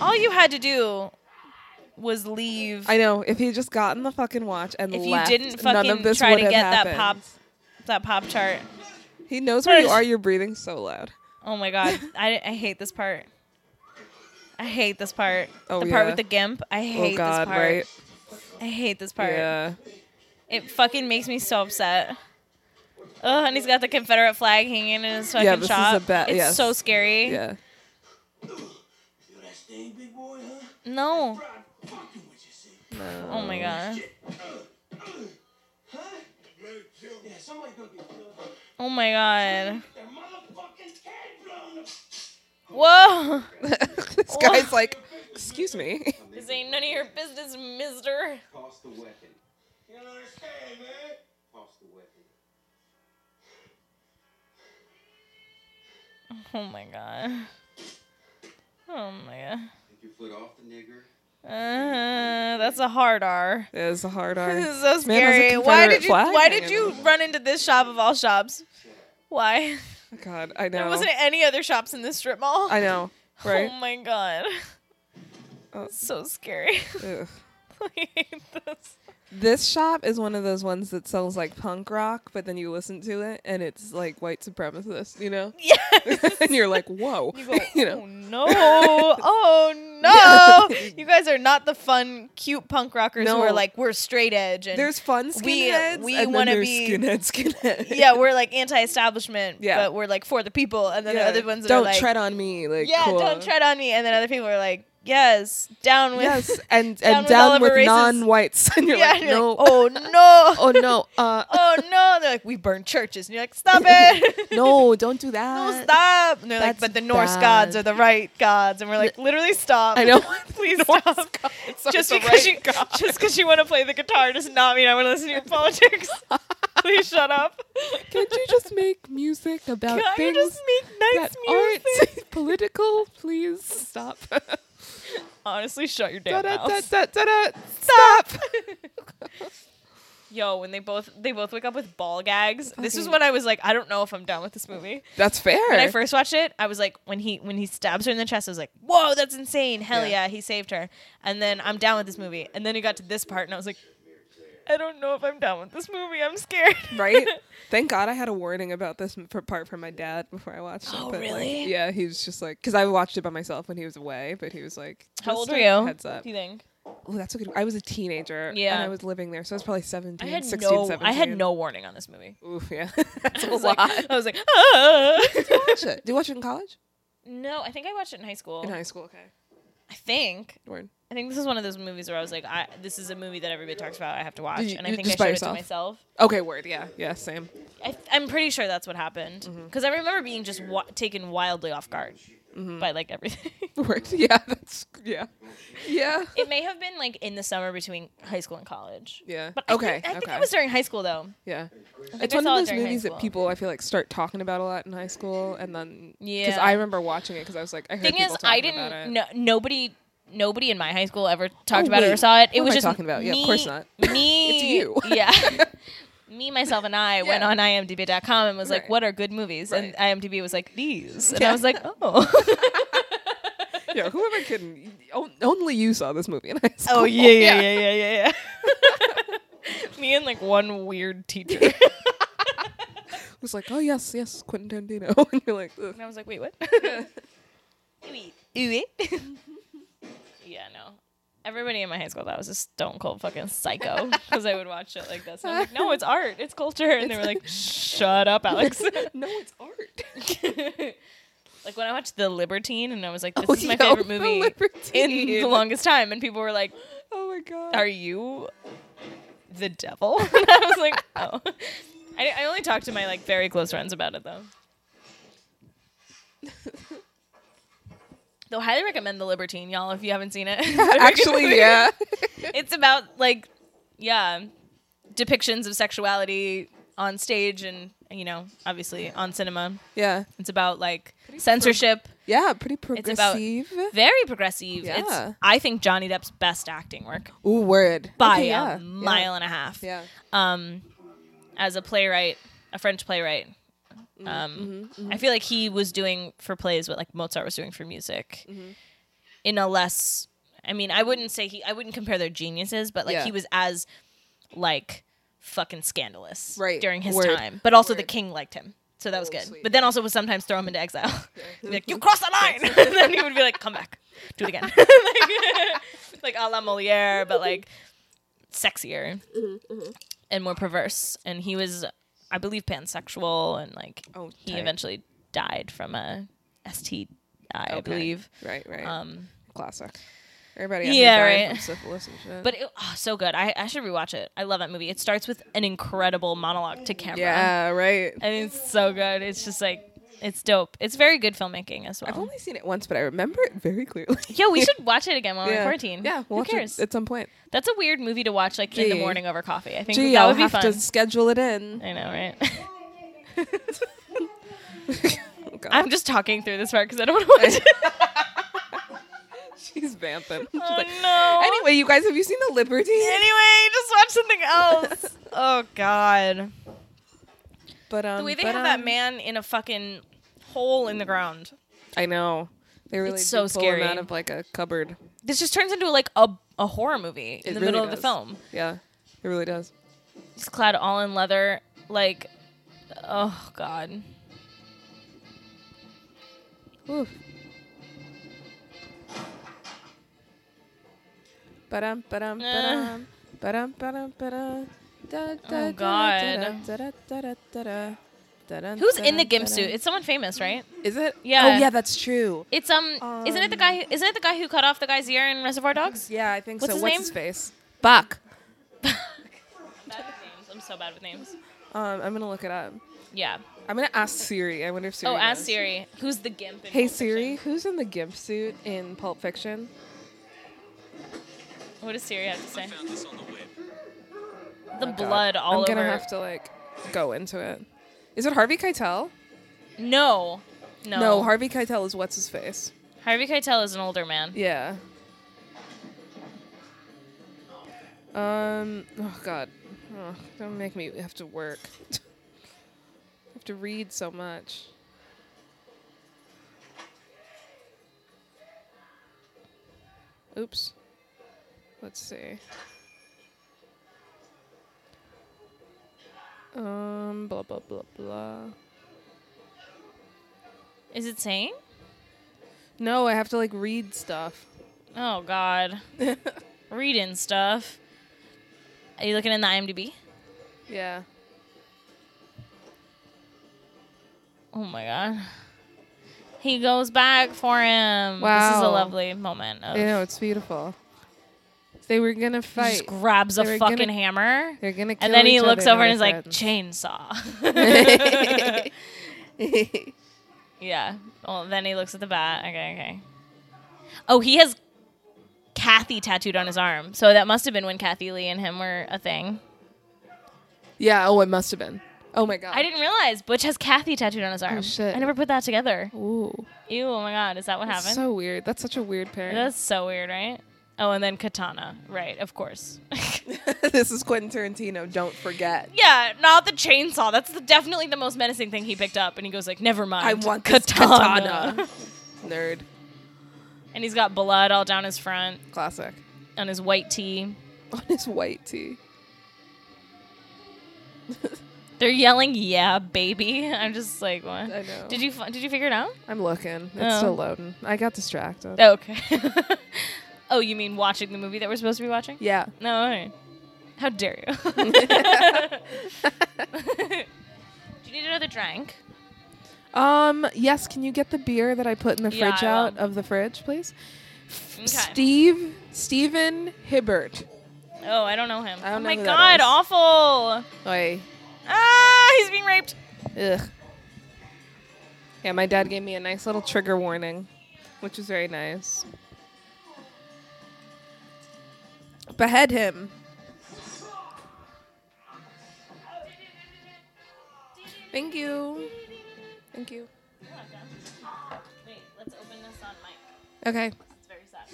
All you had to do was leave.
I know. If he had just gotten the fucking watch and
if you
left,
didn't
none of
fucking
this
try
would
to
have
get that
happened.
pop that pop chart.
He knows where you
First-
are. You're breathing so loud.
Oh my
*laughs*
god, I, I hate this part. I hate this part.
Oh,
the part
yeah.
with the gimp. I hate
oh God,
this part.
right?
I hate this part.
Yeah.
*laughs* It fucking makes me so upset. Oh, and he's got the Confederate flag hanging in his fucking
this is
shop.
a bad-
it's
yes.
so scary.
Yeah. *laughs*
You that stain, big boy, huh?
No.
I'm fucking with you, see?
Oh my god.
Huh? Yeah, somebody's gonna get killed.
Oh my god.
Their motherfucking head blown up.
Whoa.
this guy's like, excuse me. *laughs*
This ain't none of your business, mister.
Toss the weapon.
You don't understand, man.
Toss the weapon.
Oh my god. Oh my
Take your foot off the nigger.
god. Uh, that's a hard R. *laughs*
Yeah, it's a hard
This
R.
is so
Man has a
scary. Why did
Confederate
you
flag
why did
hanging
you
over.
run into this shop of all shops?
*laughs*
Why?
God, I know.
There wasn't any other shops in this strip mall.
I know, right?
*laughs* Oh my god.
Oh.
*laughs* So scary.
Ugh.
I
*laughs*
hate this.
This shop is one of those ones that sells like punk rock, but then you listen to it and it's like white supremacist, you know? *laughs*
Yes.
and you're like, whoa,
You
*laughs* you,
go, oh no.
know? *laughs*
Oh no. You guys are not the fun, cute punk rockers who are
No.
like, we're straight edge and
There's fun
we-
skinheads.
we
and
wanna
want to
be-
skinhead, *laughs* skinhead.
yeah, we're like anti-establishment,
Yeah.
but we're like for the people. And then
Yeah.
the other ones
don't
are like,
tread on me. Like,
yeah,
cool.
don't tread on me. And then other people are like, yes, down with, *laughs*
Yes, and
Down
and
with all
down
of
with,
our races.
non-whites, and you're
yeah.
like,
and you're
no,
like,
*laughs*
oh no,
oh
*laughs*
no, uh,
oh no. They're like, we burn churches, and you're like, stop it. *laughs*
no, don't do that.
No, stop! And they're like,
That's
but the Norse
bad.
gods are the right gods, and we're like, literally stop.
I know.
*laughs* please stop. Just because you just because you want to play the guitar does not mean I want to
*laughs*
listen to your politics. *laughs* please shut up.
Can't you just make music about
Can you
things
just make nice
that
music?
aren't *laughs* political? Please stop.
Honestly, shut your damn mouth.
Da-da-da-da-da. Stop.
*laughs* Yo, when they both they both wake up with ball gags. This is when I was like, I don't know if I'm done with this movie.
That's fair.
When I first watched it, I was like, when he when he stabs her in the chest, I was like, whoa, that's insane. Hell yeah,
Yeah.
he saved her. And then I'm down with this movie. And then it got to this part, and I was like, I don't know if I'm down with this movie. I'm scared.
right? Thank God I had a warning about this m- for- part from my dad before I watched it.
Oh,
but, like,
really?
yeah, he was just like, because I watched it by myself when he was away, but he was like,
*laughs* How
just
old
a
are you?
Heads up.
Do you think?
Oh, that's a good. I was a teenager.
Yeah.
And I was living there, so I was probably 17,
I had
16,
no
17.
I had no warning on this movie. *laughs*
Oof, yeah. *laughs* that's
I
a
was
lot.
like, I was like, ah.
*laughs* Watch it. Do you watch it in college?
no, I think I watched it in high school.
In high school, okay.
I think.
Word.
I think this is one of those movies where I was like, I, this is a movie that everybody talks about. I have to watch,
Did you-
and I
you-
think I
just by
showed it to myself.
yourself? Okay, word. Yeah, yeah, same. *laughs*
I, I'm pretty sure that's what happened
Mm-hmm.
because I remember being just wa- taken wildly off guard
Mm-hmm.
by like everything. *laughs*
Word. Yeah, that's yeah, yeah,
it may have been like in the summer between high school and college.
yeah.
But I
okay,
think, I think
okay.
it was during high school though.
yeah.
I think
It's
I
one
saw it
of those
during high
movies that
school.
people I feel like start talking about a lot in high school, and then because
Yeah.
I remember watching it because I was like, I heard
Thing
people
is,
talking
I
about it.
didn't. No, nobody nobody in my high school ever talked
Oh,
about it or
wait.
saw it. It
What
was
am I
just
talking about?
Me,
Yeah, of course not.
*laughs* Me,
*laughs* It's you.
*laughs*
*laughs*
yeah. Me, myself, and I went
Yeah.
on IMDb.com and was like,
Right.
"What are good movies?"
Right.
And IMDb was like, "These," and
Yeah.
I was
*laughs*
like, "Oh,
yeah, who am
*laughs*
I kidding? O- only you saw this movie in high school.
oh yeah, yeah, yeah, yeah, yeah." yeah. *laughs* Me and like one weird teacher,
*laughs* It was like, oh yes, yes, Quentin Tarantino, *laughs* and you're like, Ugh.
and I was like, "Wait, what?" *laughs* Wait, wait. *laughs* yeah, no. Everybody in my high school thought I was a stone cold fucking *laughs* psycho because I would watch shit like this. And I'm like, "No, it's art, it's culture," and they were like, *laughs* "Shut up, *laughs* Alex."
no, it's art. *laughs*
like when I watched The Libertine, and I was like, "This
Oh,
is my
yo, *laughs*
favorite
The
movie in the
Libertine.
longest time," and people were like,
Oh my god.
"Are you the devil?" *laughs* and I was like, "Oh." I, I only talked to my like very close friends about it though. Though highly recommend The Libertine, y'all, if you haven't seen it. *laughs* It's a very good
*laughs* Actually,
movie.
yeah.
It's about like, yeah, depictions of sexuality on stage and you know, obviously on cinema.
yeah.
It's about like censorship.
Yeah, pretty
It's about-
progressive.
Very progressive.
Yeah.
It's I think Johnny Depp's best acting work
Ooh, word.
by
Okay,
a mile and a half.
Yeah.
Um, as a playwright, a French playwright.
Mm-hmm.
Um, I feel like he was doing for plays what like Mozart was doing for music,
Mm-hmm.
in a less. I mean, I wouldn't say he. I wouldn't compare their geniuses, but like
Yeah.
he was as, like, fucking scandalous
Right.
during his
Word.
time. But also the
Word.
king liked him. So that was
Oh,
good,
sweet.
but then also would sometimes throw him into exile. *laughs* He'd
*laughs*
be like you crossed the line, and then he would be like, "Come back, do it again," *laughs* like, *laughs* like a la Moliere, but like sexier
Mm-hmm,
and more perverse. And he was, I believe, pansexual, and like
Oh,
he
tight.
eventually died from a STI, I
Okay.
believe.
Right, right.
Um,
Classic. Everybody.
Yeah,
Yeah, right.
right.
From syphilis and shit.
but it, oh, so good. I, I should rewatch it. I love that movie. It starts with an incredible monologue to camera.
yeah, right.
and it's so good. It's just like. It's dope. It's very good filmmaking as well.
I've only seen it once, but I remember it very clearly.
Oh. Yeah, we should watch it again while we're in
yeah.
quarantine.
Yeah, we'll
who
watch it
cares?
at some point.
That's a weird movie to watch like in the
Gee.
morning over coffee. I think
Gee,
that
I'll
would be
have
fun.
to schedule it in.
*laughs* I know, right?
Oh, God.
I'm just talking through this part because I don't want
*laughs*
to watch it. *laughs*
She's vamping. She's
oh
like,
no.
anyway, you guys, have you seen the Liberty?
Anyway, just watch something
*laughs*
else. oh god.
But um,
The way they
but,
have that
um,
man in a fucking hole in the ground.
I know. They really
It's
do
so
pull him
scary.
out of like a cupboard.
This just turns into like a a horror movie in
It
the
really
middle of the
does.
film.
Yeah, it really does.
He's clad all in leather, like oh god.
Oof. Ba-dum, ba-dum,
Uh.
ba-dum, ba-dum, ba-dum, ba-dum. Da, da, da, da,
Oh, God.
da, da, da, da, da, da. Da-dum,
Who's in the
da-dum,
gimp
da-dum.
suit? It's someone famous, right?
Is it?
Yeah.
Oh yeah, that's true.
It's um, isn't it the guy who isn't it the guy who cut off the guy's ear in Reservoir Dogs?
Yeah, I think
What's
so.
his
What's
name?
his face? Buck.
Bad with names. I'm so bad with names.
Um, I'm gonna look it up.
Yeah.
I'm gonna ask Siri. I wonder if Siri.
Oh, ask
knows.
Siri. Who's the gimp? In
Hey
Pulp Fiction?
Siri, who's in the gimp suit in Pulp Fiction?
What does Siri have to say?
found this on the web.
The
Oh, God.
blood all
I'm
over.
gonna have to like go into it. Is it Harvey Keitel?
No. No.
No, Harvey Keitel is what's his face.
Harvey Keitel is an older man.
Yeah. Um. Oh God. Oh, don't make me have to work. *laughs* I have to read so much. Oops. Let's see. Um. Blah blah blah blah.
Is it saying?
No, I have to like read stuff.
Oh
*laughs*
God. Reading stuff. Are you looking in the IMDb?
Yeah.
Oh my God. He goes back for him. This is a
Wow.
lovely moment. Of,
I know it's beautiful. They were gonna
He
fight.
just grabs
They
a
were
fucking
gonna-
hammer.
They're gonna. Kill
and then he
each
looks
other,
over and
my
is like,
friends. *laughs*
chainsaw. *laughs* yeah. Well, then he looks at the bat. Okay, okay. Oh, he has Kathy tattooed on his arm. So that must have been when Kathy Lee and him were a thing.
yeah. Oh, it must have been. Oh my god.
I didn't realize Butch has Kathy tattooed on his arm.
Oh, shit.
I never put that together.
Ooh.
Ew, oh my god, is that what
That's
happened?
so weird. That's such a weird pairing.
That's so weird, right? Oh, and then Katana. Right, of course. *laughs*
*laughs* this is Quentin Tarantino. Don't forget.
yeah, not the chainsaw. That's the, definitely the most menacing thing he picked up. And he goes like, never mind.
I want
*laughs*
this katana. Nerd.
and he's got blood all down his front
Classic. *laughs*
on his white tee.
On his white tee.
They're yelling, "Yeah, baby!" *laughs* I'm just like, what?
I know.
Did you fi- did you figure it out?
I'm looking. It's
Oh.
still loading. I got distracted.
Oh, okay. *laughs* oh, you mean watching the movie that we're supposed to be watching?
Yeah.
No. all right. How dare
*laughs*
you? *laughs* Do you need another drink?
Um. Yes. Can you get the beer that I put in the
Yeah,
fridge
I
out
will.
of the fridge, please?
Okay.
Steve Stephen Hibbert.
oh, I don't know him.
I don't
oh
know
my
who that
god,
is.
awful!
Oi.
Ah, he's being raped.
Ugh. Yeah, my dad gave me a nice little trigger warning, which was very nice. Behead him. Thank you. Thank you.
Wait, let's open this on mic.
Okay.
It's very sad.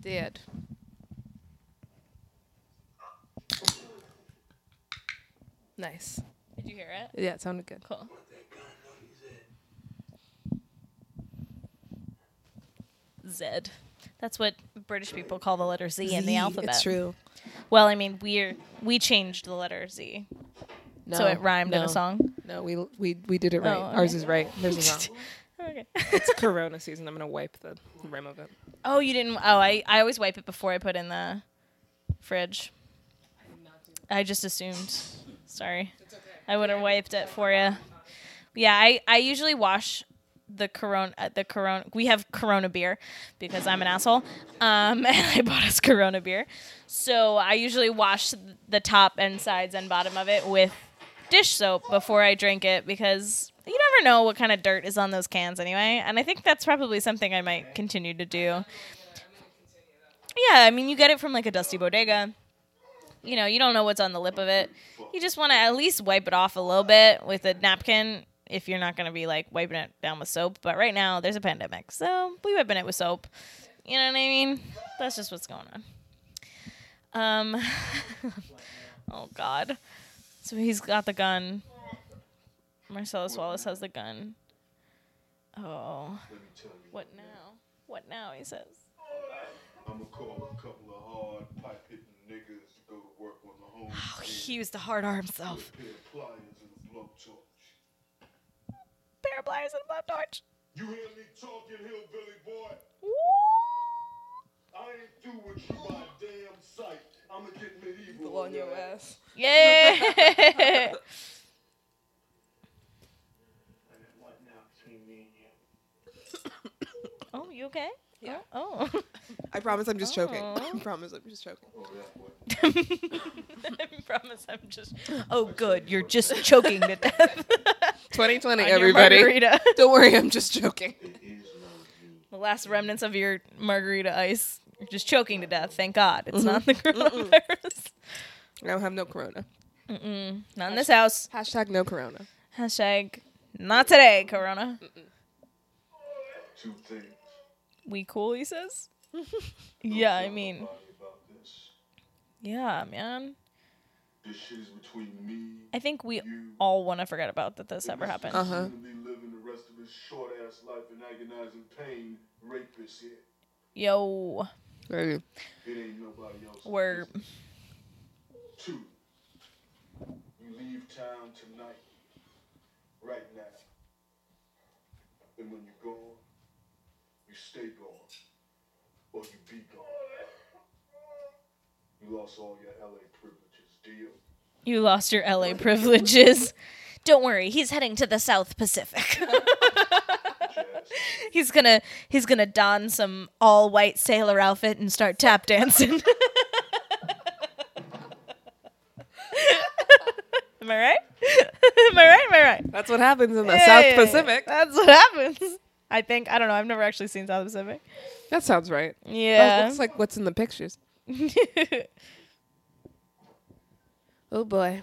Did. Nice.
Did you hear it?
Yeah, it sounded good.
Cool. Zed. That's what British people call the letter Z, in the alphabet.
It's true.
Well, I mean, we're we changed the letter Z,
No,
so it rhymed in
no.
a song.
No, we we we did it right.
okay.
Ours is right. Theirs is wrong.
Okay.
Oh, *laughs*
*laughs*
it's Corona season. I'm gonna wipe the rim of it.
oh, you didn't. Oh, I I always wipe it before I put in the fridge. I just assumed. Sorry. I would have wiped it for you. Yeah, I, I usually wash the corona uh, the corona we have corona beer because I'm an asshole. Um *laughs* and I bought us corona beer. So I usually wash the top and sides and bottom of it with dish soap before I drink it because you never know what kind of dirt is on those cans anyway. And I think that's probably something I might continue to do. Yeah, I mean you get it from like a dusty bodega you know, you don't know what's on the lip of it. You just want to at least wipe it off a little bit with a napkin if you're not going to be like wiping it down with soap. But right now, there's a pandemic, so we wiping it with soap. You know what I mean? That's just what's going on. Um, *laughs* oh God. So he's got the gun. Marcellus Wallace has the gun. Oh. What now? What now? He says.
I'm gonna call a couple of hard pipe hitting niggas to go to work on the home.
Oh, he used to hard arm himself.
pair of pliers and a blowtorch.
Pair of pliers and a blowtorch.
You hear me talking, hillbilly boy? I ain't do with you by damn sight. I'ma get medieval on your ass.
Yeah.
And then what now between me and you?
*laughs* oh, you okay?
Yeah.
Oh. *laughs*
I promise I'm just joking.
Oh.
*laughs* I promise I'm just joking.
I promise I'm just. Oh, good. You're
*laughs*
just choking to death.
2020,
on your
everybody.
margarita.
Don't worry, I'm just joking.
The last remnants of your margarita ice. You're just choking to death. Thank God. It's not
Mm-hmm.
the coronavirus.
I don't have no corona.
Not in this house.
Hashtag no corona.
Hashtag not today, Corona.
Two things
We cool, he
*laughs*
says. yeah, I mean,
about this.
yeah, man.
This shit is between me.
I think we all want to forget about that this ever happened.
Uh-huh.
Seemingly living the rest of his short ass life in agonizing pain, rapist here.
Yo,
Very
It ain't nobody else.
we're
Two. You leave town tonight. Right now. And when you're gone, you stay gone. Or you be gone. You lost all your LA privileges, deal?
You lost your LA *laughs* privileges. Don't worry, he's heading to the South Pacific. *laughs*
Jazz.
he's gonna he's gonna don some all white sailor outfit and start tap dancing. *laughs* Am I right? *laughs* Am I right? Am I right?
That's what happens in the
Yeah,
South
yeah, yeah.
Pacific.
That's what happens. I think I don't know. I've never actually seen South Pacific.
That sounds right. That
Yeah.
looks like what's in
*laughs*
the pictures. Oh boy.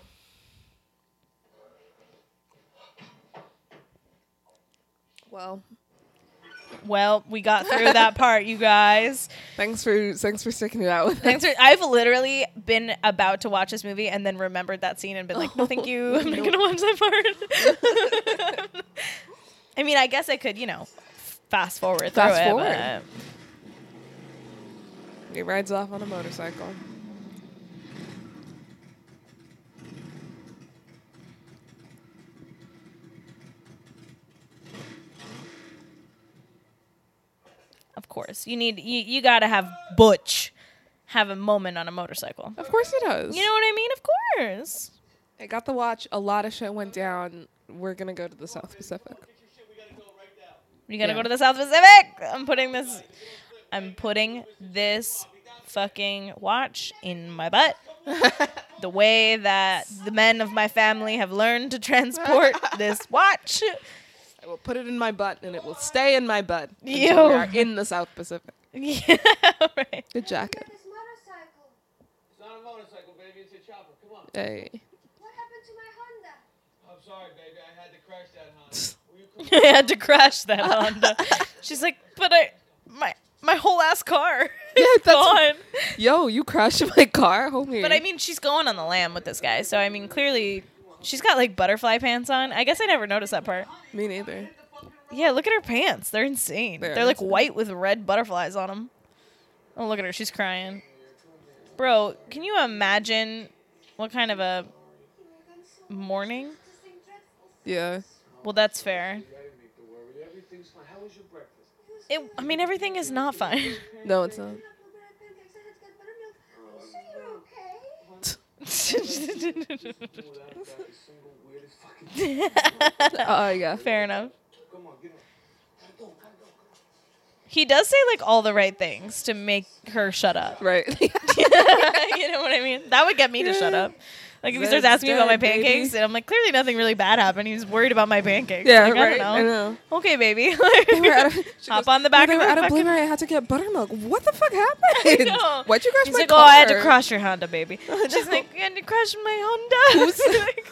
Well,
Well, we got through *laughs* that part, you guys.
thanks for thanks for sticking it out with us.
Thanks for. I've literally been about to watch this movie and then remembered that scene and been like, no, *laughs* thank you. I'm not gonna watch that part. *laughs* I mean, I guess I could, you know, fast forward
Fast
through
forward.
it. uh,
He rides off on a motorcycle.
But of course, you need you, you gotta have Butch have a moment on a motorcycle.
Of course he does.
You know what I mean? Of course.
I got the watch. A lot of shit went down. We're gonna go to the South *laughs* Pacific.
You gotta
Yeah.
go to the South Pacific. I'm putting this. I'm putting this fucking watch in my butt. the way that the men of my family have learned to *laughs* transport this watch. *laughs*
I will put it in my butt, and it will stay in my *laughs* butt. until
Ew.
We are in the South Pacific.
yeah, right.
Good jacket.
This motorcycle.
It's not a motorcycle, baby. It's a chopper. Come on.
*laughs* Hey.
What happened to my Honda?
I'm sorry, baby. I had to crash that Honda. Will you come
*laughs* I had to crash *laughs* that Honda. She's like, but I, my my whole ass *laughs* car.
Yeah,
is
that's-
gone.
Yo, you crashed my car, homie.
But I mean, she's going on the lam with this guy. So I mean, clearly, she's got like butterfly pants on. I guess I never noticed that part.
me neither.
Yeah, look at her pants. They're insane.
They're
They're, like
insane.
white with red butterflies on them. Oh, look at her. She's crying. Bro, can you imagine what kind of a morning?
Yeah.
Well, that's fair.
ready, Mika? Worry. Everything's fine. How was your breakfast?
It, I mean, everything is not fun.
No, it's not.
Blueberry pancakes. I had to get buttermilk. Are you sure you're okay?
Well, that is the single weirdest fucking.
Oh yeah.
*laughs* fair enough.
Come on, get up. Gotta go, gotta go.
He does say like all the right things to make her shut up.
*laughs* Right.
*laughs* you know what I mean? That would get me to shut
*laughs*
up. Like if he starts
Zed's
asking me about my
dead, baby.
pancakes, and I'm like, clearly nothing really bad happened. He's worried about my pancakes.
yeah.
Like,
right.
I don't know.
*laughs*
Okay, baby.
They were
*laughs*
out of- she
Hop
goes,
on the back
"No,
of
they were
her
out of
fucking-
blueberry. I had to get buttermilk. What the *laughs* fuck happened?
know.
Why'd you crash
He's
my
like,
car?
oh, I had to crash your Honda,
*laughs*
baby. She's like, I had to crash my Honda. *laughs*
Who's-
like,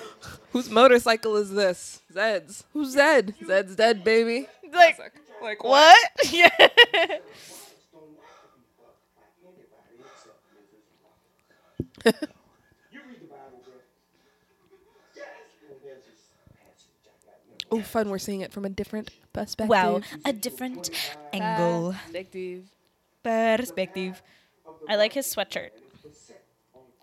Whose motorcycle is this? Zed's. Who's Zed? Zed's dead, baby.
like,
Like
what? *laughs* Yeah.
You read the Bible, bro. Yes. Well, there's this passage I got. You
Oh, fun. We're seeing it from a different perspective.
a different angle.
Perspective.
Perspective. I like his sweatshirt.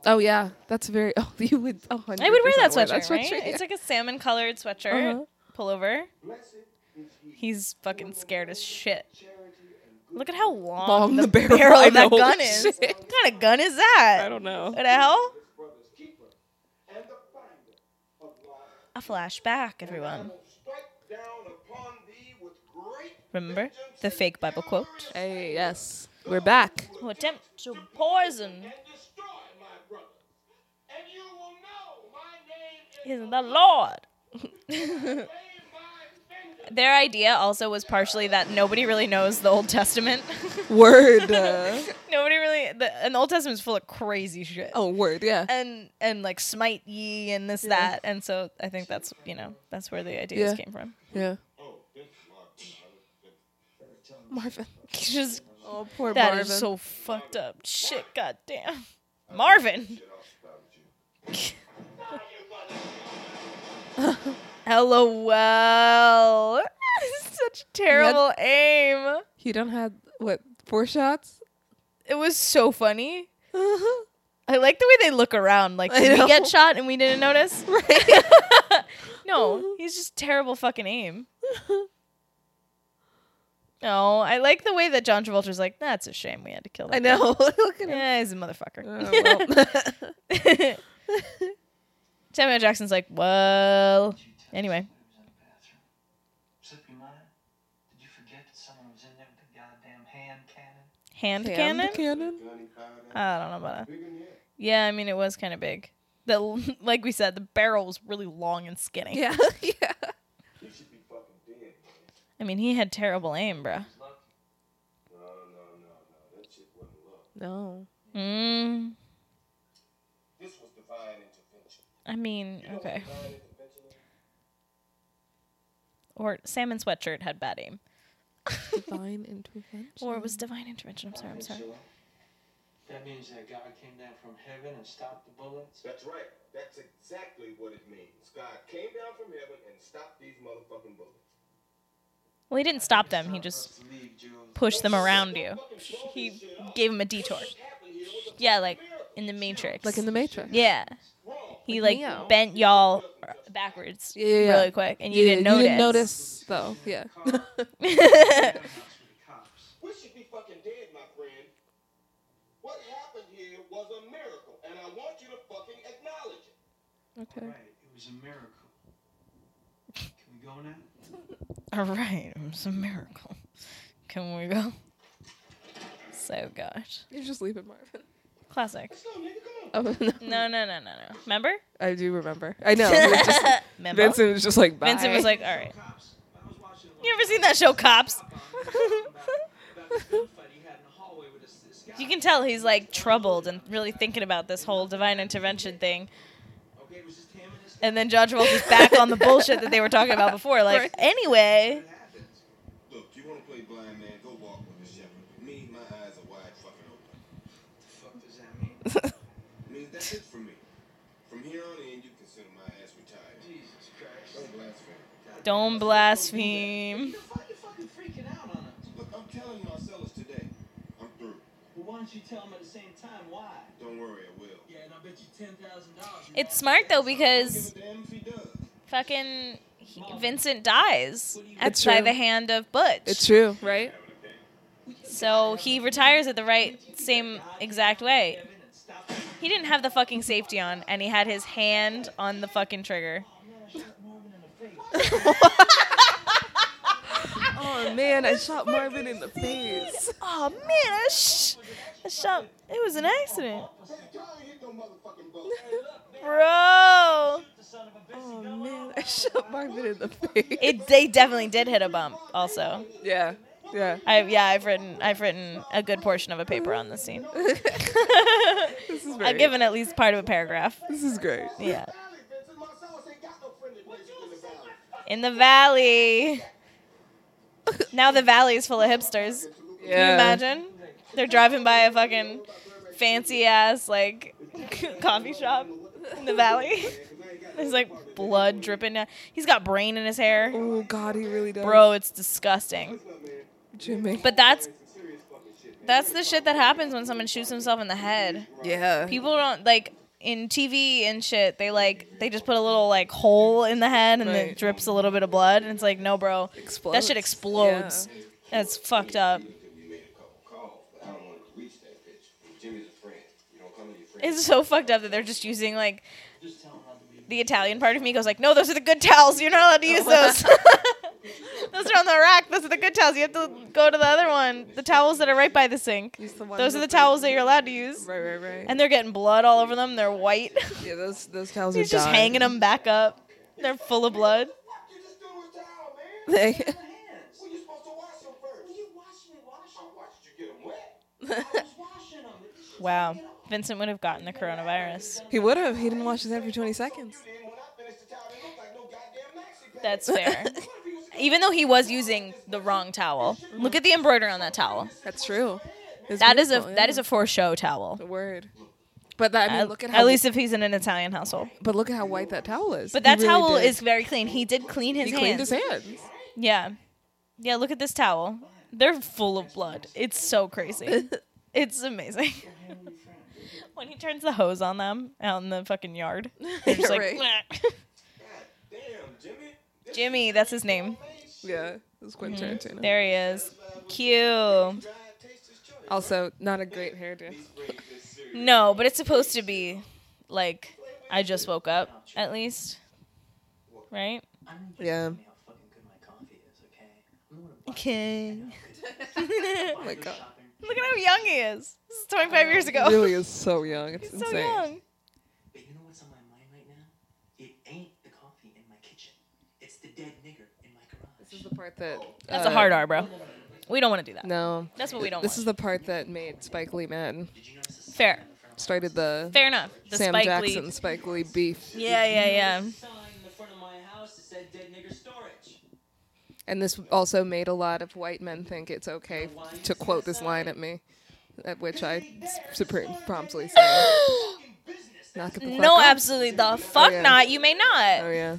Oh yeah, that's very. *laughs* Oh, you would. Oh,
I would wear that
100%
sweatshirt, right?
yeah.
It's like a salmon colored sweatshirt.
Uh-huh.
Pullover.
Blessed is he.
He's fucking scared as shit. Look at how long,
Long
the,
the
barrel,
barrel, *laughs* I
of that
know.
gun is.
Shit.
What kind of gun is that?
I don't know.
What the hell?
Brother's keeper and the finder of life.
A flashback, everyone.
Strike down upon thee with great
Remember the fake Bible quote?
Hey, yes, we're back.
who attempt to poison
and destroy my brother. And you will know my
is
name is
the Lord. *laughs*
Obey my vengeance.
Their idea also was partially that nobody really knows the Old Testament. *laughs*
Word. Uh,
nobody really, the, and the Old Testament is full of crazy shit.
*laughs* oh, word. Yeah.
And and like smite ye and this that and so I think that's you know that's where the ideas
Yeah.
came from.
Yeah. Marvin.
Just
Oh, poor
that
Marvin.
is so fucked up. Shit, goddamn. Marvin. *laughs* LOL. *laughs* Such terrible aim.
he done had what four *laughs* shots?
It was so funny. I like the way they look around. Like,
I
did we
know.
get shot and we didn't notice?
Right.
no, he's just terrible fucking
*laughs*
aim. No, I like the way that John Travolta's like, that's a shame we had to kill that
I know. *laughs* Look at
guy."
him.
Yeah, he's a motherfucker.
Oh, *laughs* well.
*laughs* Samuel Jackson's like, well, anyway.
Slip your mind? Did you forget that someone was in there with a goddamn hand cannon?
Hand, cannon?
Hand Cannon.
Gunny powder.
I don't know about that.
Bigger than that.
Yeah, I mean, it was kind of big. The, *laughs* like we said, the barrel was really long and skinny.
Yeah. *laughs* yeah.
You should be fucking dead, man.
I mean, he had terrible aim, bruh.
No, no, no, no. That shit wasn't love.
No.
Mm,
This was divine intervention.
I mean, okay.
Divine intervention?
or salmon sweatshirt had bad aim, *laughs*
Divine intervention.
or it was divine intervention. I'm sorry. I'm sorry.
That means that God came down from heaven and stopped the bullets.
That's right. That's exactly what it means. God came down from heaven and stopped these motherfucking bullets.
Well, he didn't stop them. He just
Leave, Jules.
pushed them around you. He gave him a detour. Yeah, like in the Matrix.
like in the Matrix.
yeah. He like
Neo.
bent y'all backwards
Yeah, yeah, yeah.
really quick, and you didn't notice.
You didn't notice though.
*laughs*
Yeah.
House with the cops.
We should be fucking dead, my friend. What happened here was a miracle, and I want you to fucking acknowledge it.
okay.
Right, it was a miracle. Can we go now?
All right, it was a miracle. Can we go? So gosh,
You just leave it,
*laughs*
Marvin.
classic.
Let's go, nigga. Come on.
Oh, no.
No, no, no, no, no. Remember?
I do remember. I know.
*laughs*
it was Oh, just-
Remember?
Vincent was just like. Bye.
Vincent was like, all right.
Cops. I was watching
You ever seen that show, Cops?
about this gunfight he had in the hallway with this, this guy.
You can tell he's like troubled and really thinking about this whole divine intervention thing.
Okay, it was just him and his
And then John Travolta's back on the bullshit that they were talking about before. Like,
Right.
anyway,
It happens.
Look, you want to play blind man? Go walk with the shepherd. Me, my eyes are wide fucking open.
The fuck does
*laughs*
that mean?
means that's it for me. From here on in, you consider my ass retired.
Jesus Christ.
Oh,
don't
Don't blaspheme.
blaspheme.
The fuck you fucking freaking out on us?
Look, I'm telling Marcellus today. I'm through.
Well, why don't you tell him at the same time why?
Don't worry, I will.
Yeah, and I bet you ten thousand dollars.
It's smart though
Give
because
a damn if he does.
fucking he, Vincent dies at,
It's
by
true.
the hand of Butch.
*laughs* It's true, right?
So he retires at the right same exact way. He didn't have the fucking safety on, and he had his hand on the fucking trigger.
Oh man, I shot Marvin in the face.
Oh man, I, sh- I shot. It was an accident, bro.
Oh man, I shot Marvin in the face.
It they definitely did hit a bump. Also,
Yeah, yeah.
I yeah I've written I've written a good portion of a paper on this scene.
This is
I've
great.
given at least part of a paragraph.
this is great.
Yeah,
Valley, Vincent. Marcellus ain't got no friendly places in the valley.
in the valley. Now the valley is full of hipsters. Can
Yeah.
you imagine? They're driving by a fucking fancy ass like *laughs* coffee shop in the valley. *laughs* There's like blood dripping down. He's got brain in his hair.
Oh God, he really does.
Bro, it's disgusting.
Jimmy.
But that's that's the shit that happens when someone shoots himself in the head.
yeah.
People don't like in TV and shit. They like they just put a little like hole in the head and then
Right.
it drips a little bit of blood and it's like no, bro. That
Explodes.
shit explodes. That's fucked up.
You made a couple calls, but I don't want to reach that bitch. Jimmy's a friend. You don't come to your friend.
It's so fucked up that they're just using like the Italian part of me goes like, no, those are the good towels. You're not allowed
Oh
to use those. *laughs* those are on the rack. Those are the good towels. You have to go to the other one. The towels that are right by the sink.
Use the one
Those are the
that-
towels that you're allowed to use.
Right, right, right.
And they're getting blood all over them. They're white. *laughs*
yeah, those those towels
He's
are
just
done.
hanging them back up. They're full of blood.
You just do it down, man.
*laughs* They-
Well, you're supposed to wash them first.
You wash me, wash
I
them.
watched you get them wet.
I was washing
*laughs*
them.
Wow. Vincent would have gotten the coronavirus.
he would have. He didn't wash his every twenty seconds.
Then when I finished the towel, it looked like no goddamn maxi
*laughs*
pad.
That's fair. Even though he was using the wrong towel. Look at the embroidery on that towel.
That's true. It's
That is a
beautiful,
that is
yeah.
a for show towel.
The word. But that, I mean,
at,
look at
at
how
least if he's in an Italian household.
But look at how white that towel is.
But
He
that
really
towel
did.
is very clean. He did clean his
He
hands.
cleaned his hands.
Yeah, yeah. Look at this towel. They're full of blood. It's so
*laughs*
crazy. it's amazing. *laughs* when he turns the hose on them out in the fucking yard, they're
*laughs*
just like,
Right.
"Meh."
God damn, Jimmy.
*laughs*
This
Jimmy, that's his name.
Yeah, it was Quentin Tarantino.
Mm-hmm. There he is. Cute.
dry, tasteless choice.
Also, not a great hairdo.
These braids is serious.
No, but it's supposed to be like I just woke up at least, right?
I'm gonna
Yeah.
tell me how fucking good my coffee is, okay? I'm gonna buy
Okay.
*laughs* Oh my god,
Look at how young he is. This is 25 years ago.
he really is so young. It's
He's *laughs* so
insane.
young.
But you know what's on my mind right now? It ain't the coffee in my kitchen. It's the dead nigger in my garage.
This is the part that.
That's
uh,
a hard R, bro. We don't want to do that.
No,
That's what we don't
this
want.
is the part that made Spike Lee mad.
Did you notice the
Fair.
Started the
Fair enough. The
Sam
Spike
Jackson
Lee.
Spike Lee beef.
Yeah, yeah, yeah.
sign in the front of my house that said dead nigger storage?
And this also made a lot of white men think it's okay to quote this line at me, at which I supreme promptly said, "Knock it the fuck
No,
up." Oh,
absolutely the fuck
yeah.
not. You may not.
Oh yeah.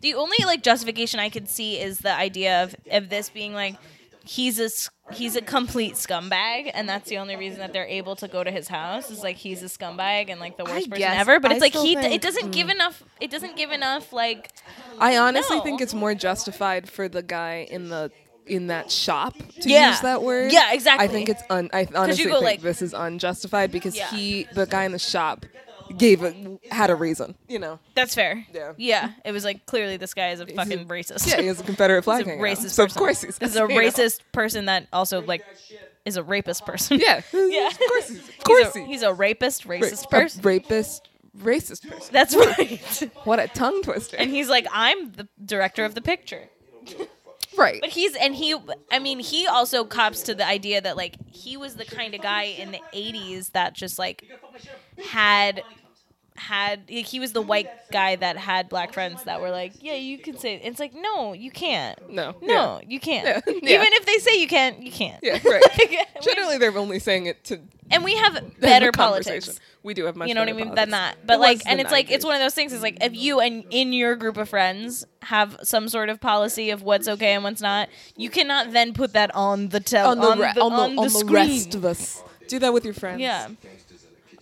The only like justification I could see is the idea of of this being like he's a s- he's a complete scumbag, and that's the only reason that they're able to go to his house is like he's a scumbag and like the worst person
guess.
ever. But
I
it's like
still
he d- it
think- mm.
doesn't give enough. It doesn't give enough like
I honestly
No.
think it's more justified for the guy in the in that shop to
Yeah.
use that word.
Yeah, exactly.
I think it's un. I honestly
go,
think
like-
this is unjustified because
Yeah.
he, the guy in the shop, gave a had a reason.
*laughs*
You know.
that's fair.
Yeah.
Yeah, it was like clearly this guy is a fucking
*laughs*
racist.
Yeah, he
*laughs*
has a Confederate flag.
He's a
hanging out.
racist.
So of
person.
course he's. *laughs*
This is a
you know.
racist person that also like is a rapist person.
Yeah.
Yeah.
Of course he's. Of
*laughs*
course
he's, a,
he-
he's a rapist, racist
ra- a
person.
Rapist. Racist person.
That's *laughs* right.
What a tongue twister.
and he's like, I'm the director of the picture.
right.
But he's and he I mean, he also cops to the idea that like he was the kind of guy in the 80s that just like had had like, he was the white guy that had black friends that were like, "Yeah, you can say." It's like, "No, you can't."
no.
No, you can't.
Yeah. *laughs*
Even
Yeah.
if they say you can't, you can't.
Yeah. yeah right.
*laughs* Like, we-
Generally, they're only saying it to
and we have
have a
better
conversation.
politics.
We do have much.
you know what I
better
mean than
politics.
that. But
It
like,
was
and
the
it's like it's
90s.
one of those things. It's like if you and in your group of friends have some sort of policy of what's okay and what's not, you cannot then put that on the tel-
on the, re- on the,
on the
on the
screen.
rest of us. Do that with your friends.
yeah,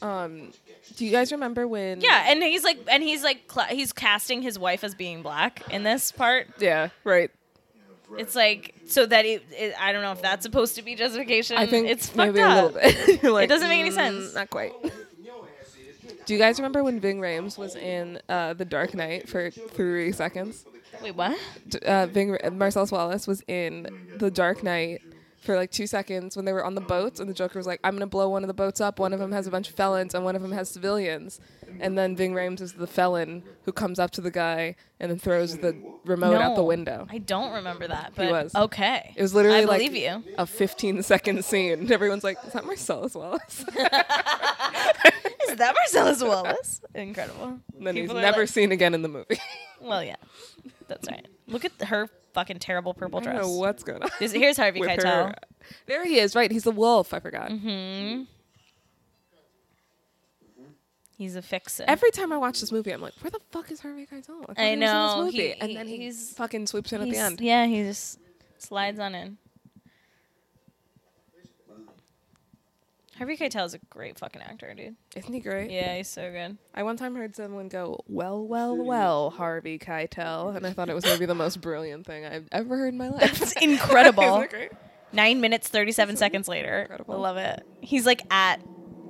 Um, do you guys remember when?
yeah, and he's like, and he's like, cla he's casting his wife as being black in this part.
Yeah. Right.
It's like so that it, it I don't know if that's supposed to be justification.
I think
it's fucked
maybe
up.
a little bit. *laughs* You're like,
doesn't make any
"Mm,
sense."
Not quite. do you guys remember when Ving Rhames was in uh, The Dark Knight for three seconds?
Wait, what?
D- uh, Ving, Marcellus Wallace was in The Dark Knight for like two seconds when they were on the boats, and the Joker was like, "I'm gonna blow one of the boats up. One of them has a bunch of felons, and one of them has civilians." And then Ving Rhames is the felon who comes up to the guy and then throws the remote out the window.
I don't remember that. But
was.
okay.
It was literally
I
like
believe you.
a 15 second scene. *laughs* And everyone's like, "Is that Marcellus Wallace?" *laughs*
Is that Marcellus Wallace? Incredible.
and then he's
People are
never
like-
seen again in the movie.
Well, yeah, that's right. Look at her fucking terrible purple
I don't
dress.
know what's going on.
This- here's Harvey
with
Keitel.
her. There he is. Right, he's the wolf. I forgot.
Mm-hmm. He's a fixer.
Every time I watch this movie, I'm like, where the fuck is Harvey Keitel? thought
I
he was in this
know,
movie.
he-
and then he
he's-
fucking swoops in at the
He's-
end.
Yeah, he just slides on in. Harvey Keitel is a great fucking actor, dude.
Isn't he great?
Yeah, he's so
*laughs*
good.
I one time heard someone go, well, well, well, Harvey Keitel. And I thought it was maybe the most brilliant thing I've ever heard in my life.
It's incredible.
*laughs* Isn't it great?
*laughs* Nine minutes, thirty-seven seconds later.
Incredible.
I love it. He's like at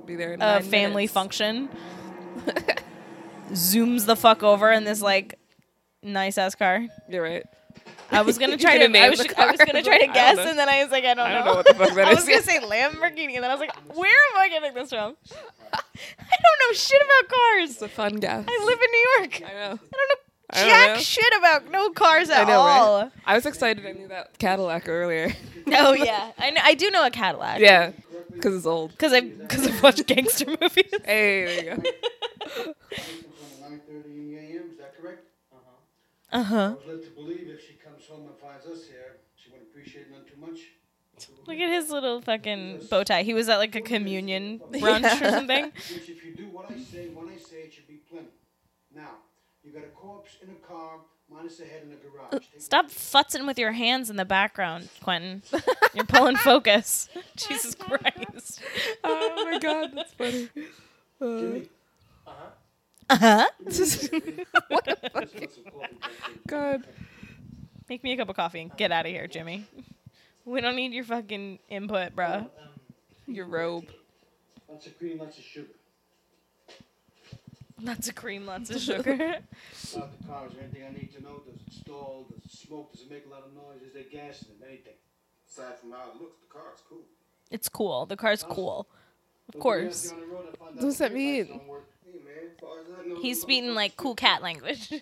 Be there in
a
nine
Uh, family
minutes.
function. *laughs* Zooms the fuck over in this like nice ass car.
You're right.
I was gonna
*laughs* You
try to
can't name
I was,
the
ju- I was
car. *laughs*
gonna try to
I don't
guess,
know.
and then I was like, *laughs* I don't know.
I don't know what the *laughs* fuck that
I was
is.
gonna say Lamborghini, and then I was like, where am I getting this from? *laughs* I don't know shit about
It's
cars.
a fun guess.
I live in New York.
I know.
I don't know
I don't
jack
know.
shit about no cars
I
at
know,
all.
*laughs* right? I was excited I knew that Cadillac earlier.
No, yeah, I know, I do know a Cadillac.
yeah, because it's old.
because I because I've watched *laughs* gangster
*laughs*
movies.
Hey, there you go.
Nine thirty AM, is that correct? Uh-huh.
Uh huh.
I was led to believe if she comes home and finds us here, she wouldn't appreciate none too much.
Look at his little fucking bow tie. He was at like a communion brunch or *laughs* something.
Which if you do what I say, when I say, it should be plenty. Now, you got a corpse in a car, minus a head in a garage. Take
Stop futzing with your hands in the background, Quentin. You're pulling *laughs* focus. Jesus Christ.
Oh my god, that's funny.
Uh huh.
God.
Make me a cup of coffee and get out of here, Jimmy. We don't need your fucking input, bro.
Your robe.
Uh.
Lots of cream, lots of sugar.
Lots of cream, lots of sugar.
About the car, is there anything I need to know? Does it stall? Does it smoke? Does it make a lot of noise? Is there gas in it? Anything?
Aside from how it looks, the car's cool.
*laughs* it's cool. The car's cool. Of
Of
course.
What does that mean?
Hey man, as far as I know,
He's
the
speaking like
motherfucker's
cool cat language.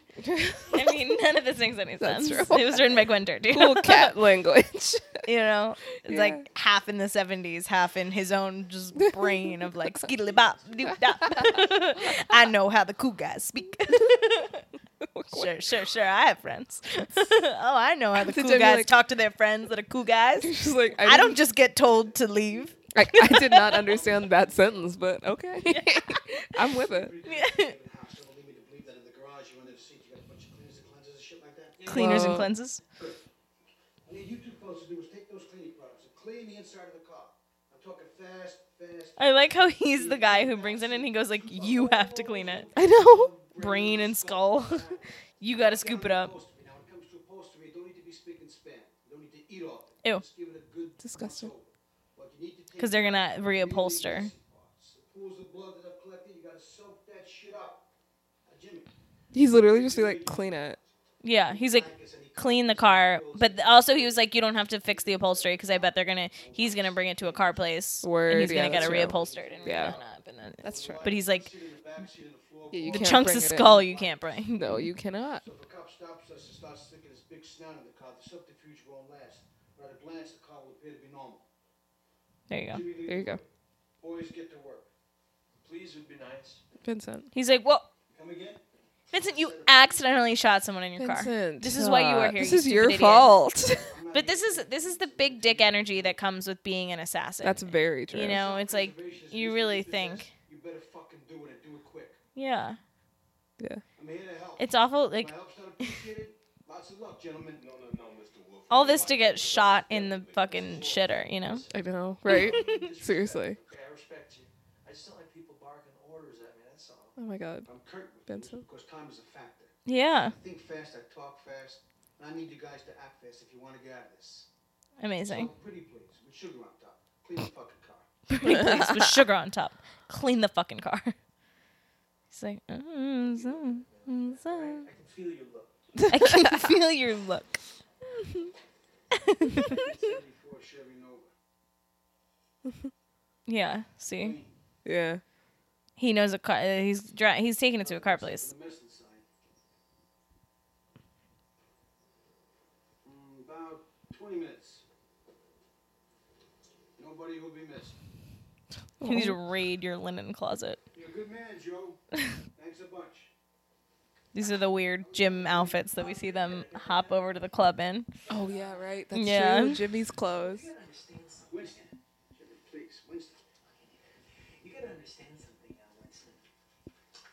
I mean, none of this makes *laughs* any
That's
sense.
true.
It was written by Quentin Tarantino. *laughs*
*laughs* Cool cat language.
you know, it's
Yeah.
like half in the 70s, half in his own
*laughs*
just brain of like skiddly bop, doop, dop. I know how the cool guys speak.
Cool
*laughs* sure, sure, sure. I have friends. *laughs* oh, I know how the
Did
cool
Jamie,
guys
like-
talk to their friends that are cool guys.
*laughs* *laughs* She's like,
I, don't
didn't-
just get told to
*laughs*
leave. *laughs*
I, I did not understand that sentence, but okay. *laughs* I'm with it.
in the house. Don't leave me to believe that in the garage you under the seat you got a bunch of cleaners and cleansers and shit like that. Yeah.
Cleaners and
Whoa.
cleanses.
Good. What you two folks to do is take those cleaning products and clean the inside of the car. I'm talking fast, fast.
I like how he's the guy who brings it and he goes like, "You have to clean it."
I know.
Brain and skull. *laughs* you gotta scoop it up.
Upholstery. Now, when it comes to upholstery, you don't need to be speaking span. You don't need to eat off it.
Ew.
Just give it a good
Disgusting.
once over. What you need to take
Because they're gonna
really
reupholster.
messy parts, the Pools of blood that I've collected, you gotta soak that shit up. Now, Jimmy,
He's literally just be like, clean it.
Yeah, he's like, clean the car. But th- also, he was like, you don't have to fix the upholstery because I bet they're gonna. He's gonna bring it to a car place and
Word,
he's gonna
yeah,
get it
that's true.
reupholstered and
Yeah.
done up. And then,
That's true.
but he's like,
sit in the back, sit in the floor.
Yeah, you
the
can't
chunks
bring
of
it in.
skull you can't bring. *laughs*
No, you cannot.
So if a cop stops us and starts sticking his big snout in the car, the subterfuge won't last. But at a glance, the car will appear to be normal.
There you go.
Jimmy, leave
There you
the
go.
room. Boys, get to work.
Please would be nice.
Vincent.
He's like, well,
Come again?
Vincent, you accidentally shot someone in your car.
Vincent.
This is why you
uh,
are here.
This
you
is
stupid
your
idiot.
*laughs* fault.
I'm not
But
here
this is this is the big dick energy that comes with being an assassin.
That's very true.
you know, it's like
Reservations,
you
Mr.
really
Mrs.
think,
You better fucking do it and do it quick.
yeah,
Yeah.
I'm here to help.
it's awful.
My
Like
help's not appreciated. Lots of luck, gentlemen.
No, no, no, Mr. Wolf.
all this to get shot in the fucking shitter, you know?
I know, *laughs* right? Seriously.
Okay, I respect you. I just don't like people barking orders at me. That's all.
Oh my god.
I'm curt with
Benson?
you because time is a factor.
Yeah,
I think fast, I talk fast, and I need you guys to act fast if you want to get out of this.
amazing.
So pretty please, with sugar on top. Clean the fucking car.
*laughs* Pretty please with sugar on top. Clean the fucking car. He's like, "Mm, so, mm, so."
I can feel your look.
I can *laughs* feel your look.
Seventy-four Chevy Nova.
Yeah, see,
Yeah.
he knows a car. uh, He's dri- he's taking it to a car place.
The mess inside. Mm, about 20 minutes. Nobody will be missed.
You need to raid your linen closet.
You're a good man,
*laughs*
Joe. Thanks a bunch.
These are the weird gym outfits that we see them hop over to the club in.
Oh yeah, right. That's
Yeah.
true. Jimmy's clothes.
You gotta understand something.
Winston. Jimmy, please. Winston.
You gotta understand something, uh, Winston.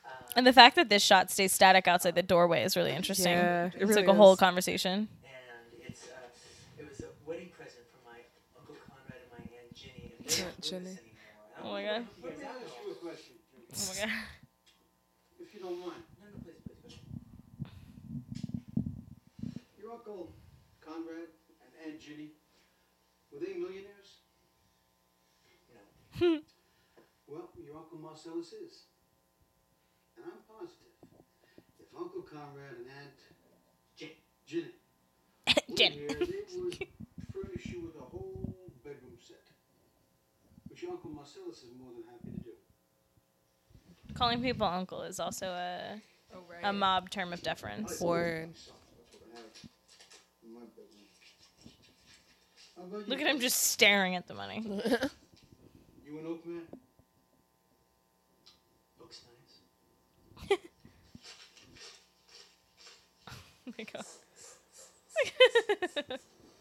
Uh,
And the fact that this shot stays static outside the doorway is really interesting.
Yeah, it
it's like
really
a whole
is. *laughs*
conversation.
and it's uh, it was a wedding present from my uncle Conrad and my aunt Ginny. And they're not with us
Ginny.
anymore. I don't
Oh my
know
god.
if you
Let
guys
me ask
know.
you a question, Jimmy,
Oh my god.
if you don't mind.
No, no, please, please, please.
Your uncle Conrad and Aunt Ginny, were they millionaires?
*laughs*
No. well, your uncle Marcellus is. And I'm positive. If Uncle Conrad and Aunt Gin- Ginny were
Gin.
here,
*laughs*
they would furnish you with a whole bedroom set. Which your uncle Marcellus is more than happy to do.
Calling people uncle is also a
Oh
a mob term of deference.
Word.
In my bedroom. How about you?
Look at him just staring at the money. *laughs*
You an oak man?
Looks nice.
Oh my God.
*laughs*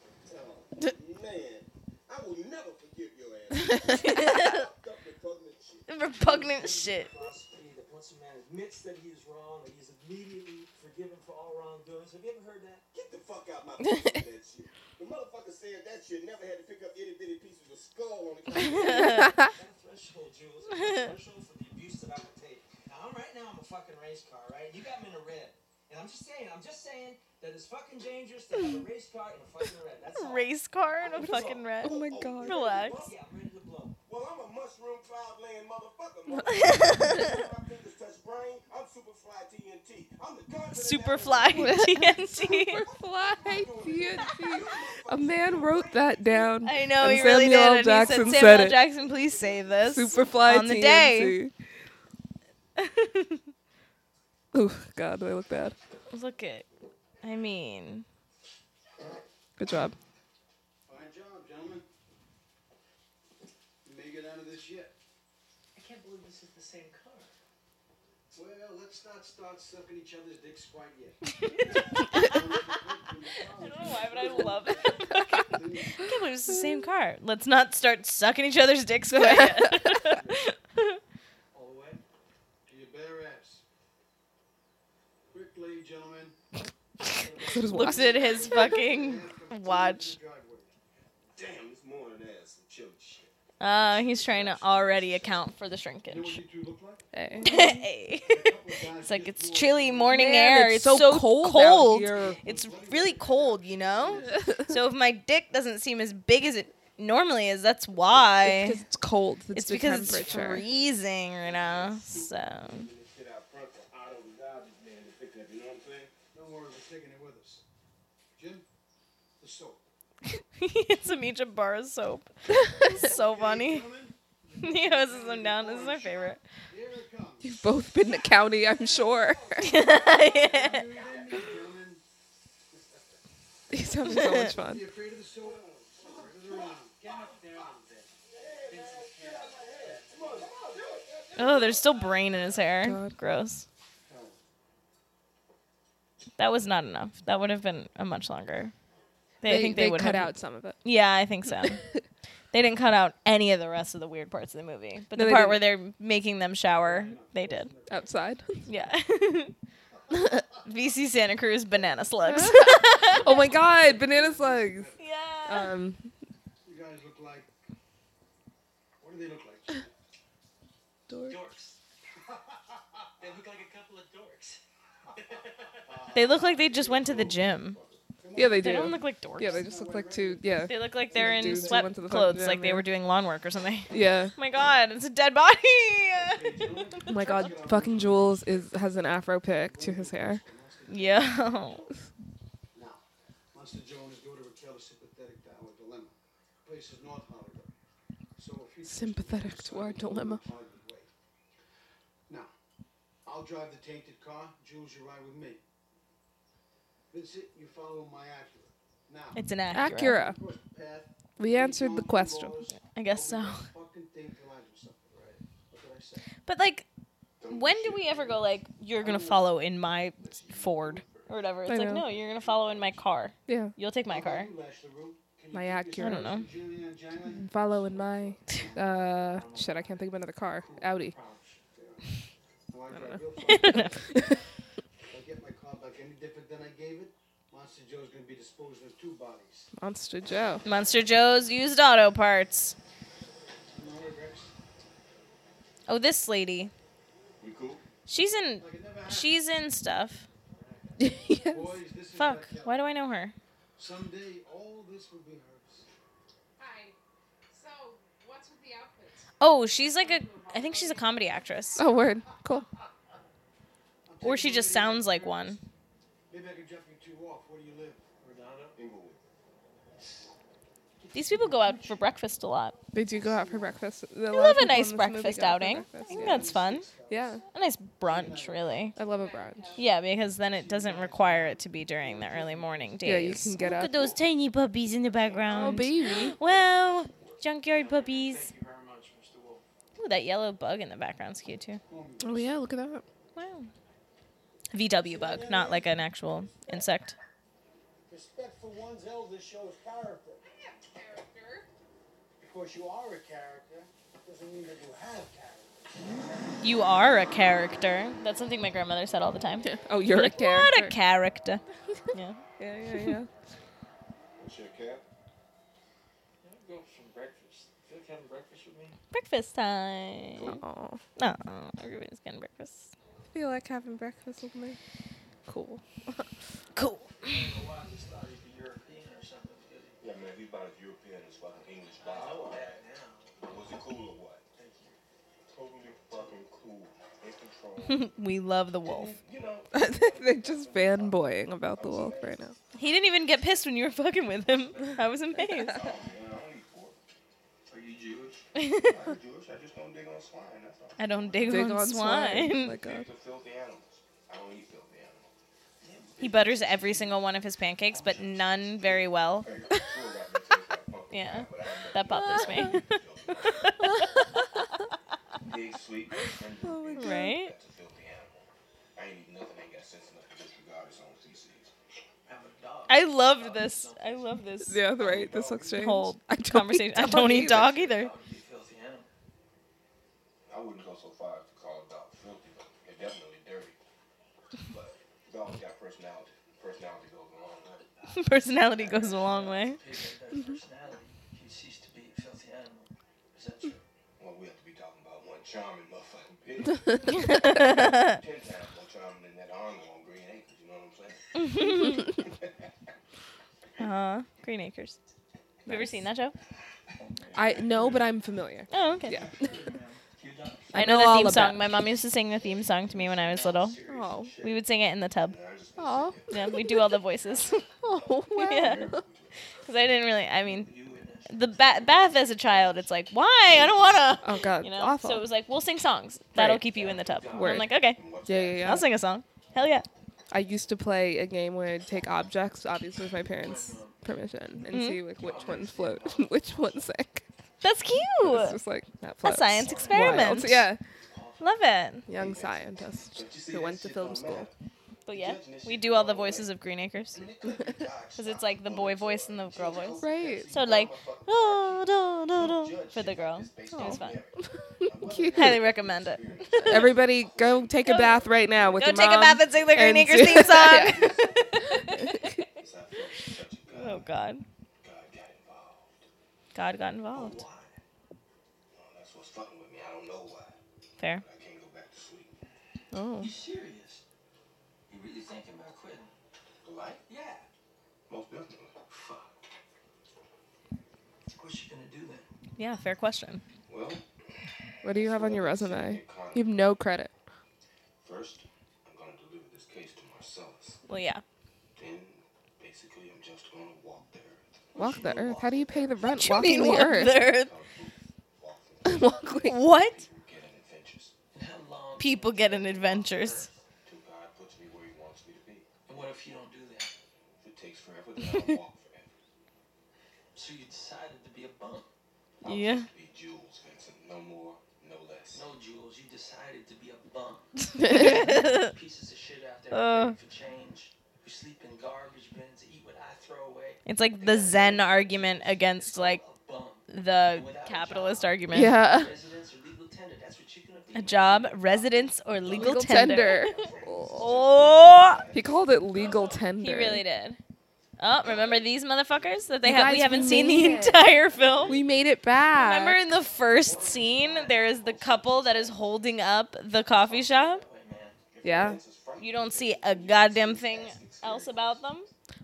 Man, I will never forgive your
*laughs*
ass. Fucked up repugnant shit.
*laughs* Repugnant shit.
Philosophy that once a man admits that he is wrong, that he is immediately forgiven for all wrongdoings. Have you ever heard that?
Get the fuck out my face with that shit. The motherfucker said that shit never had to pick up itty bitty pieces of skull on the
*laughs*
counter.
Got a threshold, Jules. I got a threshold for the abuse that I would take. Now, I'm right now, I'm a fucking race car, right? You got me in a red. And I'm just saying, I'm just saying that it's fucking dangerous to
*laughs*
have a race car and a fucking red. That's all.
Race car and a fucking red. *laughs*
*laughs* Oh my god.
Relax. *laughs*
Yeah, I'm ready to blow.
well, I'm a mushroom cloud laying motherfucker.
*laughs*
motherfucker. my fingers touch brain. I'm superfly TNT. I'm the god of the
Superfly *laughs* TNT.
Fly TNT. A man wrote that down.
I know
And
he really did.
Samuel
And
Jackson
he
said
said, Samuel
it.
Jackson, please save this
Superfly
on the
TNT.
day. *laughs*
Oh god, do I look bad?
Look at, I mean,
Good job.
Fine job, gentlemen. You may get out of this yet.
I can't believe this is the same car.
Well, let's not start sucking each other's dicks quite yet.
I don't know why, but I love it. I *laughs* can't believe it's the same car. Let's not start sucking each other's dicks quite *laughs* yet.
All the way. Give your bare abs. Quickly, gentlemen.
Looks at *laughs* his fucking watch.
Damn, it's more than that. Some chili shit.
Uh, he's trying to already account for the
*laughs*
shrinkage.
You look like
Hey.
Hey. It's like it's chilly morning
Man,
air.
it's
It's,
so
so,
cold out
cold. *laughs*
here. *laughs*
It's really cold, you know. so if my dick doesn't seem as big as it normally is, that's why.
It's 'cause it's cold. It's,
It's
the
because it's
temperature.
freezing right now. So *laughs*
And this shit out front for auto garbage man to pick up. You know what I'm saying?
Don't worry, we're taking it with us. Jim, the soap.
it's a Mecha bar of
*laughs*
soap. so funny. *laughs* He hoses them down. This is my favorite.
*laughs*
*laughs*
Here it comes.
You've both been to county, I'm sure. *laughs*
yeah.
Here it is, gentlemen.
These sound so
*laughs*
much
Are
fun.
you afraid of the soap? Turn it around. Get up there a little bit.
Oh, there's still brain in his hair.
God.
Gross. That was not enough. That would have been a much longer. They, I think they, would
cut
have.
out some of it.
Yeah, I think
*laughs*
so. they didn't cut out any of the rest of the weird parts of the movie, but
No,
the
they
part where they're making them shower, they did. *laughs*
Outside.
Yeah. VC Santa Cruz banana
*laughs*
slugs. *laughs*
oh my god, banana slugs.
yeah.
Um,
You guys look like. What do they look like? Jim?
door.
Dorks. they look like a couple of dorks.
They look like they just went to the gym.
Yeah, they do.
They don't look like dorks.
yeah, they just look like two.
*laughs*
Yeah,
They look like they're in
Dudes who went
sweat
to the fucking
clothes,
gym,
like they
yeah.
were doing lawn work or something.
yeah.
Oh my god, it's a dead body.
*laughs* Oh my god, fucking Jules is has an afro pick to his hair.
yeah.
Now, Monster Joe and his daughter Raquel are sympathetic to our dilemma. The place is North Hollywood. So if you
Sympathetic to our dilemma.
Now, I'll drive the tainted car. Jules, you ride with me. Vincent, you follow my Acura. Now,
It's an Acura.
Acura.
cross the path.
We answered the question.
I guess so.
Fucking thing collides with something, right? What did I say?
But like when do we ever go like you're going to follow in my Ford or whatever? It's
I
like
know.
no, you're going to follow in my car.
Yeah,
You'll take my car.
my
I
Acura.
don't know. *laughs*
Following my, uh, shit, I can't think of another car. Audi.
*laughs*
If I get my car back any different than I gave it, Monster Joe's gonna be disposing of two bodies.
Monster Joe.
*laughs* Monster Joe's used auto parts.
No regrets.
Oh, this lady.
We cool?
She's in
Like it never happened.
she's in stuff.
yes.
Boys, this is
Fuck.
Raquel.
Why do I know her?
Someday all this will be hers.
Hi. So, what's with the outfits?
Oh, she's like a I think she's a comedy actress.
Oh, word. Cool.
I'm
Or
taking
she
you
just
to the end
sounds like
first.
one.
Maybe I can drop you two off. Where do you live? Redondo?
Inglewood.
These people go out for breakfast a lot.
They do go out for breakfast. I
I love a nice breakfast outing. I think
yeah.
that's fun.
yeah,
A nice brunch, really.
I love a brunch.
Yeah, because then it doesn't require it to be during the early morning days.
Yeah, you can get
Look
up.
at those tiny puppies in the
Oh,
background. *laughs*
baby.
Wow, junkyard puppies.
Thank you very much, Mr. Wolf.
Ooh, that yellow bug in the background's cute too.
Oh, yeah, look at that.
Wow. VW bug, not like an actual insect.
Respect for one's elders shows character.
Character.
Of course, you are a character. Doesn't mean that you have character.
You are a character. That's something my grandmother said all the time.
*laughs*
*laughs*
Oh, you're a
Like,
character.
What a character. *laughs* yeah.
yeah, yeah, yeah.
What's your cap?
Can I go for some breakfast? Feel like having breakfast with me?
Breakfast *laughs* time.
Aw.
Oh, everybody's getting breakfast.
feel like having breakfast with me. Cool.
Cool. *laughs*
Oh, wow, I just thought you'd be European or something. Good.
Yeah, man, he's about as European as fucking English.
I know
Bob.
that now.
Was it cool or what? Totally fucking cool. In control.
we love the wolf.
you know,
*laughs* They're just fanboying about the wolf right now.
He didn't even get pissed when you were fucking with him. I *laughs* was amazed.
man, I don't eat pork. Are you Jewish? I'm Jewish. I just don't dig on swine. That's all.
I don't dig,
Dig
on,
on
swine.
swine. Like, uh,
Pigs are filthy animals. I don't eat filthy animals.
he butters every single one of his pancakes, but none very well.
Hey, I'm sure that makes sense, like, pumpkin
Yeah.
pie, but I don't know.
That bothers
*laughs*
me.
Big sweet.
Oh my God.
right?
That's a filthy animal.
I loved this. I love this
Yeah, right. This looks strange.
whole
*laughs* I don't eat
conversation. I don't
*laughs*
eat dog either. *laughs*
I wouldn't go so far as to call a dog filthy, but they're definitely dirty. But dogs *laughs* got personality. Personality goes along with it.
Personality goes a long
*laughs*
way.
Pig had that
Mm-hmm.
personality, he'd cease to be a filthy animal. Is that true?
Well, we have to be talking about one charming motherfucking pig. Ten
Uh-huh.
times more charming than that army on Green Acres, you know what I'm saying?
Uh, Green Acres. Have you ever seen that show?
I no, but I'm familiar.
Oh, okay.
Yeah.
I know the
all
theme
about
song.
it.
My mom used to sing the theme song to me when I was little.
*laughs* Oh,
We would sing it in the tub.
oh,
Yeah, we do all the voices.
*laughs*
*laughs*
oh, *laughs* wow.
yeah. Because I didn't really. I mean, the ba- bath as a child, it's like, why? I don't wanna.
Oh god,
You know.
awful.
So it was like, we'll sing songs. That'll
Right.
keep you in the tub.
Word.
I'm like, okay,
yeah, yeah, yeah.
I'll sing a song. Hell yeah.
I used to play a game where I'd take objects, obviously with my parents'
Mm-hmm.
permission, and see like which ones float, *laughs* and which ones sink.
That's cute.
It's just like that floats.
science
Wild.
experiment.
Yeah,
Love it.
young scientist who went to film school.
But yeah, we do all the voices of Green Acres. Because it's like the boy voice and the girl voice.
Right.
So like, "Oh, do, do, do," for the girl. It was fun.
Cute.
Highly recommend it.
Everybody, go take a bath right now with
Go
your
take a
mom.
bath and sing the Green
and
Acres
see-
theme
*laughs* Yeah.
*laughs* song.
It's
*laughs*
not filthy, such a
oh
God.
God, God
God got involved.
got involved.
Why? Well, Uh, that's what's fucking with me. I don't know why.
Fair.
But I can't go back to sleep.
Oh.
You serious? You really thinking about quitting?
The light?
Yeah.
Most definitely.
Fuck. What's you gonna do then?
Yeah, fair question.
Well,
What do you have on your resume? You have no credit.
first, I'm gonna deliver this case to Marcellus.
Well, yeah.
Then, basically, I'm just gonna walk the earth.
Walk the earth. How do you pay the rent?
You mean
Walking the
walk
earth. *laughs*
Walk the earth.
Walking.
What?
Get an adventures.
And how long?
People get in adventures.
Till God puts me where He wants me to be.
And what if you don't do that?
If it takes forever, then I'll walk forever.
So you decided to be a bum.
Oh. *laughs*
Yeah.
Be Jules, Vincent. No more, no less.
No, Jules, you decided to be
*laughs*
a bum.
That's
Pieces of shit out there
Uh.
begging for change. Who sleep in garbage bins, eat what I throw away.
It's like the Zen argument
It's
against like
called a
*laughs*
bum.
the capitalist argument.
Yeah.
Residence or legal tender, that's what you're gonna be.
A job, residence, or legal,
Legal
tender.
tender.
*laughs* Oh,
He called it legal tender.
he really did. Oh, remember these motherfuckers that they
You
have?
guys,
We
we
haven't seen the
made it.
entire film.
We made it back.
Remember in the first scene, there is the couple that is holding up the coffee shop.
Yeah.
You don't see a goddamn thing else about them.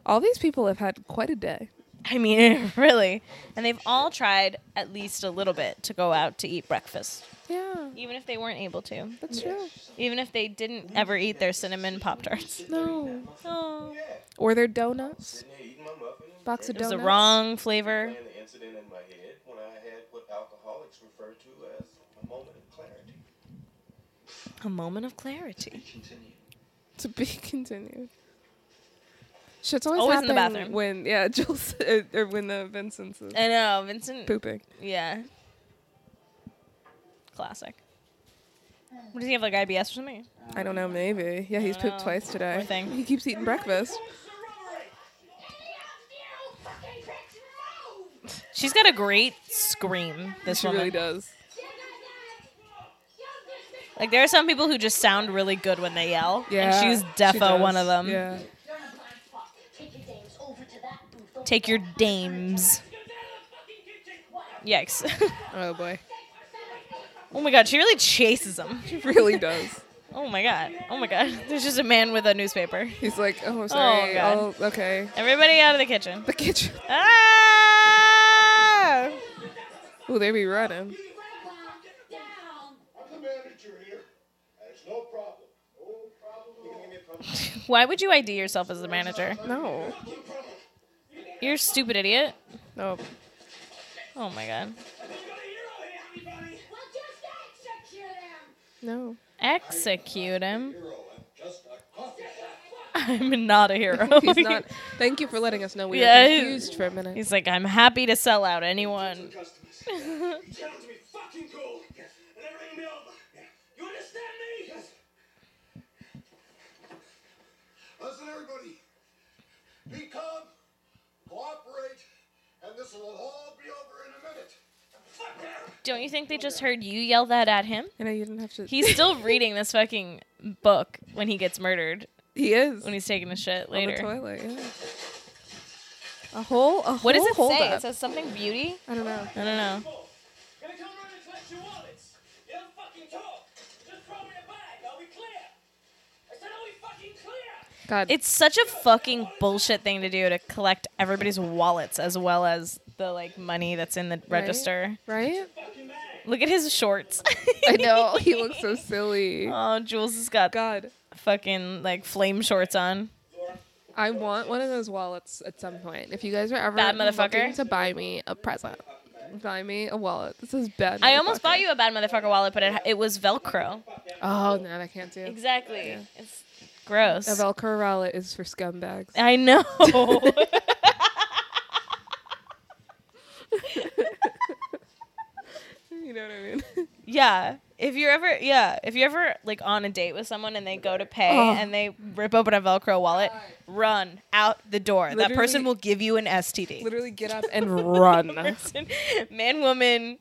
All these people have had quite a day.
I mean, *laughs* really. And they've all tried at least a little bit to go out to eat breakfast,
Yeah,
even if they weren't able to,
that's true.
even if they didn't ever eat their cinnamon pop tarts.
No.
Oh,
Or their donuts.
Sitting there eating my muffin and
Box of
it was
donuts.
the wrong flavor.
replaying the incident in my head when I had what alcoholics refer to as a moment of clarity.
A moment of clarity.
Continue.
*laughs* To be continued. Shit's always,
Always in the
happening
bathroom. Eh.
when yeah, *laughs* Jules or, or when the Vincent's is
I know, Vincent.
pooping.
Yeah. Classic. What does he have like IBS or something?
I don't know, maybe. Yeah, he's pooped
know.
twice today.
Poor thing.
He keeps eating breakfast.
She's got a great scream. This
she
woman.
really does.
Like there are some people who just sound really good when they yell. And
Yeah.
she's
she
defo
does.
one of them.
Yeah.
Take your dames. Yikes. *laughs*
Oh boy. *laughs*
oh my god, she really chases him.
She really does.
Oh my god. Oh my god. *laughs* There's just a man with a newspaper.
He's like, oh, I'm sorry.
God.
oh, okay.
Everybody out of the kitchen.
The kitchen. *laughs*
Ah!
Oh, they be running.
I'm the manager here. There's no problem. No problem. You gonna give me a problem?
Why would you ID yourself as the manager?
No.
You're a stupid idiot.
No.
Oh my god.
No.
*laughs* Execute him. *laughs*
Hero, I'm just a coffee shop.
I'm not a hero.
*laughs* He's not. Thank you for letting us know we
Oh, Yeah,
were
he-
confused for a minute.
*laughs* He's like, I'm happy to sell out anyone. *laughs*
Customers.
You challenge me fucking cool. And everything over. You understand me?
Listen, everybody. Be calm.
Don't you think they just heard you yell that at him?
You know, you didn't have to.
He's
*laughs*
still reading this fucking book when he gets murdered
he is
when he's taking a shit
on the
later.
toilet. Yeah. A whole a
What does
whole
it
hold
say?
up.
It says something beauty.
I don't know.
I don't know.
Gonna come around and collect your wallets. You don't fucking talk. Just throw me a bag. Are we clear? I said, are we fucking clear?
God,
*laughs* It's such a fucking bullshit thing to do to collect everybody's wallets as well as the like money that's in the register.
right?
Look at his shorts.
I know *laughs* he
*laughs*
looks so silly.
oh, Jules has got
God,
fucking like flame shorts on.
I want one of those wallets at some point. If you guys are ever
Bad motherfucker.
looking to buy me a present, buy me a wallet. This is bad.
I almost
motherfucker.
bought you a bad motherfucker wallet, but it it was Velcro.
Oh no, I can't do. it.
Exactly. It's gross.
A Velcro wallet is for scumbags.
I know.
*laughs*
*laughs*
you know what I mean? *laughs*
yeah. If you're ever yeah, if you're ever like on a date with someone and they go to pay
Oh.
and they rip open a Velcro wallet, run out the door. that
Literally-
person will give you an STD.
Literally get up and run.
*laughs* person, man, woman,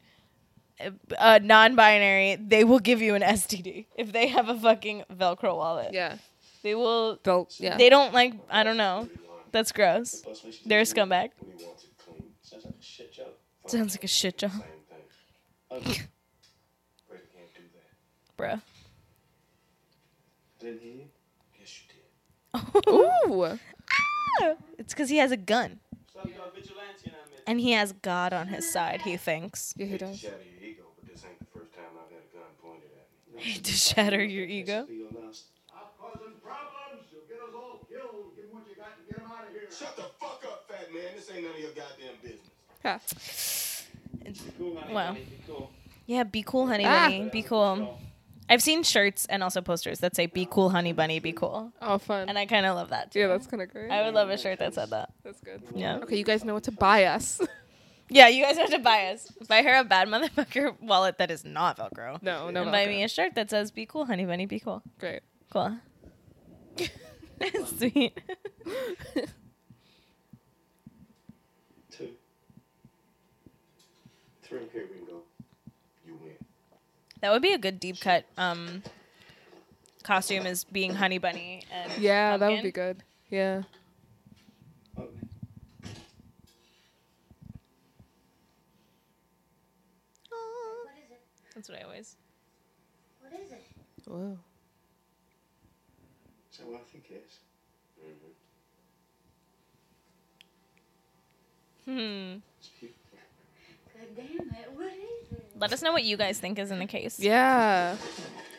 uh, uh, non-binary, they will give you an STD if they have a fucking Velcro wallet.
yeah.
They will.
They'll, yeah.
They don't like. I don't know. That's gross. They're a scumbag.
We want it clean.
Sounds like a shit joke.
Sounds like a shit job,
Same thing.
*laughs*
Ugly. Brady can't do that.
bro.
Didn't hear you? Yes, you
*laughs*
did.
Ooh.
It's because he has a gun
So you're a vigilante and I met
and he has God on his side. He thinks
Yeah, he
Hate to
does.
shatter your ego, but this ain't the first time I've had a gun pointed at
*laughs*
me.
to shatter your ego.
Be honest.
Stop causing problems. You'll get us all killed. Give 'em what you got and get 'em out of here.
Shut the fuck up, fat man. This ain't none of your goddamn business.
Yeah.
cool, honey,
Wow.
honey, be cool.
Yeah, be cool, honey
Ah.
bunny. Be cool. I've seen shirts and also posters that say "Be cool, honey bunny. Be cool,"
Oh, fun.
and I kind of love that too.
yeah, that's kind of great.
I would love a shirt that said that.
that's good.
Yeah.
Okay, you guys know what to buy us. *laughs*
Yeah, you guys have to buy us. Buy her a bad *laughs* motherfucker wallet that is not Velcro.
No, no,
and buy
Velcro.
me a shirt that says "Be cool, honey bunny. Be cool."
great.
Cool. *laughs* Sweet. *laughs*
Two.
Three. Here we go. You win.
That would be a good deep cut. Um, costume is being honey bunny and
Yeah, that would
pumpkin.
be good. Yeah.
Ugly.
What is it?
That's what I always.
What is it?
Whoa.
Is that what I think it is?
Mm-hmm.
Hmm.
It's beautiful.
God damn it. What is it?
Let us know what you guys think is in the case.
Yeah.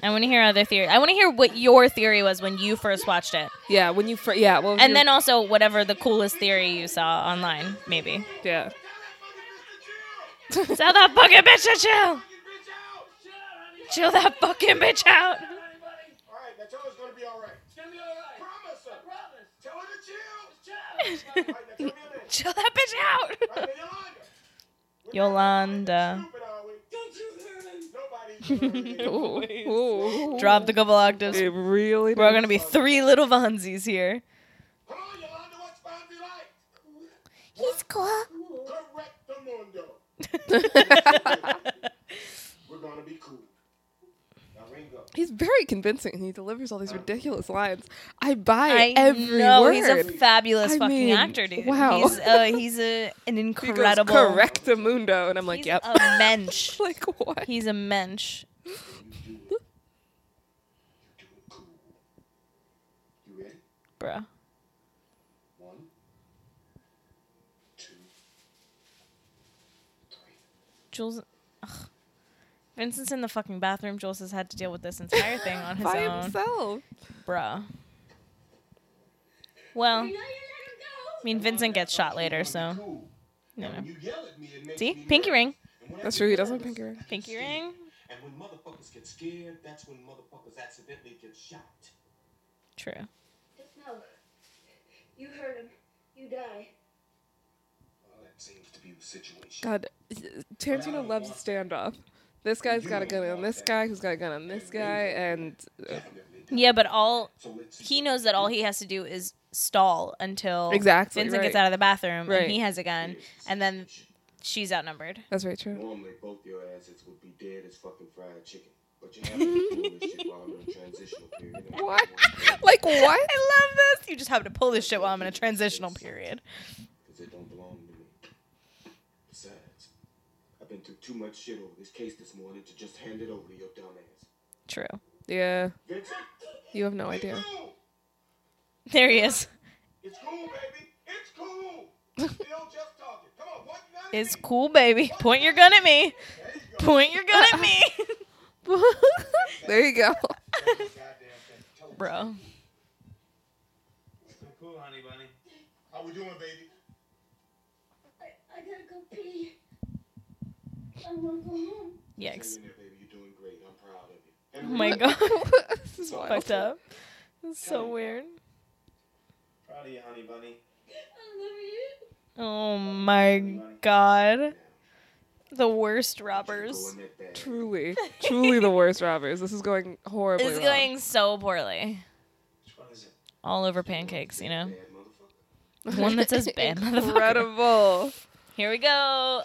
I want to hear other theory. I want to hear what your theory was when you first watched it,
Yeah. When you fr- yeah. Well. if
and
you're-
then also whatever the coolest theory you saw online, maybe. *laughs*
yeah.
Sell that fucking bitch to chill.
Chill out, honey.
Chill that fucking bitch out.
Honey, buddy.
All right, now tell her it's gonna be all right.
It's gonna be alright.
Promise her.
Promise. Chill
Tell her to chill.
out.
All right, now tell me her name.
Chill that bitch *laughs* out.
Right, now, Yolanda.
Yolanda.
We're not stupid, are we?
Don't you hurt him.
*laughs*
Nobody's
Ooh.
gonna
Ooh.
Drop the couple octaves.
It really.
We're all
does.
gonna be three little Vonzies
*laughs*
here.
Come on, Yolanda, what's five you like?
He's cool.
Correct the mundo. We're gonna be cool. Now, Ringo.
He's very convincing. and He delivers all these ridiculous lines. I buy
I
every
know
word.
he's a fabulous
I
fucking
mean,
actor, dude.
wow.
He's uh, he's a an
He goes,
incredible
Correctamundo, and I'm like,
He's
yep.
a mensch.
*laughs* like what?
He's a mensch.
Do it cool. You ready?
Bro.
One, two, three.
Jules ugh. Vincent's in the fucking bathroom. Jules has had to deal with this entire thing on his
By
own.
himself.
Bruh. Well,
No,
I
you let him go.
mean, Vincent gets shot later, so.
Cool.
You
When
know.
you yell at me, it makes
See?
me
Pinky
nervous.
ring.
And when I
That's
get
true. He doesn't
nervous,
pink ring.
I get
Pinky
scared.
ring.
And when motherfuckers get scared, that's when motherfuckers accidentally get shot.
True.
No. You hurt him. You die.
Well, that seems to be the situation.
God, Tarantino loves a standoff. This guy's got a gun on this guy, who's got a gun on this guy, and uh,
Definitely.
Yeah, but all
So let's see
he
what
knows that all he has to do is stall until
Exactly,
Vincent gets
right.
out of the bathroom
Right.
and he has a gun, and then she's outnumbered.
That's very true.
Normally, both your assets would be dead as fucking fried chicken.
*laughs*
But you have to be doing this shit while I'm in a transitional period. and I'm
What?
not
Like what?
I love this. You just have to pull this shit while I'm in a transitional period.
because it don't belong to me. Besides, I've been through too much shit over this case this morning to just hand it over to your dumb ass.
True.
Yeah,
Vincent,
you have no idea.
cool.
There he is.
It's cool, baby. It's cool.
*laughs*
Still just talking. Come on, what you gotta
It's
be?
cool, baby. Point your gun at me.
There you go.
Point your gun at me.
*laughs* there you *laughs*
*laughs*
go.
Goddamn thing. Tell 'em.
*laughs* Bro.
It's cool, honey bunny.
How we doing, baby?
I, I gotta go pee. I wanna go home.
Yikes.
Hang in there, baby. You're doing great. I'm proud of
Oh *laughs*
you.
my god.
this is wild.
Fucked up. It's so weird.
Proud of you, honey bunny.
Oh my god. The worst
Go
robbers.
in that bag.
Truly, *laughs* truly the worst robbers. This is going horribly.
It's
wrong.
going so poorly.
Which one is it?
All over pancakes, you know?
Bad motherfucker.
The one that says *laughs* bad motherfucker.
Incredible.
Here we go.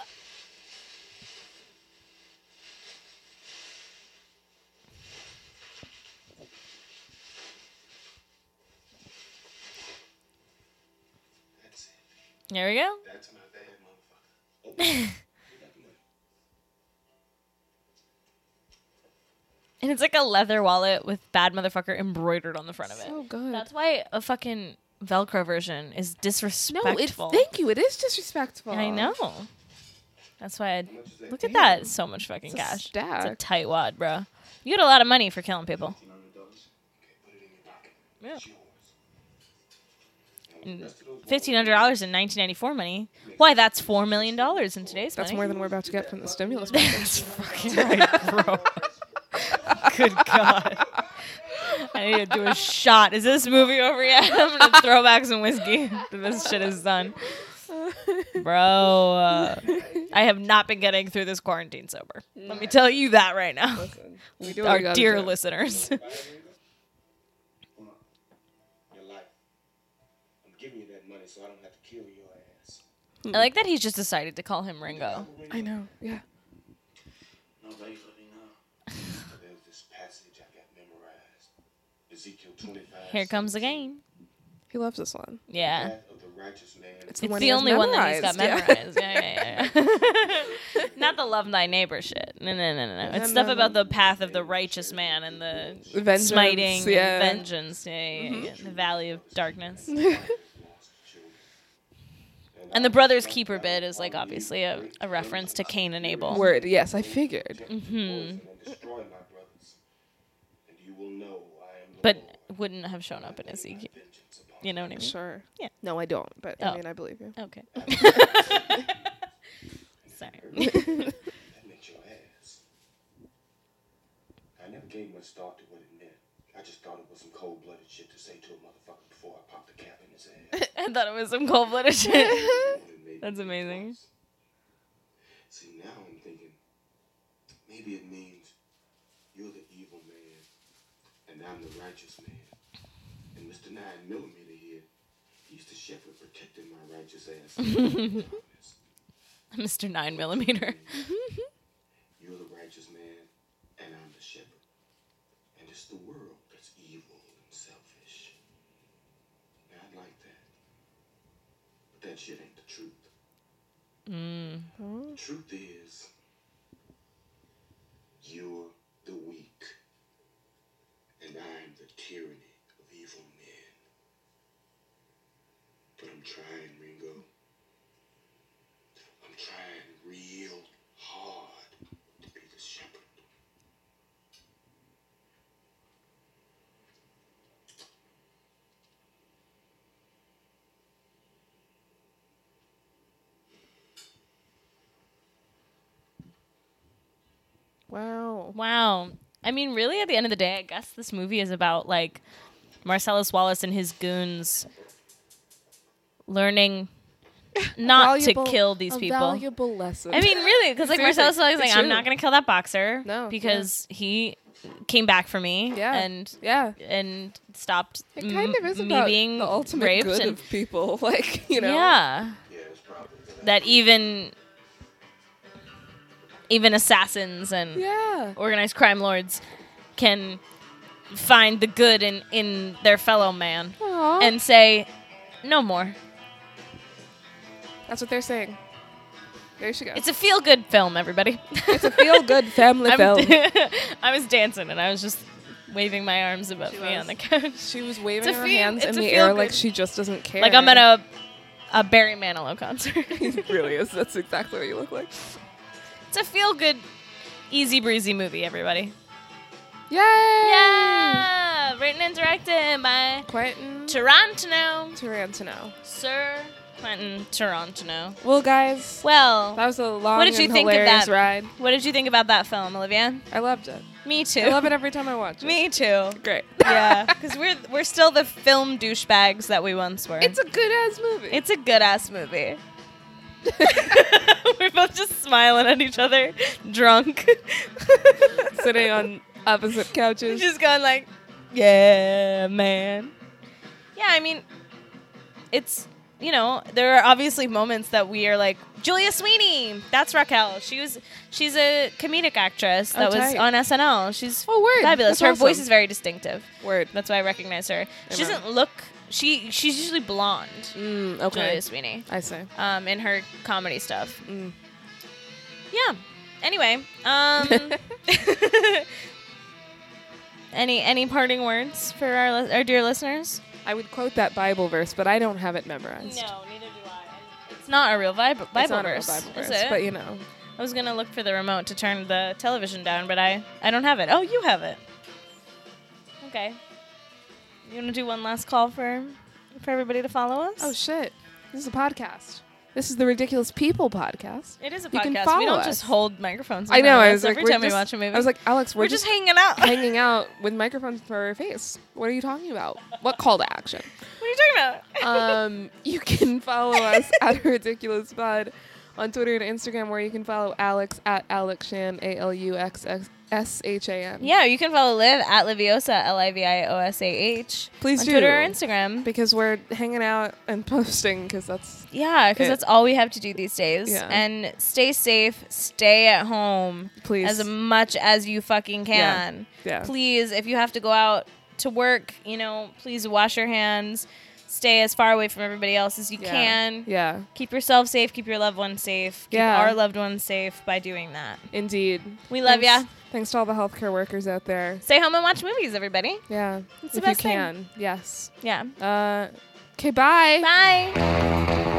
That's it.
There we go.
That's my bad motherfucker.
And it's like a leather wallet with bad motherfucker embroidered on the front of it.
So good.
That's why a fucking Velcro version is disrespectful.
thank you. It is disrespectful.
I know. That's why I
How much is that?
look at that. So much fucking
It's a
cash. It's a
stack.
tight wad, bro. You get a lot of money for killing people.
$1,500. Okay, put it in your pocket.
Yeah.
It's yours.
Fifteen hundred dollars in nineteen ninety four money. Why, that's four million dollars in today's
That's more
money.
than we're about to get from the stimulus. *laughs* package.
fucking right, bro. *laughs* Good God. I need to do a shot. Is this movie over yet? *laughs* I'm
*laughs*
gonna throw back some whiskey. *laughs* after this shit is done, bro. uh, I have not been getting through this quarantine sober. Let me tell you that right *laughs* now,
we do what we
our
gotta
dear
do. *laughs*
listeners.
Your life. I'm giving you that money so I don't have to kill your ass.
I like that he's just decided to call him Ringo.
I know. Yeah.
Nobody let me know. There's this passage I got memorized. Ezekiel 25.
Here comes the game.
He loves this one.
Yeah.
Path of the righteous man.
It's
one
the
he has
only one that he's got
memorized,
memorized. Yeah, yeah, yeah.
*laughs*
yeah. Not the love thy neighbor shit. No, no, no, no, no. It's
No,
stuff
no,
about the path of the righteous man and the
Vengeance.
smiting
Yeah. Mm-hmm.
and vengeance. Yeah, yeah, yeah, yeah. The valley of darkness. *laughs* And the brother's keeper bit is like obviously a, a reference to Cain and Abel.
*laughs* Word. Yes, I figured.
Mm-hmm. Destroy my brothers, and you will know I am the
But
Lord.
wouldn't have shown up in Ezekiel.
Vengeance upon
You know what I mean?
Sure.
Yeah.
No, I don't. But
Oh.
I mean, I believe you. *laughs*
Okay. *laughs* Sorry. *laughs*
That meant your ass. I never gave much thought to what it meant. I just thought it was some cold blooded shit to say to a motherfucker before I popped the cap in his
*laughs*
ass.
I thought it was some cold blooded shit.
*laughs*
That's amazing.
See, now I'm thinking maybe it means you're the evil man and I'm the righteous man. And Mr. Nine Millimeter here, he's the shepherd protecting my righteous
*laughs*
ass. from the darkness.
Mr. 9 millimeter.
You're the righteous man, and I'm the shepherd. And it's the world that's evil and selfish. And I'd like that. But that shit ain't the truth. The truth is, you're the weak, and I'm the tyranny of evil men. But I'm trying, Ringo. I'm trying real hard to be the shepherd.
Wow.
Wow. I mean, really, at the end of the day, I guess this movie is about like Marcellus Wallace and his goons
*laughs*
learning not
Valuable-
to kill these
a
people.
Valuable lesson.
I mean, really, because like
Seriously,
Marcellus Wallace is like,
it's
I'm
true.
not gonna kill that boxer,
No, yeah.
because he came back for me,
*laughs* Yeah.
and
yeah.
and stopped
It
m-
kind of is
Mm, me
about
being
the ultimate
raped
good
and
*laughs* of people, like you know.
yeah,
Yeah, it's probably.
that even even assassins and
Yeah.
organized crime lords can find the good in, in their fellow man
Aw.
and say, no more.
That's what they're saying. There she goes.
It's a feel good film, everybody.
It's
*laughs*
a feel good family *laughs*
I'm-
film.
*laughs* I was dancing and I was just waving my arms above
She
me on
was.
the couch.
She was waving
It's a
her
feel-
hands in
it's a
the air
feel
like
good-
she just doesn't care.
Like I'm
*laughs*
at a, a Barry Manilow concert. *laughs*
It really is. That's exactly what you look like.
It's a feel good, easy breezy movie, everybody.
Yay!
Yeah! Written and directed by
Quentin
Tarantino.
Tarantino.
Sir Quentin Tarantino.
Well, guys,
Well,
that was a long
What did you
and
think of
hilarious
that?
ride.
what did you think about that film, Olivia?
I loved it.
Me too.
I love it every time I watch it.
Me too.
Great.
*laughs* Yeah, because we're we're still the film douchebags that we once were.
*laughs* It's a good ass movie.
It's a good ass
*laughs*
movie. We're both just smiling at each other,
*laughs*
drunk.
sitting on opposite
*laughs*
couches.
just going like, yeah, man. Yeah, I mean, it's, you know, there are obviously moments that we are like, Julia Sweeney, that's Raquel. She was, she's a comedic actress that
Oh,
was
tight.
on SNL. She's
oh, word.
fabulous.
That's
Her voice
awesome.
is very distinctive.
word.
That's why I recognize her. She
Amen.
doesn't look, she she's usually blonde.
Mm, okay.
Julia Sweeney
I see.
um, in her comedy stuff.
Mm.
Yeah. Anyway, um,
*laughs*
any any parting words for our li- our dear listeners?
I would quote that Bible verse, but I don't have it memorized.
neither do I. It's not a real Bible, Bible
it's not a real
verse,
Bible
is
verse,
it?
but you know,
I was gonna look for the remote to turn the television down, but I I don't have it. Oh, you have it. Okay. You wanna do one last call for for everybody to follow us?
Oh shit! This is a podcast. This is the Ridiculous People podcast.
it is a
you
podcast.
can
we don't
follow
just
us.
hold microphones. in
I know.
front of
I
us
was like,
every
we're
time
just-
we watch a movie.
I was like, Alex, we're,
we're,
just,
just hanging out. *laughs* what are you
*laughs* hanging out with microphones for our face. What are you talking about? What call to action?
*laughs* talking about?
Um, you can follow
*laughs*
us at Ridiculous Pod on Twitter and Instagram, where you can follow Alex at Alex Shan A L U X X S H A N.
Yeah, you can follow Liv at Liviosa, L I V I O S A H.
Please
on
do.
Twitter or Instagram.
Because we're hanging out and *laughs* posting, because that's
Yeah, because
It-
that's all we have to do these days.
Yeah.
And stay safe, stay at home
please.
as much as you fucking
Yeah.
can.
yeah.
Please, if you have to go out to work, you know, please wash your hands, stay as far away from everybody else as you
Yeah.
can.
Yeah.
Keep yourself safe, keep your loved ones safe, keep
Yeah.
our loved ones safe by doing that.
Indeed.
We love
Thanks-
ya.
Thanks to all the healthcare workers out there.
Stay home and watch movies, everybody.
Yeah.
It's
if
the best
you
thing.
can. Yes.
Yeah.
Uh, okay, bye.
Bye.